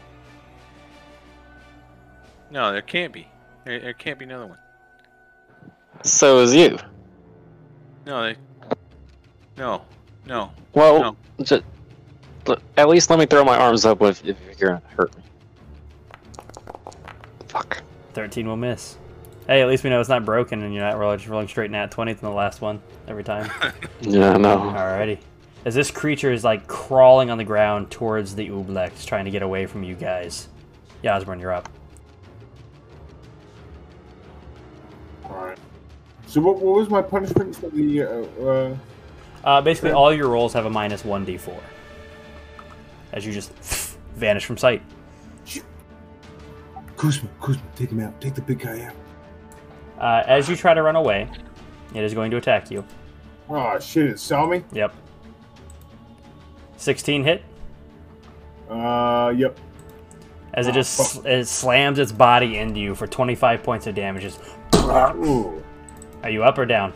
[SPEAKER 5] No, there can't be. There, there can't be another one.
[SPEAKER 7] So is you.
[SPEAKER 5] No, they, no, no.
[SPEAKER 7] Well, ju- l- at least let me throw my arms up with if you're gonna hurt me. Fuck.
[SPEAKER 1] Thirteen will miss. Hey, at least we know it's not broken, and you're not rolling, just rolling straight nat twenty from the last one every time.
[SPEAKER 7] Yeah, no.
[SPEAKER 1] Alrighty. As this creature is like crawling on the ground towards the Ublex, trying to get away from you guys. Yasmin, you're up.
[SPEAKER 4] Alright. So what, what was my punishment for the uh, uh
[SPEAKER 1] Uh, basically, all your rolls have a minus 1d4. As you just vanish from sight.
[SPEAKER 4] Kuzma, Kuzma, take him out. Take the big guy out.
[SPEAKER 1] Uh, as you try to run away, it is going to attack you.
[SPEAKER 4] Oh shit, it saw me?
[SPEAKER 1] Yep. 16 hit.
[SPEAKER 4] Uh yep.
[SPEAKER 1] As it just sl- it slams its body into you for 25 points of damage. Just-
[SPEAKER 4] Ooh.
[SPEAKER 1] Are you up or down?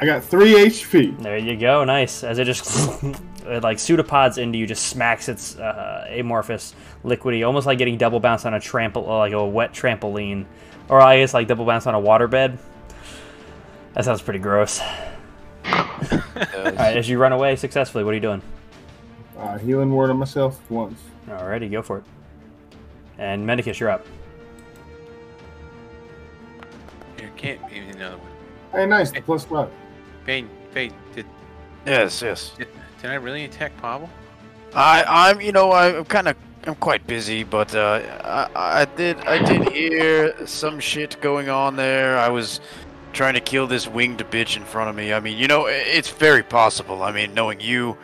[SPEAKER 4] I got three HP.
[SPEAKER 1] There you go, nice. As it just it like pseudopods into you, just smacks its uh, amorphous, liquidy, almost like getting double bounced on a trample, uh, like a wet trampoline, or I guess like double bounced on a waterbed. That sounds pretty gross. All right, as you run away successfully, what are you doing?
[SPEAKER 4] Uh, healing word on myself once.
[SPEAKER 1] Alrighty, go for it. And Mendicus, you're up.
[SPEAKER 5] There can't be another one.
[SPEAKER 4] Hey, nice. The plus five.
[SPEAKER 5] Bane, Bane, did,
[SPEAKER 2] Yes, yes.
[SPEAKER 5] did, did I really attack Pavel?
[SPEAKER 2] I, I'm, you know, I'm kind of, I'm quite busy, but uh, I, I did, I did hear some shit going on there. I was trying to kill this winged bitch in front of me. I mean, you know, i- it's very possible. I mean, knowing you,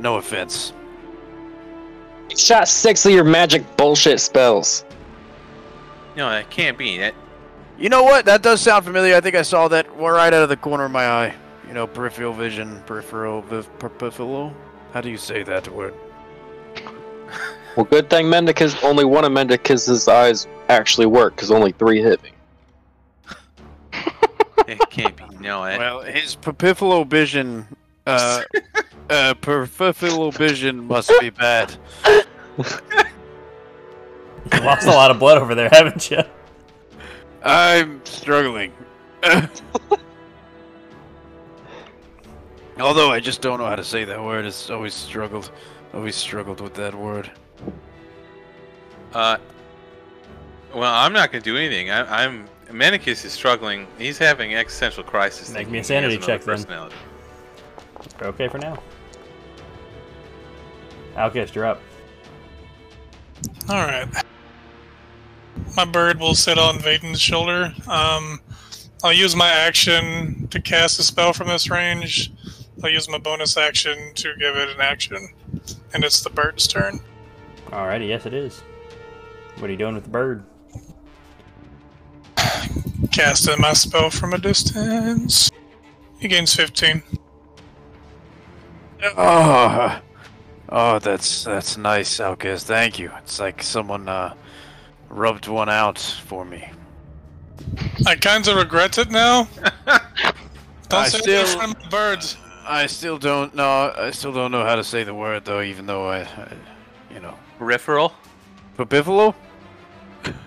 [SPEAKER 2] no offense.
[SPEAKER 7] Shot six of your magic bullshit spells.
[SPEAKER 5] No, that can't be. That
[SPEAKER 2] You know what? That does sound familiar. I think I saw that right out of the corner of my eye. You know, peripheral vision, peripheral, viv, per- peripheral. How do you say that word?
[SPEAKER 7] Well, good thing Mendicus only one of Mendicus's eyes actually work, because only three hit me.
[SPEAKER 5] it can't be. No, that,
[SPEAKER 2] Well, his peripheral vision, uh, uh, peripheral vision must be bad.
[SPEAKER 1] You lost a lot of blood over there, haven't you?
[SPEAKER 2] I'm struggling. Although I just don't know how to say that word. It's always struggled. Always struggled with that word.
[SPEAKER 5] uh, well, I'm not gonna do anything. I, I'm Manicus is struggling. He's having existential crisis.
[SPEAKER 1] Make me a
[SPEAKER 5] thinking
[SPEAKER 1] sanity
[SPEAKER 5] he has another
[SPEAKER 1] check, then.
[SPEAKER 5] personality.
[SPEAKER 1] We're okay for now. Alkist, you're up.
[SPEAKER 6] All right. My bird will sit on Vaden's shoulder. Um, I'll use my action to cast a spell from this range. I'll use my bonus action to give it an action, and it's the bird's turn.
[SPEAKER 1] Alrighty, yes, it is. What are you doing with the bird?
[SPEAKER 6] Casting my spell from a distance. He gains 15.
[SPEAKER 2] Oh, oh, that's that's nice, Alkis. Thank you. It's like someone uh, rubbed one out for me.
[SPEAKER 6] I kind of regret it now.
[SPEAKER 2] I
[SPEAKER 6] Don't say
[SPEAKER 2] still-
[SPEAKER 6] that from the birds.
[SPEAKER 2] I still don't know. I still don't know how to say the word though, even though I, I you know,
[SPEAKER 5] Peripheral.
[SPEAKER 2] Pabifalo.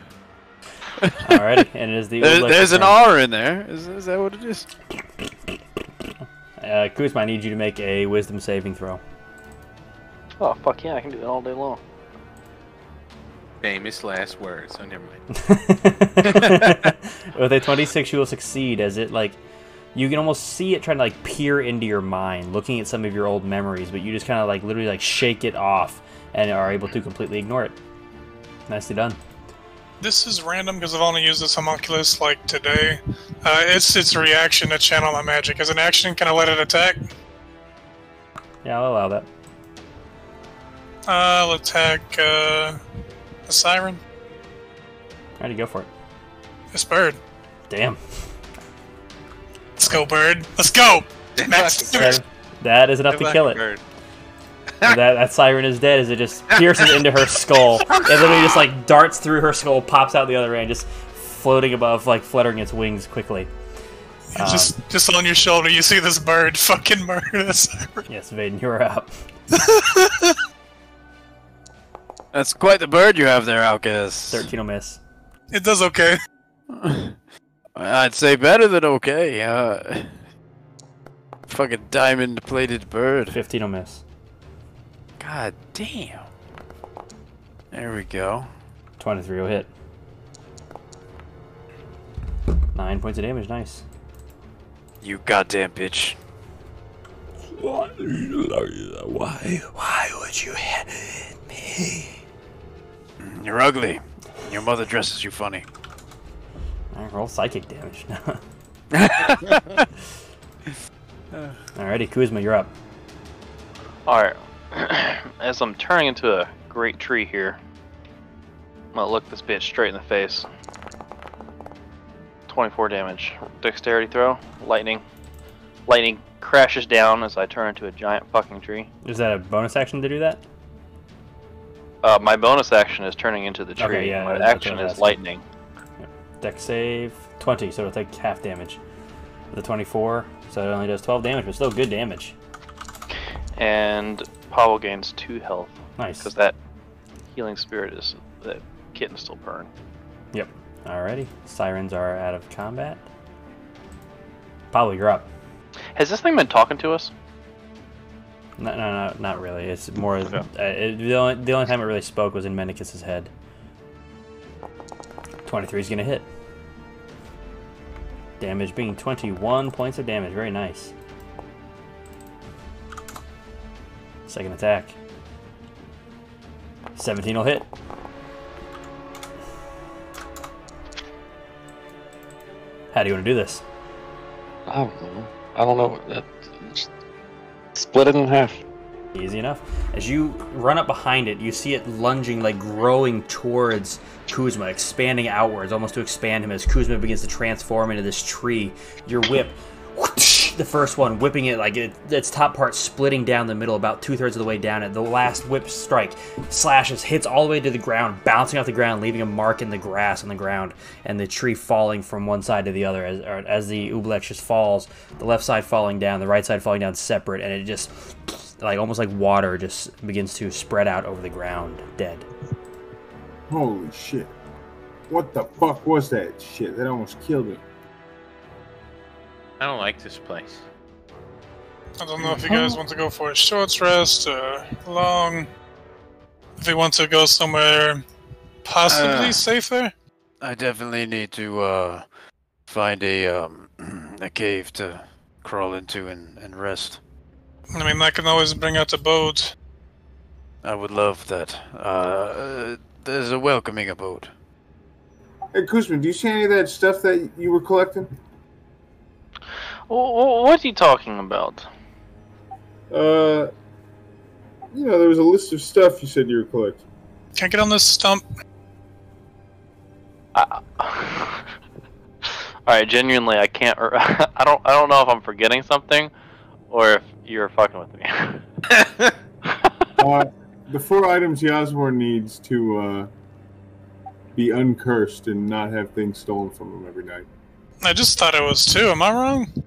[SPEAKER 1] Alrighty, and it is the
[SPEAKER 2] There,
[SPEAKER 1] Ublex's
[SPEAKER 2] there's an
[SPEAKER 1] turn.
[SPEAKER 2] R in there. Is, is that what it is?
[SPEAKER 1] Uh, Kuzma, I need you to make a wisdom saving throw.
[SPEAKER 3] Oh fuck yeah, I can do that all day long.
[SPEAKER 5] Famous last words. Oh, never mind.
[SPEAKER 1] With a 26, you will succeed as it, like, you can almost see it trying to, like, peer into your mind, looking at some of your old memories, but you just kind of, like, literally, like, shake it off and are able to completely ignore it. Nicely done.
[SPEAKER 6] This is random because I've only used this homunculus like today. Uh, it's its reaction to channel my magic. As an action, can I let it attack?
[SPEAKER 1] Yeah, I'll allow that.
[SPEAKER 6] Uh, I'll attack uh, the siren.
[SPEAKER 1] Alrighty, go for it.
[SPEAKER 6] This bird.
[SPEAKER 1] Damn.
[SPEAKER 6] Let's go, bird. Let's go. Max.
[SPEAKER 5] Fucking bird.
[SPEAKER 1] That is enough to kill it.
[SPEAKER 5] Bird.
[SPEAKER 1] And that, that siren is dead as it just pierces into her skull. It literally just like darts through her skull, pops out the other end, just floating above, like fluttering its wings quickly. Um,
[SPEAKER 6] just, just on your shoulder, you see this bird fucking murder this.
[SPEAKER 1] Yes, Vaden, you're up.
[SPEAKER 2] That's quite the bird you have there, Alkaz.
[SPEAKER 1] 13 will miss.
[SPEAKER 6] It does okay.
[SPEAKER 2] I'd say better than okay. Uh, fucking diamond-plated bird.
[SPEAKER 1] 15 will miss.
[SPEAKER 2] God damn. There we go.
[SPEAKER 1] 23 will hit. Nine points of damage, nice.
[SPEAKER 2] You goddamn bitch.
[SPEAKER 8] Why? Why would you hit me?
[SPEAKER 2] You're ugly. Your mother dresses you funny.
[SPEAKER 1] Alright, roll psychic damage. Alrighty, Kuzma, you're up.
[SPEAKER 3] Alright. As I'm turning into a great tree here, I'm gonna look this bitch straight in the face. 24 damage. Dexterity throw. Lightning. Lightning crashes down as I turn into a giant fucking tree.
[SPEAKER 1] Is that a bonus action to do that?
[SPEAKER 3] Uh, my bonus action is turning into the tree.
[SPEAKER 1] Okay, yeah,
[SPEAKER 3] my
[SPEAKER 1] that's what
[SPEAKER 3] action
[SPEAKER 1] I was
[SPEAKER 3] is
[SPEAKER 1] asking.
[SPEAKER 3] lightning.
[SPEAKER 1] Deck save 20, so it'll take half damage. The 24, so it only does 12 damage, but still good damage.
[SPEAKER 3] And Powell gains 2 health
[SPEAKER 1] Nice.
[SPEAKER 3] because that healing spirit is. That kitten's still burned.
[SPEAKER 1] Yep. Alrighty. Sirens are out of combat. Pablo, you're up.
[SPEAKER 3] Has this thing been talking to us?
[SPEAKER 1] No, no, no, not really. It's more. Uh, it, the, only, the only time it really spoke was in Menicus's head. 23 is going to hit. Damage being 21 points of damage. Very nice. Second attack. 17 will hit. How do you want to do this?
[SPEAKER 7] I don't know. I don't know. That, just split it in half.
[SPEAKER 1] Easy enough. As you run up behind it, you see it lunging, like growing towards Kuzma, expanding outwards, almost to expand him as Kuzma begins to transform into this tree. Your whip, whoosh, the first one, whipping it like it, its top part splitting down the middle, about two thirds of the way down it. The last whip strike slashes, hits all the way to the ground, bouncing off the ground, leaving a mark in the grass on the ground, and the tree falling from one side to the other as, or as the Ublex just falls, the left side falling down, the right side falling down separate, and it just like almost like water just begins to spread out over the ground dead
[SPEAKER 4] Holy shit. What the fuck was that shit? That almost killed me.
[SPEAKER 5] I don't like this place.
[SPEAKER 6] I don't know if you guys want to go for a short rest or long. If you want to go somewhere possibly
[SPEAKER 2] Uh.
[SPEAKER 6] safer.
[SPEAKER 2] I definitely need to uh, find a um, a cave to crawl into and, and rest.
[SPEAKER 6] I mean, I can always bring out a boat.
[SPEAKER 2] I would love that. Uh, there's a welcoming abode.
[SPEAKER 4] Hey, Kuzma, do you see any of that stuff that you were collecting?
[SPEAKER 3] Wh- wh- What are you talking about?
[SPEAKER 4] Uh, you know, there was a list of stuff you said you were collecting.
[SPEAKER 6] Can I get on this stump?
[SPEAKER 3] All right, genuinely, I can't. r- I don't. I don't know if I'm forgetting something, or if you're fucking with me.
[SPEAKER 4] Uh, the four items Yasmor needs to uh, be uncursed and not have things stolen from him every night.
[SPEAKER 6] I just thought it was two. Am I wrong?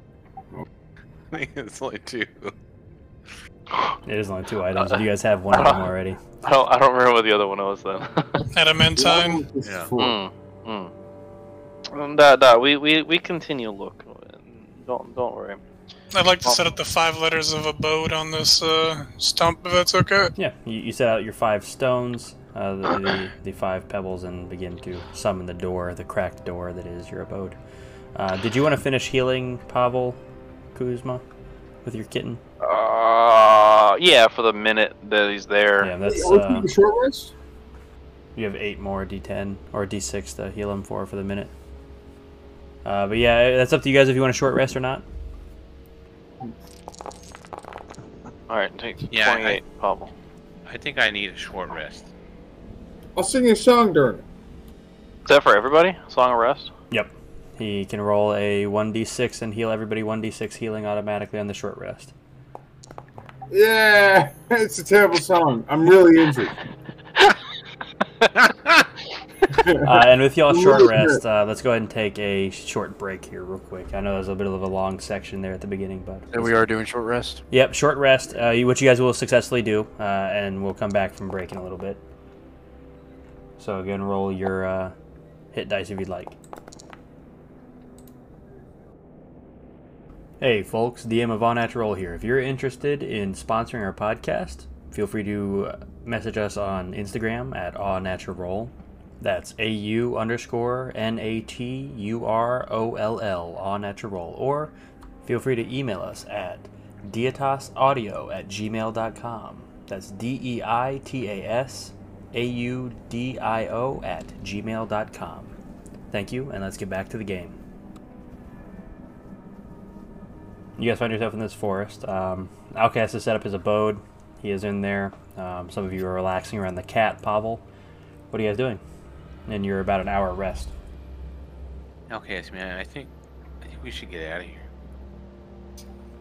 [SPEAKER 5] it's only two.
[SPEAKER 1] it is only two items you guys have one of them already
[SPEAKER 3] I don't. I don't remember what the other one was then.
[SPEAKER 6] Adamantine.
[SPEAKER 4] It's
[SPEAKER 5] Yeah.
[SPEAKER 4] four.
[SPEAKER 3] mm, mm. Um, Nah, nah. We, we we continue. Look, don't don't worry.
[SPEAKER 6] I'd like to set up the five letters of abode on this uh, stump, if that's okay.
[SPEAKER 1] yeah you, you set out your five stones uh, the, the, the five pebbles and begin to summon the door the cracked door that is your abode uh, did you want to finish healing pavel kuzma with your kitten
[SPEAKER 3] Uh, yeah. For the minute that he's there.
[SPEAKER 1] yeah that's
[SPEAKER 4] Oh, can we
[SPEAKER 1] uh,
[SPEAKER 4] do a short rest?
[SPEAKER 1] you have eight more d10 or d6 to heal him for for the minute uh, but yeah that's up to you guys if you want a short rest or not
[SPEAKER 3] All right. Take
[SPEAKER 5] Yeah, I-
[SPEAKER 3] twenty-eight. Pablo.
[SPEAKER 5] I think I need a short rest.
[SPEAKER 4] I'll sing you a song during it.
[SPEAKER 3] Is that for everybody? Song of rest.
[SPEAKER 1] Yep. He can roll a 1d6 and heal everybody 1d6 healing automatically on the short rest.
[SPEAKER 4] Yeah, it's a terrible song. I'm really injured.
[SPEAKER 1] Uh, and with y'all short
[SPEAKER 4] Really
[SPEAKER 1] rest, uh, let's go ahead and take a short break here, real quick. I know there's a bit of a long section there at the beginning, but
[SPEAKER 2] And we are doing short rest.
[SPEAKER 1] Yep, short rest, uh, you- which you guys will successfully do, uh, and we'll come back from break in a little bit. So again, roll your uh, hit dice if you'd like. Hey, folks, DM of All Natural here. If you're interested in sponsoring our podcast, feel free to uh, message us on Instagram at All Natural Roll. That's A U underscore N A T U R O L L, All Natural Roll. Or feel free to email us at dietasaudio at gmail.com. That's D E I T A S A U D I O at gmail.com. Thank you, and let's get back to the game. You guys find yourself in this forest. Um, Outcast has set up his abode. He is in there. Um, some of you are relaxing around the cat, Pavel. What are you guys doing? And you're about an hour rest.
[SPEAKER 5] Okay, yes, man. I think I think we should get out of here.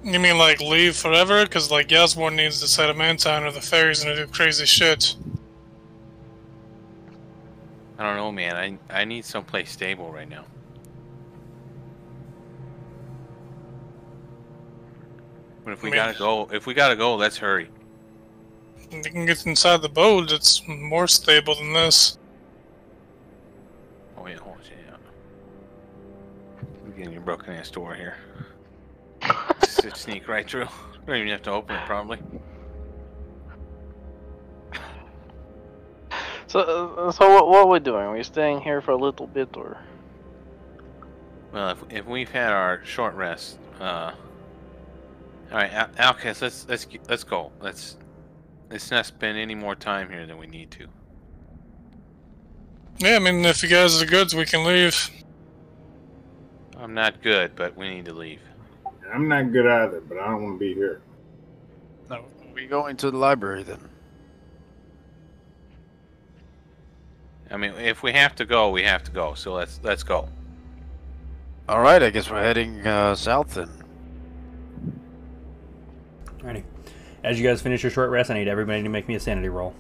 [SPEAKER 6] You mean like leave forever? Because like Yasmor needs to set a man town or the fairies and do crazy shit.
[SPEAKER 5] I don't know, man. I I need someplace stable right now. But if we
[SPEAKER 6] I mean-
[SPEAKER 5] gotta go, if we gotta go, let's hurry.
[SPEAKER 6] You can get inside the boat, it's more stable than this.
[SPEAKER 5] Oh yeah, oh yeah. We're getting a broken ass door here. Just sneak right through. Don't even have to open it, probably.
[SPEAKER 3] So, uh, so what, what are we doing? Are we staying here for a little bit, or
[SPEAKER 5] Well, if, if we've had our short rest, uh, all right, Al- Alcas, let's let's g- let's go. Let's let's not spend any more time here than we need to.
[SPEAKER 6] Yeah, I mean if you guys are good, we can leave.
[SPEAKER 5] I'm not good, but we need to leave.
[SPEAKER 4] I'm not good either, but I don't want to be here.
[SPEAKER 6] No.
[SPEAKER 2] We go into the library then.
[SPEAKER 5] I mean, if we have to go, we have to go. So let's let's go.
[SPEAKER 2] All right, I guess we're heading uh, south then.
[SPEAKER 1] Alrighty. As you guys finish your short rest, I need everybody to make me a sanity roll.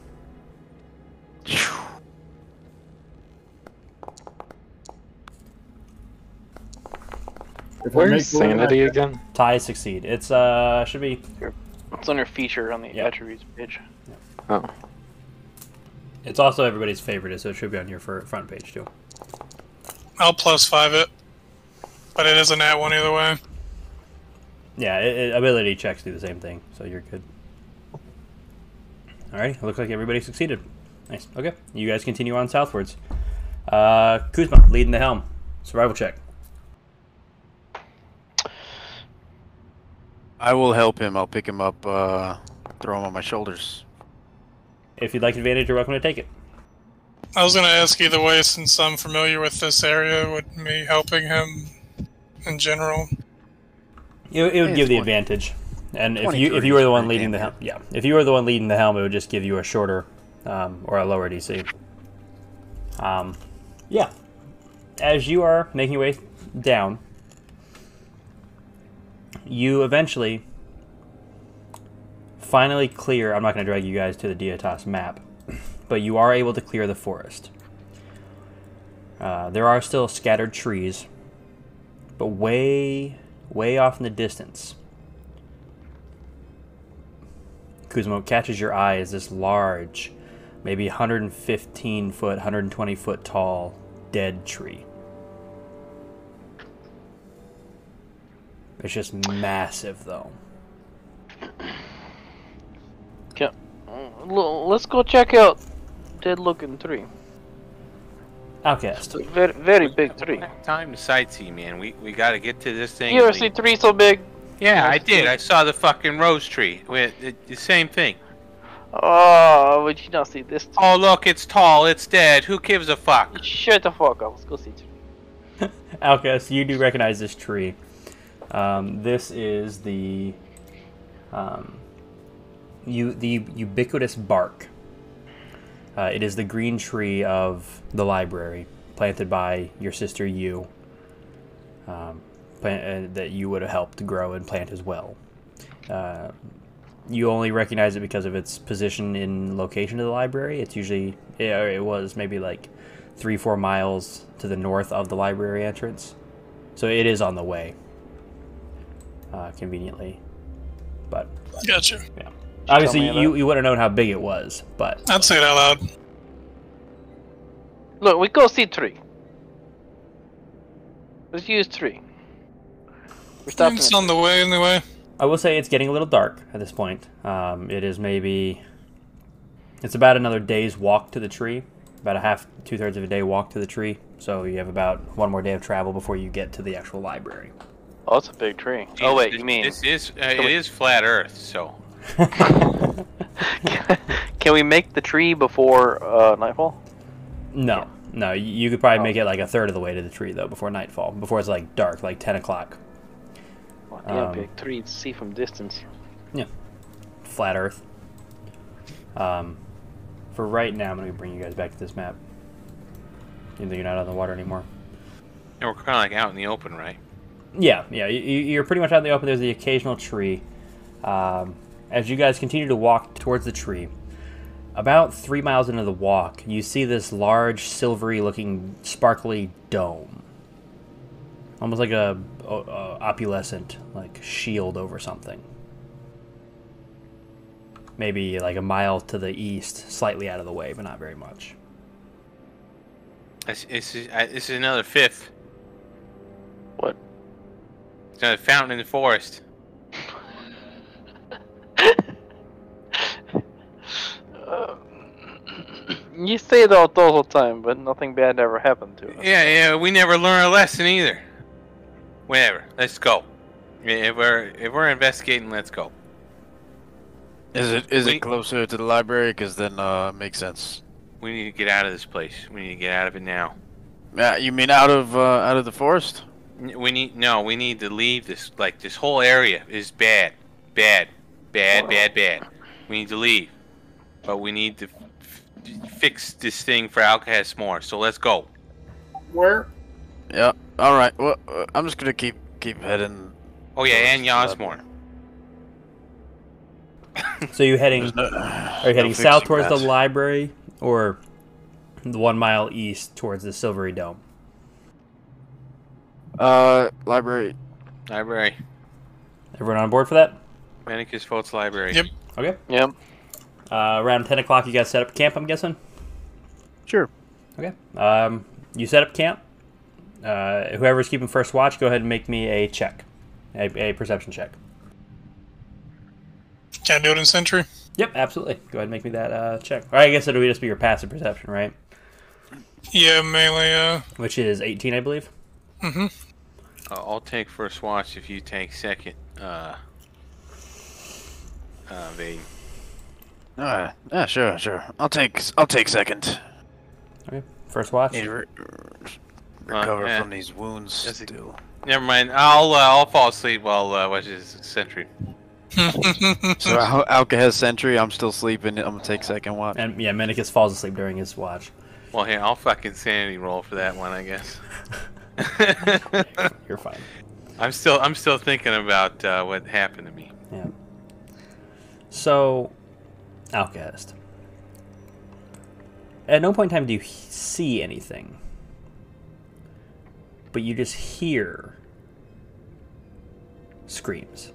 [SPEAKER 4] If I
[SPEAKER 7] Where's
[SPEAKER 4] make one,
[SPEAKER 7] sanity again?
[SPEAKER 1] Tie succeed. It's uh should be
[SPEAKER 3] it's under feature on the
[SPEAKER 1] Yeah.
[SPEAKER 3] attributes page?
[SPEAKER 7] Oh,
[SPEAKER 1] It's also everybody's favorite, so it should be on your fir- front page too.
[SPEAKER 6] I'll plus five it. But it isn't at one either way.
[SPEAKER 1] Yeah, it, it- ability checks do the same thing, so you're good. Alrighty, it looks like everybody succeeded. Nice. Okay, you guys continue on southwards. Uh, Kuzma leading the helm. Survival check.
[SPEAKER 2] I will help him. I'll pick him up, uh, throw him on my shoulders.
[SPEAKER 1] If you'd like advantage, you're welcome to take it.
[SPEAKER 6] I was gonna ask either way since I'm familiar with this area, would me helping him in general.
[SPEAKER 1] It, it would
[SPEAKER 2] Hey,
[SPEAKER 1] give the
[SPEAKER 2] 20.
[SPEAKER 1] advantage, and if
[SPEAKER 2] 20,
[SPEAKER 1] you if you were the one leading the helm,
[SPEAKER 2] 30
[SPEAKER 1] yeah, if you were the one leading the helm, it would just give you a shorter um, or a lower DC. Um, yeah, as you are making your way down, you eventually finally clear. I'm not going to drag you guys to the Dietas map, but you are able to clear the forest. Uh, there are still scattered trees, but way, way off in the distance, Kuzmo catches your eye as this large, maybe 115 foot, 120 foot tall dead tree. It's just massive, though.
[SPEAKER 3] Yeah. Mm, l- Let's go check out dead looking tree.
[SPEAKER 1] Outcast.
[SPEAKER 3] Very, very big tree.
[SPEAKER 5] Time to sightsee, man. We we gotta get to this thing.
[SPEAKER 3] You ever
[SPEAKER 5] We-
[SPEAKER 3] see tree so big?
[SPEAKER 5] yeah, I did. I saw the fucking rose tree. We, it, the same thing.
[SPEAKER 3] Oh, would you not see this? Tree?
[SPEAKER 5] Oh look, it's tall. It's dead. Who gives a fuck?
[SPEAKER 3] Shut the fuck up. Let's go see tree.
[SPEAKER 1] Outcast, you do recognize this tree. Um, this is the, um, you the ubiquitous bark. Uh, it is the green tree of the library, planted by your sister Yu. um, plant, uh, that you would have helped grow and plant as well. Uh, you only recognize it because of its position in location of the library. It's usually, yeah, or it was maybe like three, four miles to the north of the library entrance. So it is on the way, uh, conveniently. But
[SPEAKER 6] Gotcha.
[SPEAKER 1] obviously,
[SPEAKER 3] me about
[SPEAKER 1] you, you would have known how big it was, but
[SPEAKER 6] I'd say it out loud.
[SPEAKER 3] Look, we go see tree. Let's use tree. We stopped
[SPEAKER 6] It's
[SPEAKER 3] in-
[SPEAKER 6] on the way anyway.
[SPEAKER 1] I will say it's getting a little dark at this point. Um, it is maybe it's about another day's walk to the tree, about a half, two thirds of a day walk to the tree. So you have about one more day of travel before you get to the actual library.
[SPEAKER 3] Oh, it's a big tree. oh wait,
[SPEAKER 5] This-
[SPEAKER 3] you mean Oh,
[SPEAKER 5] this is uh, it is flat Earth? So
[SPEAKER 3] can we make the tree before uh, nightfall?
[SPEAKER 1] No, no, you- you could
[SPEAKER 3] Oh.
[SPEAKER 1] probably make it like a third of the way to the tree though before nightfall, before it's like dark, like ten o'clock.
[SPEAKER 3] Oh, damn
[SPEAKER 1] Um,
[SPEAKER 3] big tree to see from distance.
[SPEAKER 1] flat Earth. Um, for right now, I'm gonna bring you guys back to this map. Even though you're not on the water anymore.
[SPEAKER 5] and we're kind of like out in the open, right?
[SPEAKER 1] Yeah, yeah, you, you- you're pretty much out in the open. There's the occasional tree. Um, as you guys continue to walk towards the tree, about three miles into the walk, you see this large, silvery-looking, sparkly dome, almost like a, a, a opulescent, like shield over something. Maybe like a mile to the east, slightly out of the way, but not very much.
[SPEAKER 5] This, this is uh, this is another fifth.
[SPEAKER 3] What?
[SPEAKER 5] It's another fountain in the forest.
[SPEAKER 3] You say that all the time, but nothing bad ever happened to it.
[SPEAKER 5] Yeah, yeah. We never learn a lesson either. Whatever. Let's go. Yeah, If we're if we're investigating, let's go.
[SPEAKER 2] Is it is
[SPEAKER 5] Wait.
[SPEAKER 2] it closer to the library? Because then uh, makes sense.
[SPEAKER 5] We need to get out of this place. We need to get out of it now.
[SPEAKER 2] Yeah, you mean out of uh, out of the forest?
[SPEAKER 5] N- We need no. We need to leave this. Like this whole area is bad, bad, bad, bad, bad. We need to leave, but we need to f- f- fix this thing for Alcatraz more. So let's go.
[SPEAKER 4] Where?
[SPEAKER 2] Yeah. All right. Well, uh, I'm just gonna keep keep heading.
[SPEAKER 5] Oh yeah,
[SPEAKER 2] towards
[SPEAKER 5] and
[SPEAKER 2] the library.
[SPEAKER 5] Yosmore.
[SPEAKER 1] So you're heading
[SPEAKER 2] There's no,
[SPEAKER 1] Are you heading
[SPEAKER 2] no
[SPEAKER 1] south
[SPEAKER 2] fixing
[SPEAKER 1] towards
[SPEAKER 2] that.
[SPEAKER 1] the library or the one mile east towards the Silvery Dome?
[SPEAKER 2] Uh, library.
[SPEAKER 5] Library.
[SPEAKER 1] Everyone on board for that?
[SPEAKER 5] Manicus votes library.
[SPEAKER 6] Yep.
[SPEAKER 1] Okay.
[SPEAKER 3] Yep.
[SPEAKER 1] Uh, around 10 o'clock, you guys set up camp, I'm guessing?
[SPEAKER 2] Sure.
[SPEAKER 1] Okay. Um, you set up camp. Uh, whoever's keeping first watch, go ahead and make me a check, a, a perception check.
[SPEAKER 6] Can't do it in Sentry.
[SPEAKER 1] Yep, absolutely. Go ahead and make me that uh, check. Or I guess it would just be your passive perception, right?
[SPEAKER 6] Yeah, mainly. Uh,
[SPEAKER 1] Which is 18, I believe.
[SPEAKER 5] Uh, I'll take first watch if you take second. Uh. Uh, Vayne.
[SPEAKER 2] Uh, yeah, sure, sure. I'll take I'll take second.
[SPEAKER 1] Okay. First watch.
[SPEAKER 2] Need to re- recover
[SPEAKER 5] uh, yeah.
[SPEAKER 2] from these wounds
[SPEAKER 5] That's a-
[SPEAKER 2] still.
[SPEAKER 5] eh, Never mind. I'll uh, I'll fall asleep while uh, watching this sentry.
[SPEAKER 2] So Al- Alka has sentry. I'm still sleeping. I'm gonna take second watch.
[SPEAKER 1] And yeah, Menicus falls asleep during his watch.
[SPEAKER 5] Well, here I'll fucking sanity roll for that one, I guess.
[SPEAKER 1] You're fine.
[SPEAKER 5] I'm still I'm still thinking about uh, what happened to me.
[SPEAKER 1] Yeah. So, Outcast. At no point in time do you he- see anything, but you just hear screams.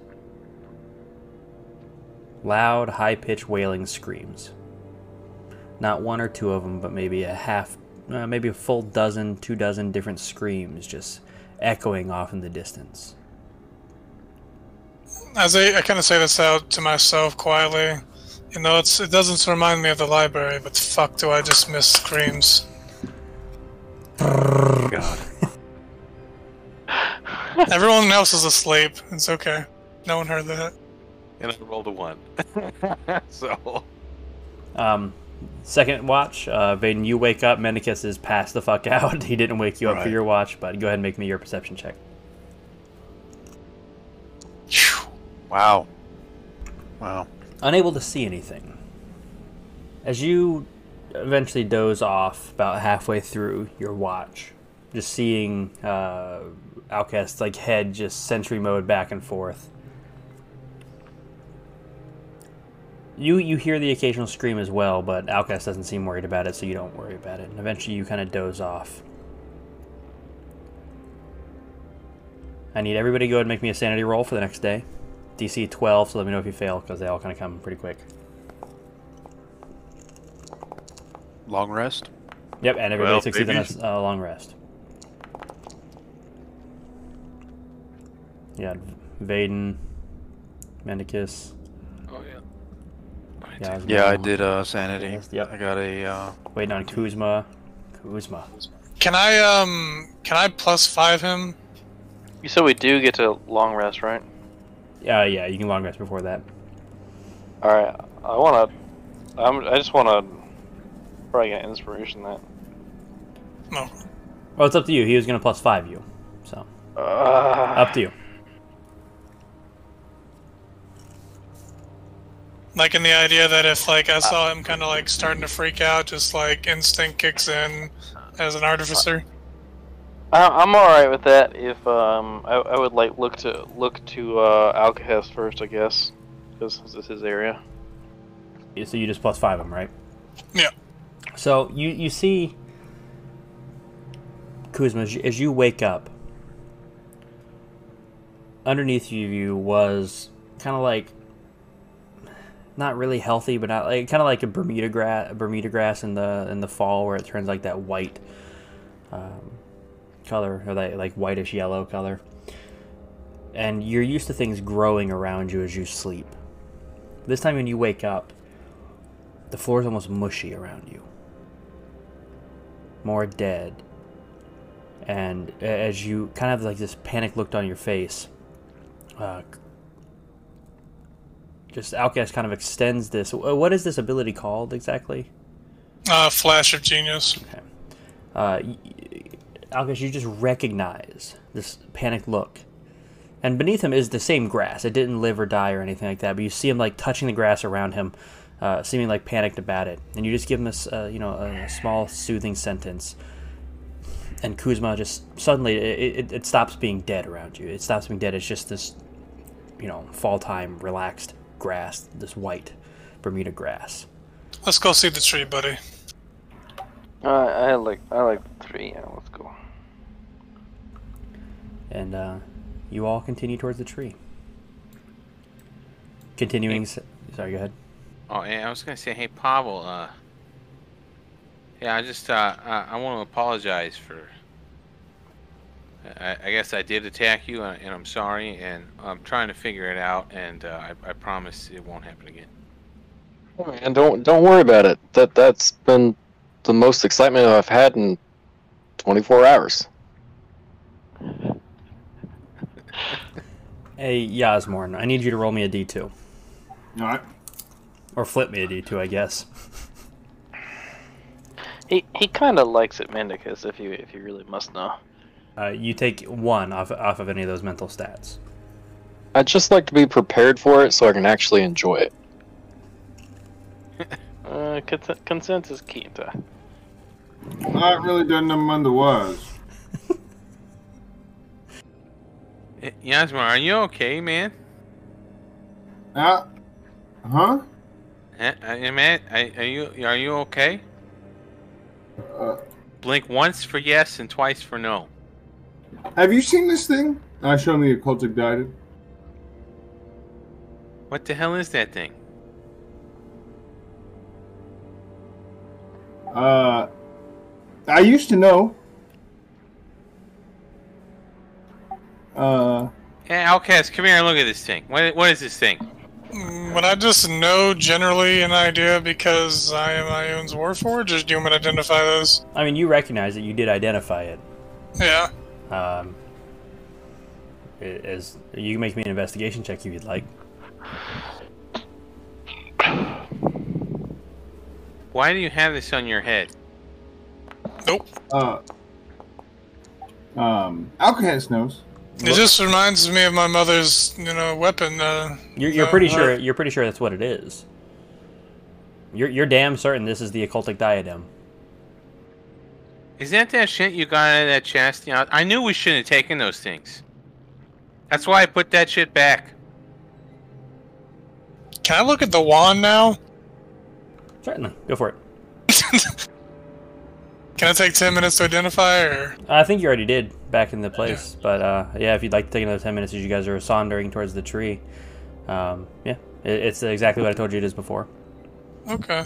[SPEAKER 1] Loud, high pitched, wailing screams. Not one or two of them, but maybe a half, uh, maybe a full dozen, two dozen different screams just echoing off in the distance.
[SPEAKER 6] as I, I kind of say this out to myself quietly. You know, it's it doesn't remind me of the library, but fuck, do I just miss screams?
[SPEAKER 2] God.
[SPEAKER 6] Everyone else is asleep. It's okay. No one heard that.
[SPEAKER 5] And I rolled a one. so
[SPEAKER 1] Um, second watch, uh, Vaden, you wake up. Mendicus is passed the fuck out. he didn't wake you up for
[SPEAKER 2] Right.
[SPEAKER 1] your watch, but go ahead and make me your perception check.
[SPEAKER 6] Phew.
[SPEAKER 2] Wow. Wow.
[SPEAKER 1] Unable to see anything. As you eventually doze off about halfway through your watch, just seeing uh, Outcast's like head just sentry mode back and forth. You you hear the occasional scream as well, but Outcast doesn't seem worried about it, so you don't worry about it. And eventually, you kind of doze off. I need everybody to go ahead and make me a sanity roll for the next day. DC 12, so let me know if you fail, because they all kind of come pretty quick.
[SPEAKER 2] Long rest.
[SPEAKER 1] Yep, and everybody
[SPEAKER 5] Well,
[SPEAKER 1] succeeds on a
[SPEAKER 5] babies.
[SPEAKER 1] s- uh, long rest. Yeah, Vaden, Mendicus.
[SPEAKER 5] Oh yeah. I
[SPEAKER 1] Yeah,
[SPEAKER 5] did.
[SPEAKER 2] Yeah, I did uh, sanity.
[SPEAKER 1] Yep.
[SPEAKER 2] I got a. Uh,
[SPEAKER 1] Waiting on Kuzma. Kuzma.
[SPEAKER 6] Can I um can I plus five him?
[SPEAKER 3] You said we do get to long rest, right?
[SPEAKER 1] Yeah, yeah, you can long rest before that.
[SPEAKER 3] All right. I wanna. I'm. I just wanna. Probably get inspiration that.
[SPEAKER 6] No.
[SPEAKER 1] Well, it's up to you. He was going to plus five you. So,
[SPEAKER 3] Uh,
[SPEAKER 1] up to you.
[SPEAKER 6] Like in the idea that if like I saw him kind of like starting to freak out, just like instinct kicks in as an artificer.
[SPEAKER 3] I, I'm all right with that. If um, I, I would like look to look to uh, Alcahest first, I guess, because this is his area.
[SPEAKER 1] Yeah, So you just plus five them, right?
[SPEAKER 6] Yeah.
[SPEAKER 1] So you you see, Kuzma, as you, as you wake up, underneath you you was kind of like not really healthy, but not like kind of like a Bermuda grass, Bermuda grass in the in the fall where it turns like that white um, color or that like whitish yellow color. And you're used to things growing around you as you sleep. This time when you wake up, the floor is almost mushy around you. More dead. And a- as you kind of like this panic looked on your face, uh, just Outcast kind of extends this. wh- What is this ability called exactly?
[SPEAKER 6] Uh, flash of genius.
[SPEAKER 1] Uh, y- y- Outcast, you just recognize this panic look. And beneath him is the same grass. It didn't live or die or anything like that. But you see him like touching the grass around him, uh, seeming like panicked about it. And you just give him this, uh, you know, a small soothing sentence. And Kuzma just suddenly it, it, it stops being dead around you. It stops being dead. It's just this, you know, fall time relaxed grass, this white Bermuda grass.
[SPEAKER 6] Let's go see the tree, buddy.
[SPEAKER 3] Uh, I like I like three. Yeah, let's go.
[SPEAKER 1] and uh, you all continue towards the tree. Continuing. s Sorry, go ahead.
[SPEAKER 5] Oh yeah. I was gonna say, hey Pavel. Uh. Yeah, I just uh, I, I want to apologize for. I, I guess I did attack you, uh, and, and I'm sorry, and I'm trying to figure it out, and uh, I, I promise it won't happen again.
[SPEAKER 7] Oh, man, don't don't worry about it. That that's been the most excitement I've had in 24 hours.
[SPEAKER 1] Hey, Yasmorn, I need you to roll me a d2.
[SPEAKER 4] All right.
[SPEAKER 1] Or flip me a d2, I guess.
[SPEAKER 3] He he kind of likes it, Mendicus. If you if you really must know.
[SPEAKER 1] Uh, you take one off, off of any of those mental stats.
[SPEAKER 7] I'd just like to be prepared for it so I can actually enjoy it.
[SPEAKER 3] Uh, cons- consent is key. To...
[SPEAKER 4] I really done nothing otherwise.
[SPEAKER 5] Y- Eh, Yasmar, are you okay, man?
[SPEAKER 4] Uh, huh?
[SPEAKER 5] Eh, eh, man, are are you are you okay?
[SPEAKER 4] Uh,
[SPEAKER 5] Blink once for yes and twice for no.
[SPEAKER 4] have you seen this thing? I show him the occultic diet.
[SPEAKER 5] What the hell is that thing?
[SPEAKER 4] Uh, I used to know. Uh,
[SPEAKER 5] Hey, Eh, Outcast, come here and look at this thing. What, what is this thing?
[SPEAKER 6] Mm, Would I just know generally an idea because I am Ion's Warforged, or do you want me to identify those?
[SPEAKER 1] I mean, you recognize that you did identify it.
[SPEAKER 6] Yeah.
[SPEAKER 1] Um, it- as you can make me an investigation check if you'd like.
[SPEAKER 5] Why do you have this on your head?
[SPEAKER 6] Nope.
[SPEAKER 4] uh, um, Alcatraz knows.
[SPEAKER 6] It just reminds me of my mother's, you know, weapon. Uh,
[SPEAKER 1] You're, you're
[SPEAKER 6] Uh,
[SPEAKER 1] pretty
[SPEAKER 6] uh,
[SPEAKER 1] sure. You're pretty sure that's what it is. You're, you're damn certain this is the occultic diadem.
[SPEAKER 5] Is that that shit you got out of that chest? You know, I knew we shouldn't have taken those things. That's why I put that shit back.
[SPEAKER 6] Can I look at the wand now?
[SPEAKER 1] Certainly, go for it.
[SPEAKER 6] Can I take 10 minutes to identify, or
[SPEAKER 1] I think you already did back in the place, but uh, yeah, if you'd like to take another ten minutes as you guys are sauntering towards the tree, um, yeah, it, it's exactly what I told you it is before.
[SPEAKER 6] okay?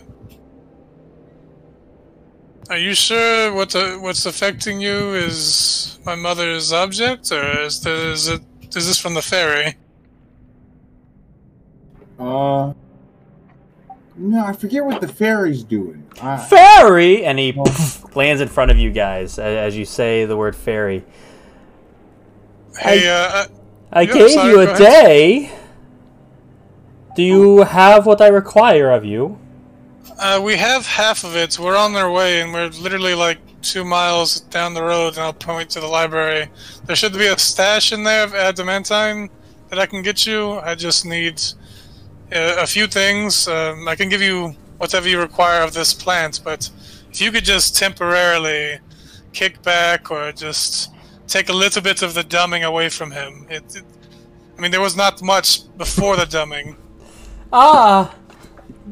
[SPEAKER 6] Are you sure what the, what's affecting you is my mother's object, or is this, is it is this from the fairy?
[SPEAKER 4] Uh, no, I forget what the fairy's doing. Ah, I,
[SPEAKER 1] Fairy, and he
[SPEAKER 6] Oh.
[SPEAKER 1] poof, lands in front of you guys a- as you say the word fairy.
[SPEAKER 6] Hey, uh,
[SPEAKER 1] I
[SPEAKER 6] Yeah,
[SPEAKER 1] gave
[SPEAKER 6] sorry,
[SPEAKER 1] you
[SPEAKER 6] go
[SPEAKER 1] a
[SPEAKER 6] ahead. Oh.
[SPEAKER 1] day. Do you have what I require of you?
[SPEAKER 6] uh, we have half of it. We're on our way, and we're literally like two miles down the road. And I'll point to the library. There should be a stash in there of adamantine that I can get you. I just need uh, a few things. Um, I can give you whatever you require of this plant, but if you could just temporarily kick back or just take a little bit of the dumbing away from him. It, it, I mean, there was not much before the dumbing.
[SPEAKER 1] Ah,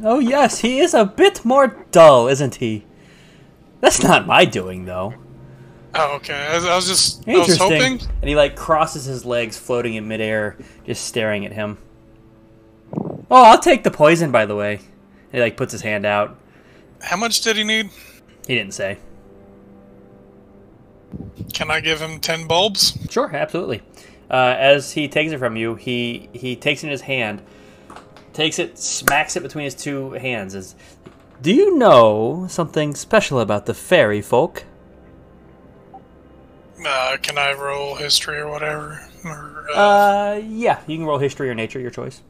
[SPEAKER 1] oh yes, he is a bit more dull, isn't he? That's not my doing, though.
[SPEAKER 6] Oh, okay. I, was- I was just I was
[SPEAKER 1] Interesting.
[SPEAKER 6] hoping.
[SPEAKER 1] And he like crosses his legs, floating in midair, just staring at him. Oh, I'll take the poison, by the way. And he like puts his hand out.
[SPEAKER 6] How much did he need?
[SPEAKER 1] He didn't say.
[SPEAKER 6] Can I give him 10 bulbs?
[SPEAKER 1] Sure, absolutely. Uh, as he takes it from you, he he takes it in his hand, takes it, smacks it between his two hands. Is do you know something special about the fairy folk?
[SPEAKER 6] Uh, can I roll history or whatever? Or, uh,
[SPEAKER 1] Uh, yeah, you can roll history or nature, your choice.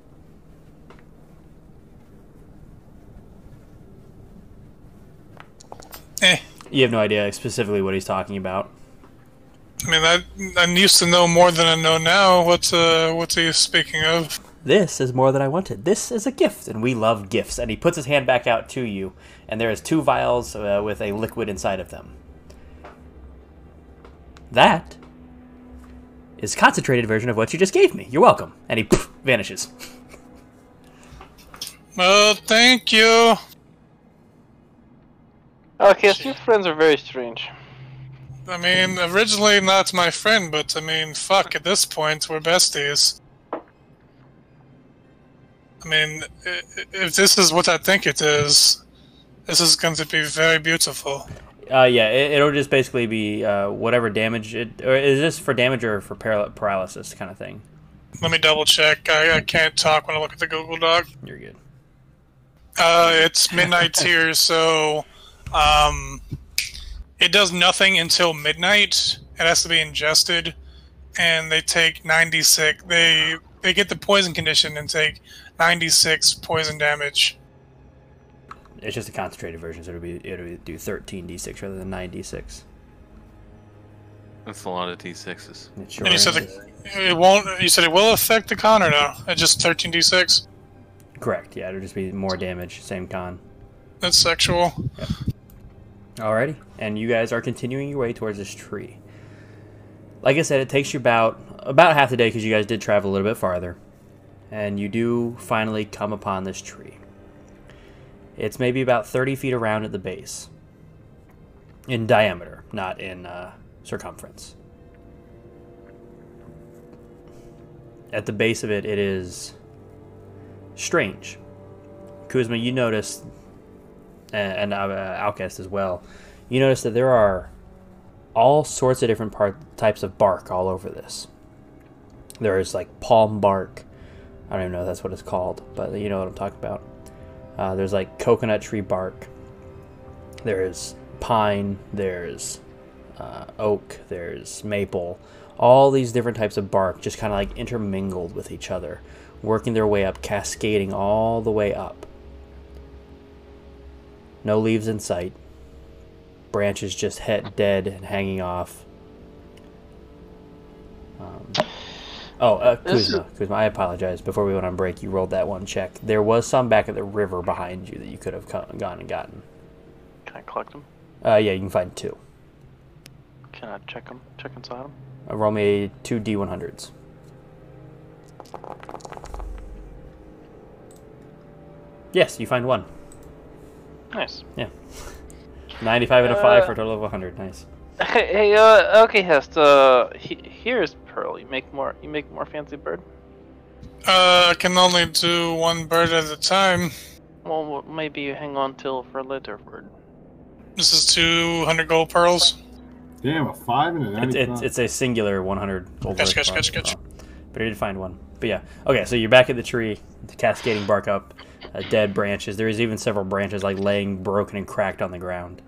[SPEAKER 6] eh.
[SPEAKER 1] You have no idea specifically what he's talking about.
[SPEAKER 6] I mean, I, I used to know more than I know now. What's uh, what's he speaking of?
[SPEAKER 1] This is more than I wanted. This is a gift, and we love gifts. And he puts his hand back out to you, and there is two vials uh, with a liquid inside of them. That is concentrated version of what you just gave me. You're welcome. And he poof, vanishes.
[SPEAKER 6] Well, thank you.
[SPEAKER 3] Okay, your friends are very strange.
[SPEAKER 6] I mean, originally not my friend, but I mean, fuck, at this point, we're besties. I mean, i- i- if this is what I think it is, this is going to be very beautiful.
[SPEAKER 1] Uh, yeah, it, it'll just basically be uh, whatever damage it. Or is this for damage or for paral- paralysis kind of thing?
[SPEAKER 6] Let me double check. I, I can't talk when I look at the Google Doc.
[SPEAKER 1] You're good.
[SPEAKER 6] Uh, it's midnight here, so um, it does nothing until midnight. It has to be ingested, and they take ninety six. They they get the poison condition and take ninety six poison damage.
[SPEAKER 1] It's just a concentrated version, so it'll be it'll be- do 13d6 rather than 9d6.
[SPEAKER 5] That's a lot of D6s.
[SPEAKER 1] It sure
[SPEAKER 6] and you said
[SPEAKER 1] is.
[SPEAKER 6] the, it won't. You said it will affect the con or no? It's just thirteen d six.
[SPEAKER 1] correct. Yeah, it'll just be more damage, same con.
[SPEAKER 6] That's sexual.
[SPEAKER 1] Alrighty. And you guys are continuing your way towards this tree. Like I said, it takes you about about half the day because you guys did travel a little bit farther, and you do finally come upon this tree. It's maybe about thirty feet around at the base, in diameter, not in uh, circumference. At the base of it, it is strange. Kuzma, you notice and, and uh, Outcast as well, you notice that there are all sorts of different part, types of bark all over this. There is like palm bark. I don't even know if that's what it's called, but you know what I'm talking about. Uh, there's like coconut tree bark. There is pine. There's uh, oak. There's maple. All these different types of bark just kind of like intermingled with each other, working their way up, cascading all the way up. No leaves in sight. Branches just hit dead and hanging off. Um, oh, uh,
[SPEAKER 7] This
[SPEAKER 1] Kuzma, Kuzma, I apologize. Before we went on break, you rolled that one check. There was some back at the river behind you that you could have co- gone and gotten.
[SPEAKER 3] Can I collect them?
[SPEAKER 1] Uh, yeah, you can find two.
[SPEAKER 3] Can I check him? Check inside him?
[SPEAKER 1] Uh, roll me two D100s. Yes, you find one.
[SPEAKER 3] Nice.
[SPEAKER 1] Yeah. 95 and a 5 for a total of 100. Nice.
[SPEAKER 3] Hey, hey uh, okay, Hest. Uh, he, here's Pearl. You make more. You make more fancy bird.
[SPEAKER 6] Uh, I can only do one bird at a time.
[SPEAKER 3] Well, w- maybe you hang on till for later bird.
[SPEAKER 6] This is 200 gold pearls.
[SPEAKER 4] Damn, a five and a
[SPEAKER 1] It's,
[SPEAKER 4] ninety-five.
[SPEAKER 1] it's, it's a singular 100 gold.
[SPEAKER 6] Catch,
[SPEAKER 1] worth
[SPEAKER 6] catch,
[SPEAKER 1] of
[SPEAKER 6] catch,
[SPEAKER 1] bronze.
[SPEAKER 6] catch.
[SPEAKER 1] But I did find one. But yeah. Okay, so you're back at the tree, the cascading bark up, uh, dead branches. There is even several branches like laying broken and cracked on the ground.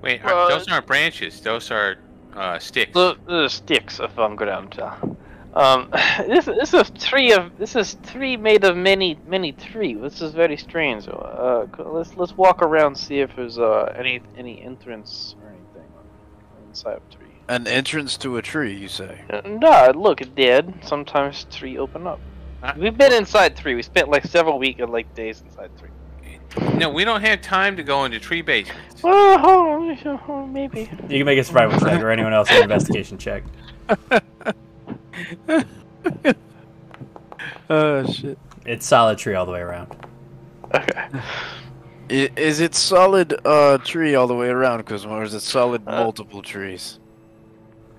[SPEAKER 5] Wait,
[SPEAKER 3] Well,
[SPEAKER 5] are, those aren't branches. Those are uh, sticks.
[SPEAKER 3] The, the sticks, if I'm good at it. Um, this this is three of this is three made of many many tree. This is very strange. Uh, c- let's let's walk around see if there's uh any any entrance or anything inside of tree.
[SPEAKER 2] An entrance to a tree, you say?
[SPEAKER 3] Uh, Nah, look, it did. Sometimes tree open up.
[SPEAKER 5] Huh?
[SPEAKER 3] We've been inside tree. We spent like several week and like days inside tree.
[SPEAKER 5] No, we don't have time to go into tree basements.
[SPEAKER 3] Well, hold on, hold on, maybe.
[SPEAKER 1] You can make a survival check or anyone else an investigation check.
[SPEAKER 2] Oh shit!
[SPEAKER 1] It's solid tree all the way around.
[SPEAKER 3] Okay.
[SPEAKER 2] I, is it solid uh tree all the way around, Cosmo, or is it solid
[SPEAKER 3] Uh,
[SPEAKER 2] multiple trees?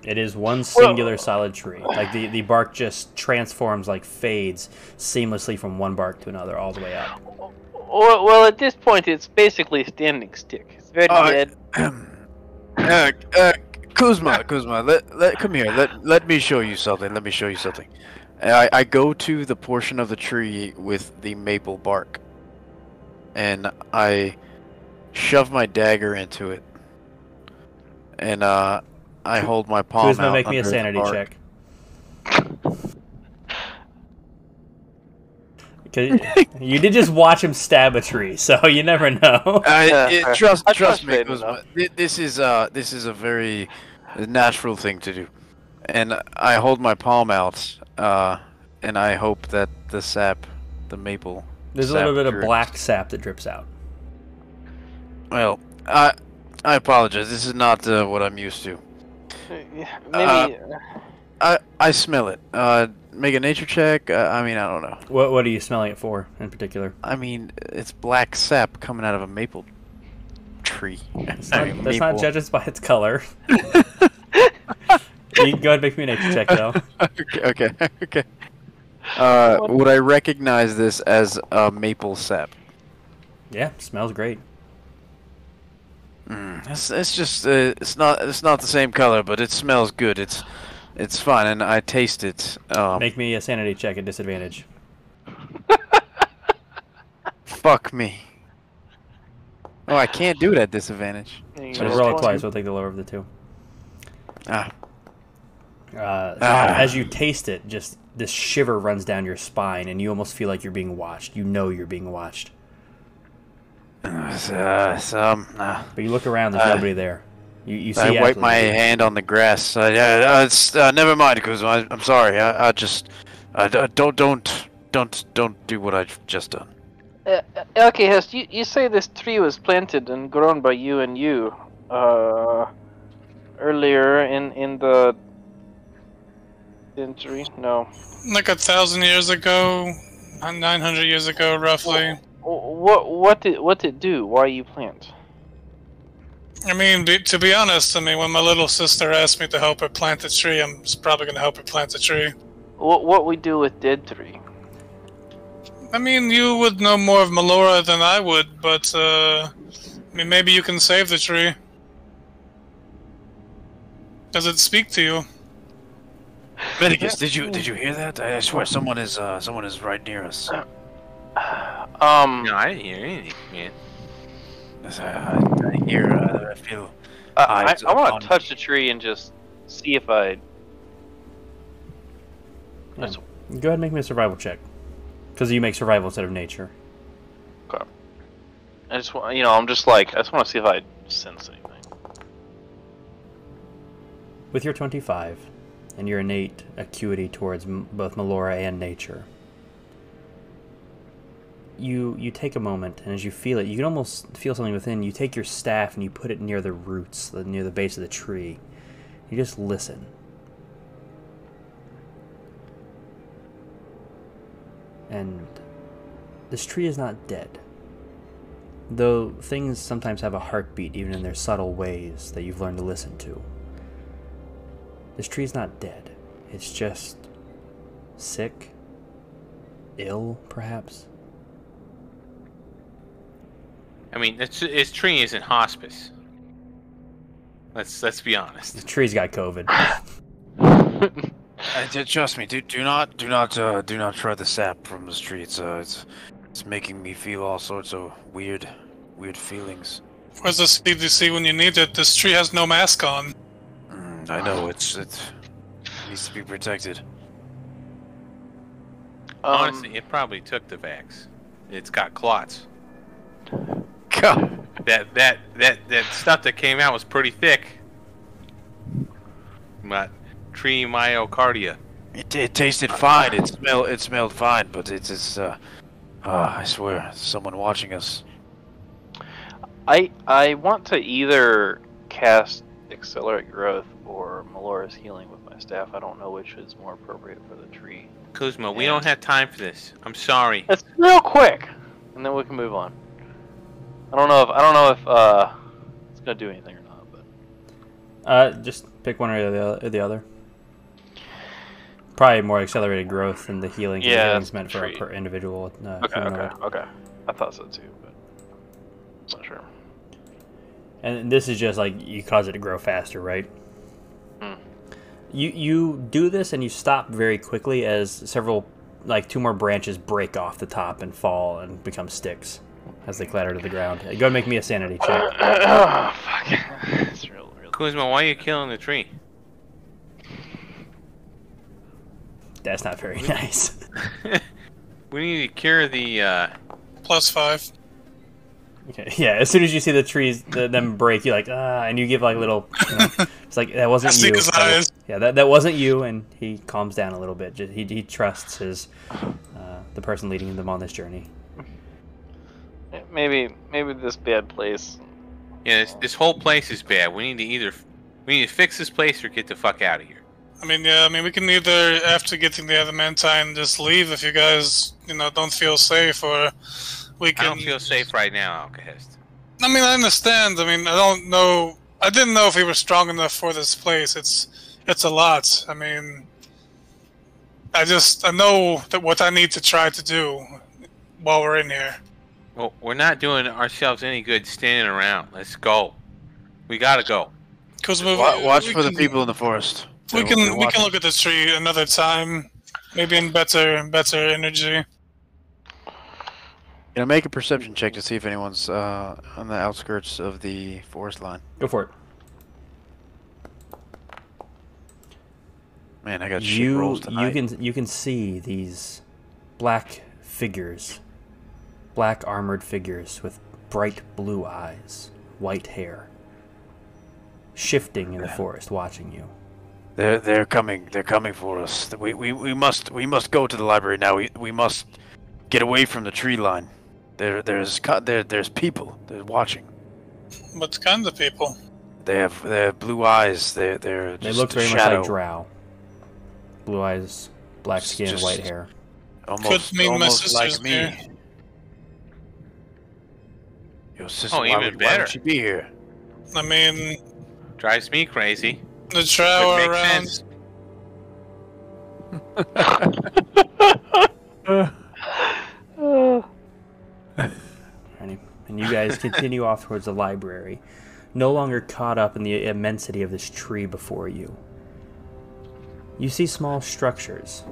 [SPEAKER 1] It is one singular solid tree. Like the, the bark just transforms, like fades seamlessly from one bark to another all the way up.
[SPEAKER 3] Well, well, at this point, it's basically standing stick. It's very
[SPEAKER 2] Uh,
[SPEAKER 3] dead.
[SPEAKER 2] uh, uh, Kuzma, Kuzma, let, let come here. Let let me show you something. Let me show you something. And I, I go to the portion of the tree with the maple bark, and I shove my dagger into it, and uh, I hold my palm
[SPEAKER 1] Kuzma,
[SPEAKER 2] out
[SPEAKER 1] make me a
[SPEAKER 2] under the
[SPEAKER 1] sanity
[SPEAKER 2] bark.
[SPEAKER 1] check. 'Cause you did just watch him stab a tree, so you never know.
[SPEAKER 2] I,
[SPEAKER 3] Yeah,
[SPEAKER 2] it-
[SPEAKER 3] I-
[SPEAKER 2] trust,
[SPEAKER 3] I
[SPEAKER 2] trust
[SPEAKER 3] trust
[SPEAKER 2] me,
[SPEAKER 3] Aiden,
[SPEAKER 2] Kuzma. Thi- This is uh, this is a very natural thing to do, and I hold my palm out, uh, and I hope that the sap, the maple.
[SPEAKER 1] There's a
[SPEAKER 2] sap
[SPEAKER 1] little bit of
[SPEAKER 2] drips.
[SPEAKER 1] black sap that drips out.
[SPEAKER 2] Well, I, I apologize. This is not uh, what I'm used to.
[SPEAKER 3] Yeah,
[SPEAKER 2] uh,
[SPEAKER 3] Maybe.
[SPEAKER 2] I, I smell it. Uh, make a nature check. Uh, I mean, I don't know.
[SPEAKER 1] What what are you smelling it for in particular?
[SPEAKER 2] I mean, it's black sap coming out of a maple tree.
[SPEAKER 1] Let's
[SPEAKER 2] That's
[SPEAKER 1] not- let's not judge us by its color. you can go ahead and make me a nature check though.
[SPEAKER 2] okay, okay, okay. Uh, would I recognize this as a maple sap?
[SPEAKER 1] Yeah, smells great.
[SPEAKER 2] It's, it's just uh, it's not it's not the same color, but it smells good. It's it's fine, and I taste it. Um,
[SPEAKER 1] Make me a sanity check at disadvantage.
[SPEAKER 2] fuck me. Oh, I can't do it at disadvantage.
[SPEAKER 3] maybe
[SPEAKER 1] But roll it twice. We'll take the lower of the two.
[SPEAKER 2] Ah,
[SPEAKER 1] Uh,
[SPEAKER 2] Ah.
[SPEAKER 1] As you taste it, just this shiver runs down your spine, and you almost feel like you're being watched. You know you're being watched,
[SPEAKER 2] it's, uh, it's, um, uh,
[SPEAKER 1] but you look around. There's
[SPEAKER 2] Uh,
[SPEAKER 1] nobody there. You you see.
[SPEAKER 2] I wipe
[SPEAKER 1] absolutely
[SPEAKER 2] my
[SPEAKER 1] nothing.
[SPEAKER 2] hand on the grass. Uh, yeah, uh, it's uh, never mind, Kuzma. I, I'm sorry. I, I just I, I don't don't don't don't do what I've just done.
[SPEAKER 3] Uh, uh, okay, Hest, you, you say this tree was planted and grown by you and you uh, earlier in, in the century? No.
[SPEAKER 6] Like a thousand years ago, 900 years ago, roughly.
[SPEAKER 3] Wh- What what did what did do? Why you plant?
[SPEAKER 6] I mean, be, to be honest, I mean, when my little sister asked me to help her plant the tree, I'm just probably going to help her plant the tree.
[SPEAKER 3] What what we do with dead tree?
[SPEAKER 6] I mean, you would know more of Melora than I would, but uh, I mean, maybe you can save the tree. Does it speak to you?
[SPEAKER 2] Medicus, did you did you hear that? I swear someone is uh, someone is right near us.
[SPEAKER 3] Um,
[SPEAKER 5] No, I didn't hear anything, man.
[SPEAKER 2] I, I hear. Uh, I feel.
[SPEAKER 3] I,
[SPEAKER 2] eyes
[SPEAKER 3] I, I want
[SPEAKER 2] on
[SPEAKER 3] to touch the tree and just see if I.
[SPEAKER 1] Go ahead and make me a survival check, because you make survival instead of nature.
[SPEAKER 3] I just want you know I'm just like I just want to see if I sense anything.
[SPEAKER 1] With your 25 and your innate acuity towards m- both Melora and nature, you you take a moment, and as you feel it, you can almost feel something within. You take your staff and you put it near the roots, the- near the base of the tree. You just listen. And this tree is not dead. Though things sometimes have a heartbeat, even in their subtle ways that you've learned to listen to. This tree's not dead. It's just sick, ill, perhaps.
[SPEAKER 5] I mean, it's, it's tree is in hospice. Let's let's be honest.
[SPEAKER 1] The tree's got COVID.
[SPEAKER 2] Uh, d- trust me, do do not do not uh, do not try the sap from the streets. Uh, it's it's making me feel all sorts of weird weird feelings.
[SPEAKER 6] Where's the CDC when you need it? This tree has no mask on.
[SPEAKER 2] Mm, I know it's it needs to be protected.
[SPEAKER 3] Um,
[SPEAKER 5] Honestly, it probably took the vax. It's got clots.
[SPEAKER 2] God.
[SPEAKER 5] That that that that stuff that came out was pretty thick. But tree myocardia.
[SPEAKER 2] It, it tasted fine. It smell it smelled fine, but it is uh, uh I swear someone watching us.
[SPEAKER 3] I I want to either cast accelerate growth or Melora's healing with my staff. I don't know which is more appropriate for the tree.
[SPEAKER 5] Kuzma, we
[SPEAKER 3] Yeah.
[SPEAKER 5] don't have time for this. I'm sorry.
[SPEAKER 3] It's real quick, and then we can move on. I don't know if I don't know if uh, it's gonna do anything or not, but
[SPEAKER 1] Uh, just pick one or the other. Or the other. Probably more accelerated growth than the healing. 'cause the
[SPEAKER 3] Yeah,
[SPEAKER 1] healing's meant for a
[SPEAKER 3] tree.
[SPEAKER 1] per individual. Uh,
[SPEAKER 3] okay,
[SPEAKER 1] humanoid.
[SPEAKER 3] okay, okay. I thought so too, but I'm not sure.
[SPEAKER 1] And this is just like you cause it to grow faster, right?
[SPEAKER 3] Mm.
[SPEAKER 1] You you do this and you stop very quickly as several like two more branches break off the top and fall and become sticks as they clatter to the ground. Go and make me a sanity check.
[SPEAKER 3] oh, fuck. It's real, real.
[SPEAKER 5] Kuzma, why are you killing the tree?
[SPEAKER 1] That's not very nice.
[SPEAKER 5] we need to cure the uh
[SPEAKER 6] Plus five.
[SPEAKER 1] Okay, yeah. As soon as you see the trees, the, them break, you are like ah, and you give like little. You know, it's like that wasn't
[SPEAKER 6] That's
[SPEAKER 1] you.
[SPEAKER 6] his eyes.
[SPEAKER 1] Yeah, that, that wasn't you, and he calms down a little bit. Just, he he trusts his uh, the person leading them on this journey.
[SPEAKER 3] Maybe maybe this bad place.
[SPEAKER 5] yeah, this, this whole place is bad. We need to either we need to fix this place or get the fuck out of here.
[SPEAKER 6] I mean, yeah, I mean, we can either, after getting the adamantine, just leave if you guys, you know, don't feel safe, or we
[SPEAKER 5] I
[SPEAKER 6] can.
[SPEAKER 5] don't feel safe right now, Alkahest.
[SPEAKER 6] I mean, I understand. I mean, I don't know. I didn't know if we were strong enough for this place. It's, it's a lot. I mean, I just, I know that what I need to try to do while we're in here.
[SPEAKER 5] Well, we're not doing ourselves any good standing around. Let's go. We gotta go.
[SPEAKER 6] Cause we,
[SPEAKER 2] Wa- watch
[SPEAKER 6] we
[SPEAKER 2] for the
[SPEAKER 6] can-
[SPEAKER 2] people in the forest.
[SPEAKER 6] We
[SPEAKER 2] They're-
[SPEAKER 6] can,
[SPEAKER 2] they're
[SPEAKER 6] we can
[SPEAKER 2] watching.
[SPEAKER 6] look at the tree another time, maybe in better, better energy.
[SPEAKER 2] Can I make a perception check to see if anyone's uh, on the outskirts of the forest line?
[SPEAKER 1] Go for it.
[SPEAKER 2] Man, I got shit
[SPEAKER 1] you
[SPEAKER 2] rolls tonight.
[SPEAKER 1] you can you can see these black figures, black armored figures with bright blue eyes, white hair, shifting in the forest, watching you.
[SPEAKER 2] They're they're coming. They're coming for us. We, we, we must we must go to the library now. We, we must get away from the tree line. There there's co- there there's people. They're watching.
[SPEAKER 6] What kind of people?
[SPEAKER 2] They have they have blue eyes. They they're
[SPEAKER 1] They
[SPEAKER 2] just
[SPEAKER 1] look very
[SPEAKER 2] shadow,
[SPEAKER 1] much like drow. Blue eyes, black
[SPEAKER 2] Just-
[SPEAKER 1] skin,
[SPEAKER 2] just-
[SPEAKER 1] white hair.
[SPEAKER 2] Almost
[SPEAKER 6] Could mean my
[SPEAKER 2] almost like
[SPEAKER 6] sister's
[SPEAKER 2] me.
[SPEAKER 6] there.
[SPEAKER 2] Your sister.
[SPEAKER 5] Oh,
[SPEAKER 2] why
[SPEAKER 5] even
[SPEAKER 2] would- Why
[SPEAKER 5] better.
[SPEAKER 2] would she be here?
[SPEAKER 6] I mean,
[SPEAKER 5] Drives me crazy.
[SPEAKER 6] the
[SPEAKER 5] But
[SPEAKER 6] drow
[SPEAKER 5] it
[SPEAKER 6] are
[SPEAKER 5] makes
[SPEAKER 6] around.
[SPEAKER 5] sense.
[SPEAKER 1] And and you guys continue off towards the library, no longer caught up in the immensity of this tree before you. You see small structures,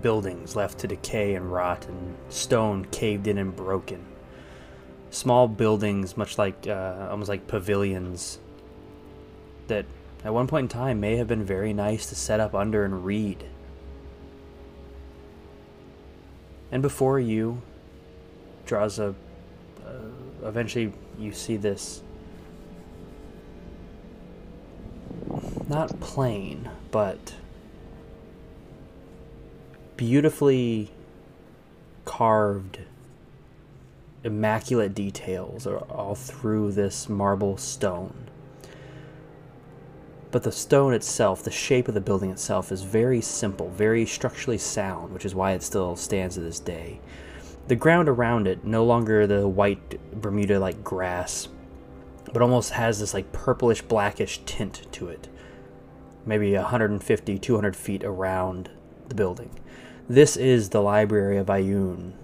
[SPEAKER 1] buildings left to decay and rot, and stone caved in and broken. Small buildings, much like uh, almost like pavilions, that at one point in time may have been very nice to set up under and read. And before you draws a. Uh, eventually, you see this. Not plain, but beautifully carved immaculate details are all through this marble stone. But the stone itself, the shape of the building itself, is very simple, very structurally sound, which is why it still stands to this day. The ground around it, no longer the white Bermuda like grass, but almost has this like purplish blackish tint to it. Maybe 150, 200 feet around the building. This is the Library of Ayun.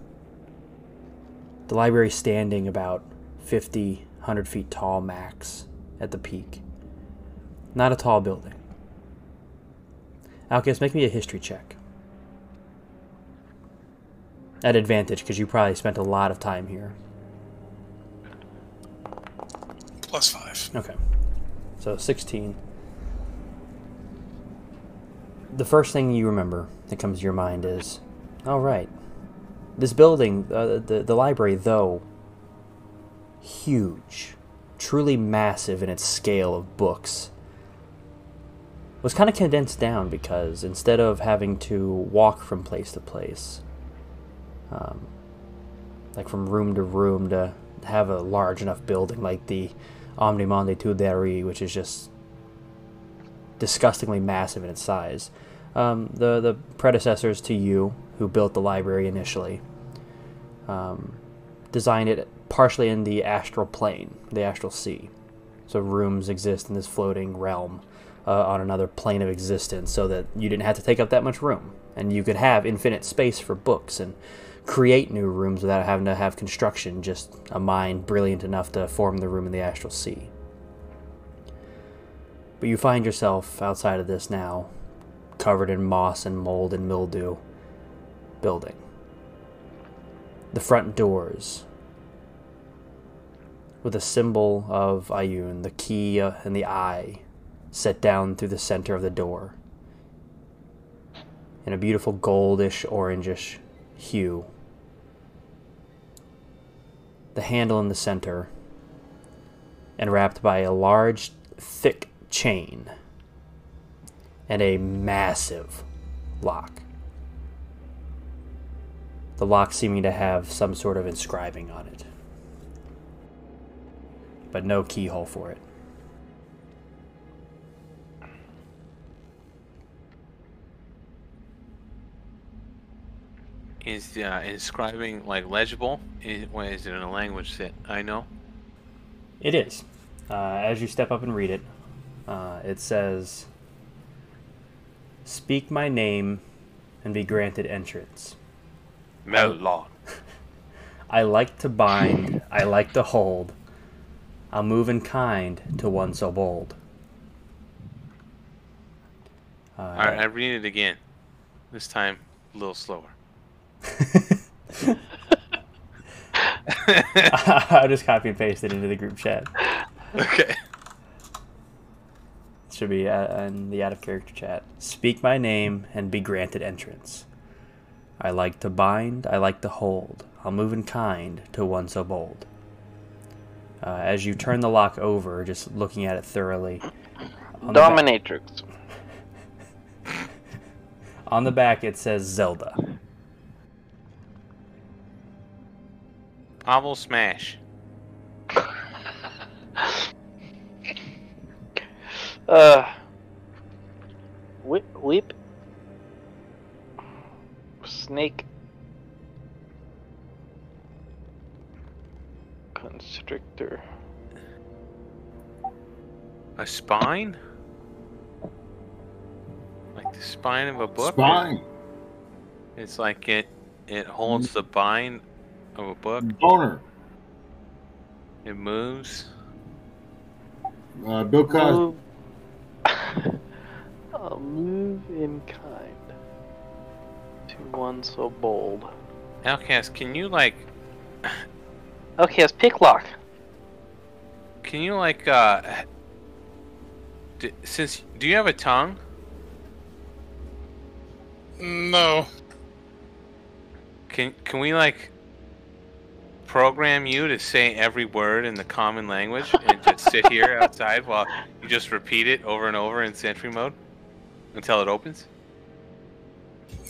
[SPEAKER 1] The library standing about 50, 100 feet tall max at the peak. Not a tall building. Alcus, make me a history check. At advantage, because you probably spent a lot of time here.
[SPEAKER 6] Plus five.
[SPEAKER 1] Okay. So 16. The first thing you remember that comes to your mind is all right. This building, uh, the, the library, though, huge, truly massive in its scale of books, was kind of condensed down because instead of having to walk from place to place, um, like from room to room to have a large enough building like the Omni Monde Tuderi, which is just disgustingly massive in its size. Um, the the predecessors to you who built the library initially um, designed it partially in the astral plane, the astral sea. So rooms exist in this floating realm uh, on another plane of existence, so that you didn't have to take up that much room, and you could have infinite space for books and create new rooms without having to have construction, just a mind brilliant enough to form the room in the astral sea. But you find yourself outside of this now, covered in moss and mold and mildew building. The front doors with a symbol of Ayun, the key uh, and the eye, set down through the center of the door in a beautiful goldish orangish hue the handle in the center, and wrapped by a large, thick chain and a massive lock. The lock seeming to have some sort of inscribing on it, but no keyhole for it.
[SPEAKER 5] Is the uh, inscribing like legible? Is, well, is it in a language that I know?
[SPEAKER 1] It is. Uh, as you step up and read it, uh, it says, Speak my name and be granted entrance.
[SPEAKER 5] Melon.
[SPEAKER 1] I like to bind, I like to hold. I'll move in kind to one so bold. Uh,
[SPEAKER 5] All right, I read it again. This time a little slower.
[SPEAKER 1] I just copy and paste it into the group chat.
[SPEAKER 5] okay.
[SPEAKER 1] It should be uh, in the out of character chat. Speak my name and be granted entrance. I like to bind, I like to hold. I'll move in kind to one so bold. Uh, as you turn the lock over, just looking at it thoroughly, on the, back,
[SPEAKER 3] Dominatrix.
[SPEAKER 1] on the back it says Zelda.
[SPEAKER 5] Pavel Smash.
[SPEAKER 3] Uh, whip, whip, snake, constrictor.
[SPEAKER 5] A spine? Like the spine of a book?
[SPEAKER 4] Spine.
[SPEAKER 5] It's like it it holds the bind of a book.
[SPEAKER 4] Boner.
[SPEAKER 5] It moves.
[SPEAKER 4] Uh, Bill Cosby.
[SPEAKER 3] Move. I'll Uh, move in kind to one so bold.
[SPEAKER 5] Outcast, can you like
[SPEAKER 3] Okay, it's picklock.
[SPEAKER 5] can you like uh d- since do you have a tongue?
[SPEAKER 6] No.
[SPEAKER 5] Can can we like program you to say every word in the common language and just sit here outside while you just repeat it over and over in sentry mode until it opens?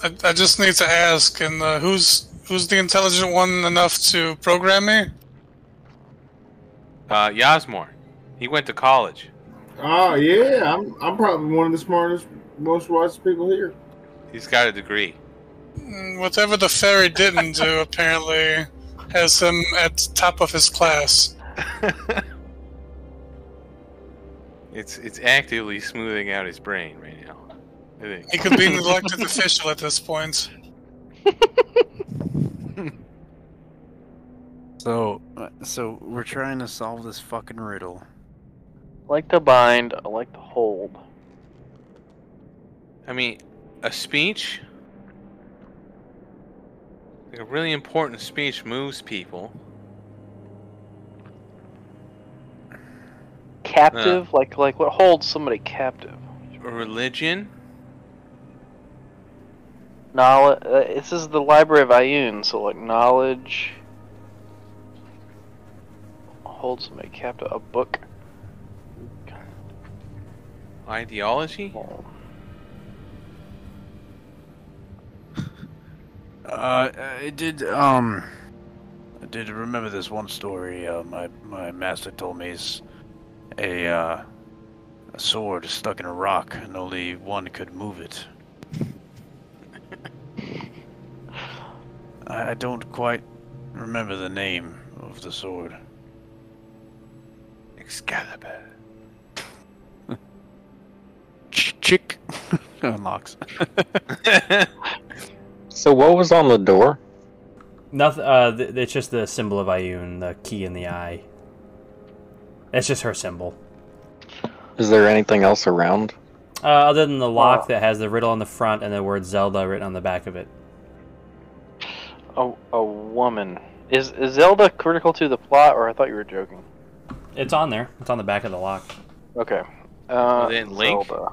[SPEAKER 6] I, I just need to ask, and uh, who's who's the intelligent one enough to program me?
[SPEAKER 5] Uh, Yasmor. He went to college.
[SPEAKER 4] Oh yeah, I'm I'm probably one of the smartest, most wise people here.
[SPEAKER 5] He's got a degree.
[SPEAKER 6] Mm, Whatever the fairy didn't do, apparently, has him at top of his class.
[SPEAKER 5] It's it's actively smoothing out his brain right now. I think.
[SPEAKER 6] He could be an elected official at this point.
[SPEAKER 2] So, uh, so we're trying to solve this fucking riddle.
[SPEAKER 3] like to bind, I like to hold.
[SPEAKER 5] I mean, a speech, like a really important speech, moves people. Uh.
[SPEAKER 3] Captive, like like what holds somebody captive?
[SPEAKER 5] Religion.
[SPEAKER 3] Knowledge. Uh, this is the Library of Ayun, so like knowledge holds somebody captive. A book.
[SPEAKER 5] Ideology?
[SPEAKER 3] Oh.
[SPEAKER 2] Uh, I did um, I did remember this one story. Uh, my my master told me is a uh, a sword is stuck in a rock and only one could move it. I I don't quite remember the name of the sword. Excalibur. Ch- Chick unlocks.
[SPEAKER 7] So what was on the door?
[SPEAKER 1] Nothing. Uh, th- it's just the symbol of Ayun, the key in the eye. It's just her symbol.
[SPEAKER 7] Is there anything else around?
[SPEAKER 1] Uh, other than the lock that has the riddle on the front and the word Zelda written on the back of it.
[SPEAKER 3] A, a woman. Is, is Zelda critical to the plot, or I thought you were joking?
[SPEAKER 1] It's on there. It's on the back of the lock.
[SPEAKER 3] Okay. Uh,
[SPEAKER 5] then Link?
[SPEAKER 3] Zelda.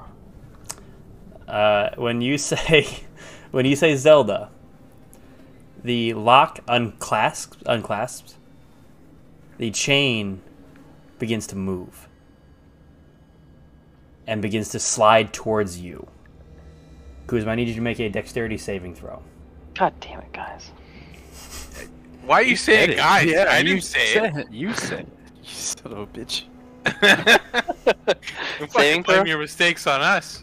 [SPEAKER 1] Uh, when you say, when you say Zelda, the lock unclasps, unclasps. The chain begins to move and begins to slide towards you. Kuzma, I need you to make a dexterity saving throw.
[SPEAKER 3] God damn it, guys.
[SPEAKER 5] Why are you saying it, guys? I didn't say it.
[SPEAKER 2] it. You said it. You son of a bitch.
[SPEAKER 3] Saving
[SPEAKER 5] Don't fucking blame
[SPEAKER 3] throw?
[SPEAKER 5] your mistakes on us.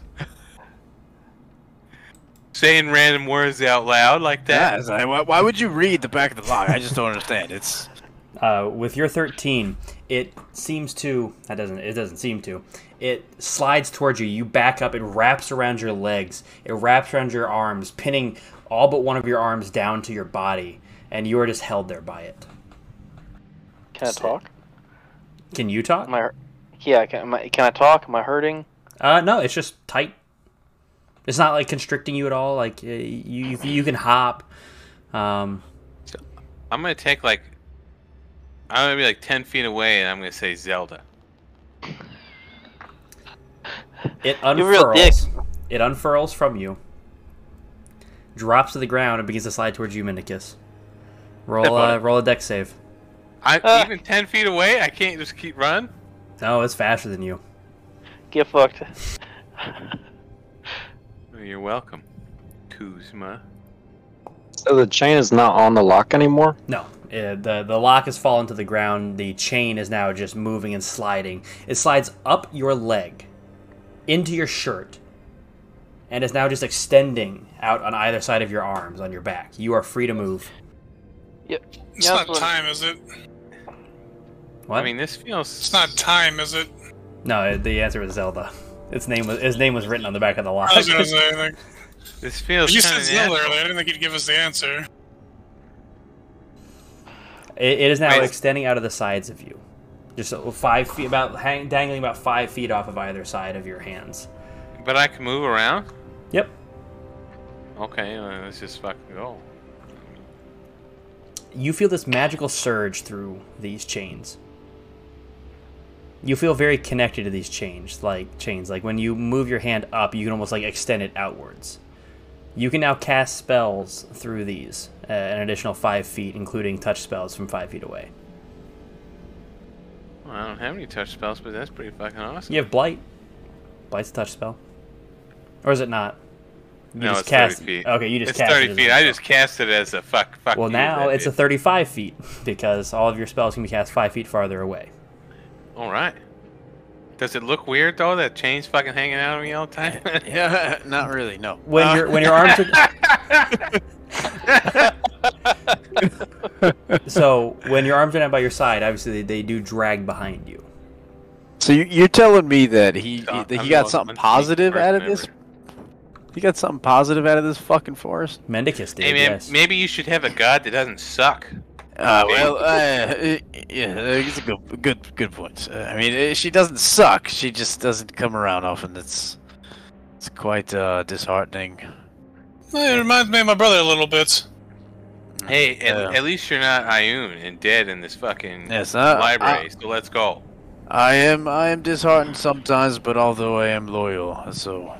[SPEAKER 5] Saying random words out loud like
[SPEAKER 2] Yeah,
[SPEAKER 5] that.
[SPEAKER 2] it's like, why, why would you read the back of the log? I just don't understand. It's
[SPEAKER 1] uh, with your 13 it seems to that doesn't it doesn't seem to it slides towards you you back up it wraps around your legs it wraps around your arms pinning all but one of your arms down to your body and you are just held there by it
[SPEAKER 3] Can I talk?
[SPEAKER 1] can you talk
[SPEAKER 3] Am I? Yeah. Can, am I, can I talk? Am I hurting?
[SPEAKER 1] uh no it's just tight it's not like constricting you at all like uh, you you, you can hop um
[SPEAKER 5] I'm gonna take like I'm gonna be like ten feet away and I'm gonna say Zelda.
[SPEAKER 1] It
[SPEAKER 3] You're real
[SPEAKER 1] unfurls. It unfurls from you, drops to the ground, and begins to slide towards you, Minicus. Roll a roll a deck save.
[SPEAKER 5] I
[SPEAKER 3] Ah.
[SPEAKER 5] even ten feet away, I can't just keep running.
[SPEAKER 1] No, it's faster than you.
[SPEAKER 3] Get fucked.
[SPEAKER 5] Oh, You're welcome, Kuzma.
[SPEAKER 7] So the chain is not on the lock anymore?
[SPEAKER 1] No, eh, the the lock has fallen to the ground. The chain is now just moving and sliding. It slides up your leg, into your shirt, and is now just extending out on either side of your arms on your back. You are free to move.
[SPEAKER 6] It's
[SPEAKER 3] Yeah,
[SPEAKER 6] not
[SPEAKER 3] that's what-
[SPEAKER 6] time, is it?
[SPEAKER 1] What?
[SPEAKER 5] I mean, this
[SPEAKER 6] It's
[SPEAKER 5] feels
[SPEAKER 6] not time, is it?
[SPEAKER 1] no, eh, the answer was Zelda. Its name was his name was written on the back of the lock.
[SPEAKER 6] I was gonna say, like,
[SPEAKER 5] this feels
[SPEAKER 6] you
[SPEAKER 5] kind
[SPEAKER 6] said
[SPEAKER 5] of
[SPEAKER 6] Zelda earlier. I didn't think you'd give us the answer.
[SPEAKER 1] It, it is now
[SPEAKER 5] Right.
[SPEAKER 1] extending out of the sides of you, just so- five feet, about hang, dangling about five feet off of either side of your hands.
[SPEAKER 5] but I can move around.
[SPEAKER 1] Yep.
[SPEAKER 5] Okay, well, let's just fucking go.
[SPEAKER 1] You feel this magical surge through these chains. You feel very connected to these chains, like chains. Like when you move your hand up, you can almost like extend it outwards. You can now cast spells through these, uh, an additional five feet, including touch spells from five feet away.
[SPEAKER 5] Well, I don't have any touch spells, but that's pretty fucking awesome.
[SPEAKER 1] You have blight. Blight's a touch spell, or is it not? You
[SPEAKER 5] No,
[SPEAKER 1] just
[SPEAKER 5] it's 30
[SPEAKER 1] cast.
[SPEAKER 5] feet.
[SPEAKER 1] Okay, you just
[SPEAKER 5] It's
[SPEAKER 1] cast. it
[SPEAKER 5] 30
[SPEAKER 1] as
[SPEAKER 5] feet.
[SPEAKER 1] a-
[SPEAKER 5] I just cast it as a fuck. fuck
[SPEAKER 1] Well,
[SPEAKER 5] you,
[SPEAKER 1] now
[SPEAKER 5] that
[SPEAKER 1] it's a
[SPEAKER 5] is-
[SPEAKER 1] 35 feet because all of your spells can be cast five feet farther away.
[SPEAKER 5] All right. Does it look weird though that chain's fucking hanging out on me all the time?
[SPEAKER 2] Yeah, not really. No.
[SPEAKER 1] When
[SPEAKER 2] Uh,
[SPEAKER 1] your when your arms are so when your arms are down by your side, obviously they, they do drag behind you.
[SPEAKER 2] so you, you're telling me that he
[SPEAKER 5] Uh,
[SPEAKER 2] that
[SPEAKER 5] I'm
[SPEAKER 2] he got
[SPEAKER 5] lost.
[SPEAKER 2] something
[SPEAKER 5] I'm
[SPEAKER 2] positive
[SPEAKER 5] correct
[SPEAKER 2] out of
[SPEAKER 5] memory.
[SPEAKER 2] this? He got something positive out of this fucking forest?
[SPEAKER 1] Mendicus did.
[SPEAKER 5] Hey man,
[SPEAKER 1] yes. Mm-hmm.
[SPEAKER 5] maybe you should have a god that doesn't suck.
[SPEAKER 2] Uh, well, uh, yeah, it's a good, good, good point. Uh, I mean, uh, she doesn't suck. She just doesn't come around often. It's it's quite uh, disheartening.
[SPEAKER 6] It reminds me of my brother a little bit.
[SPEAKER 5] Hey, at,
[SPEAKER 2] Yeah.
[SPEAKER 5] at least you're not Ioun and dead in this fucking
[SPEAKER 2] Yes, uh, I,
[SPEAKER 5] library. so let's go.
[SPEAKER 2] I, I am. I am disheartened sometimes, but although I am loyal, so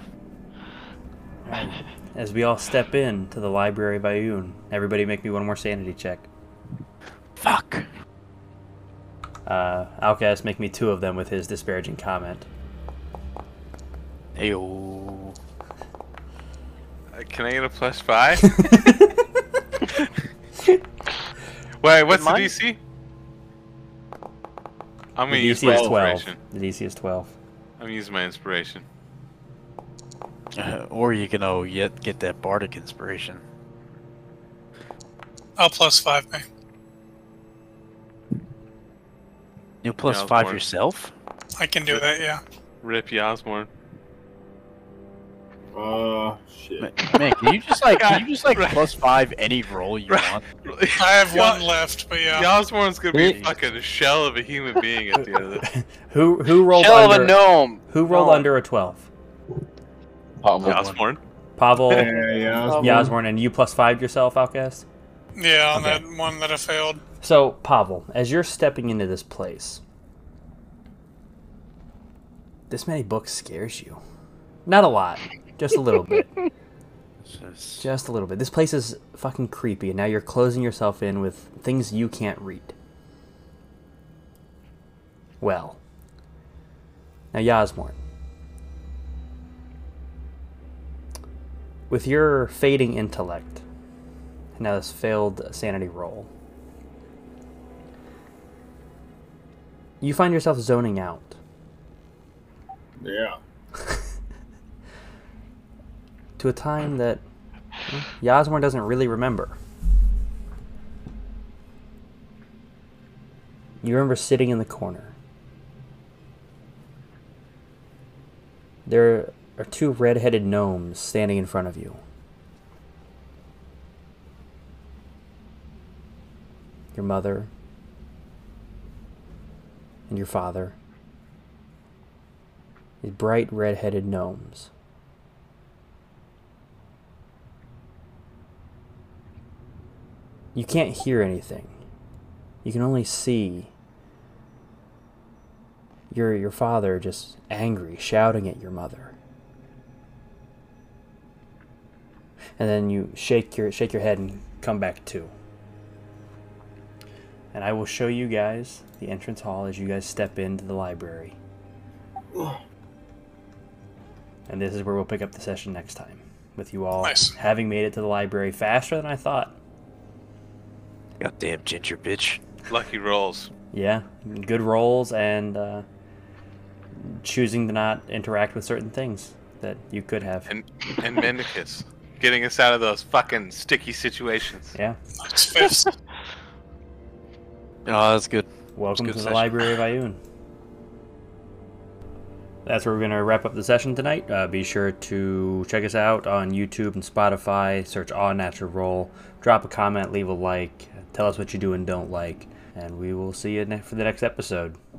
[SPEAKER 1] As we all step in to the library of Ioun, everybody make me one more sanity check.
[SPEAKER 2] fuck.
[SPEAKER 1] Uh, Outcast make me two of them with his disparaging comment.
[SPEAKER 2] Ayo.
[SPEAKER 5] Uh, Can I get a plus five? Wait, what's the
[SPEAKER 3] mine-
[SPEAKER 5] DC? I'm gonna
[SPEAKER 1] The
[SPEAKER 5] use
[SPEAKER 1] DC
[SPEAKER 5] my
[SPEAKER 1] is 12.
[SPEAKER 5] inspiration.
[SPEAKER 1] The DC is 12.
[SPEAKER 5] I'm using my inspiration.
[SPEAKER 2] Uh, or you can oh yet get that bardic inspiration.
[SPEAKER 6] I'll plus five me.
[SPEAKER 2] You plus
[SPEAKER 5] Yeah, of
[SPEAKER 2] five
[SPEAKER 5] course.
[SPEAKER 2] yourself.
[SPEAKER 6] I can do that, yeah.
[SPEAKER 5] Rip Yasmorn.
[SPEAKER 4] Uh, shit.
[SPEAKER 2] Man, man, can you just like can you just like plus five any roll you want?
[SPEAKER 6] I have one left, but yeah.
[SPEAKER 5] Yasmorn's gonna be
[SPEAKER 7] We-
[SPEAKER 5] fucking a shell of a human being at the end of it.
[SPEAKER 1] Who who rolled
[SPEAKER 3] Hell of
[SPEAKER 1] under
[SPEAKER 3] a gnome.
[SPEAKER 1] who rolled
[SPEAKER 3] No.
[SPEAKER 1] under a 12?
[SPEAKER 7] Um,
[SPEAKER 5] Yasmorn.
[SPEAKER 1] Pavel,
[SPEAKER 4] Yeah, yeah.
[SPEAKER 5] Oh.
[SPEAKER 4] I was-
[SPEAKER 1] Yasmorn, and you plus five yourself, Outcast?
[SPEAKER 6] Yeah, on
[SPEAKER 1] Okay.
[SPEAKER 6] that one that I failed.
[SPEAKER 1] So, Pavel, as you're stepping into this place, this many books scares you. Not a lot, just a little bit. Just a little bit. This place is fucking creepy, and now you're closing yourself in with things you can't read. Well. Now, Yasmorn. With your fading intellect, and now this failed sanity roll, you find yourself zoning out
[SPEAKER 4] Yeah.
[SPEAKER 1] to a time that Yasmorn doesn't really remember. You remember sitting in the corner. There are two red headed gnomes standing in front of you. Your mother and your father. These bright red headed gnomes. You can't hear anything. You can only see your your father just angry, shouting at your mother. And then you shake your shake your head and come back to. And I will show you guys the entrance hall as you guys step into the library. And this is where we'll pick up the session next time. With you all
[SPEAKER 6] Nice.
[SPEAKER 1] having made it to the library faster than I thought.
[SPEAKER 2] Goddamn ginger bitch.
[SPEAKER 5] Lucky rolls.
[SPEAKER 1] Yeah, good roles and uh, choosing to not interact with certain things that you could have.
[SPEAKER 5] And and Mendicus. Getting us out of those fucking sticky situations.
[SPEAKER 1] Yeah,
[SPEAKER 6] It's fifth.
[SPEAKER 2] Oh, that's good.
[SPEAKER 1] welcome
[SPEAKER 2] good
[SPEAKER 1] to the
[SPEAKER 2] session.
[SPEAKER 1] Library of Ioun. That's where we're going to wrap up the session tonight. Uh, be sure to check us out on YouTube and Spotify. Search All Natural Roll. Drop a comment, leave a like, tell us what you do and don't like, and we will see you ne- for the next episode.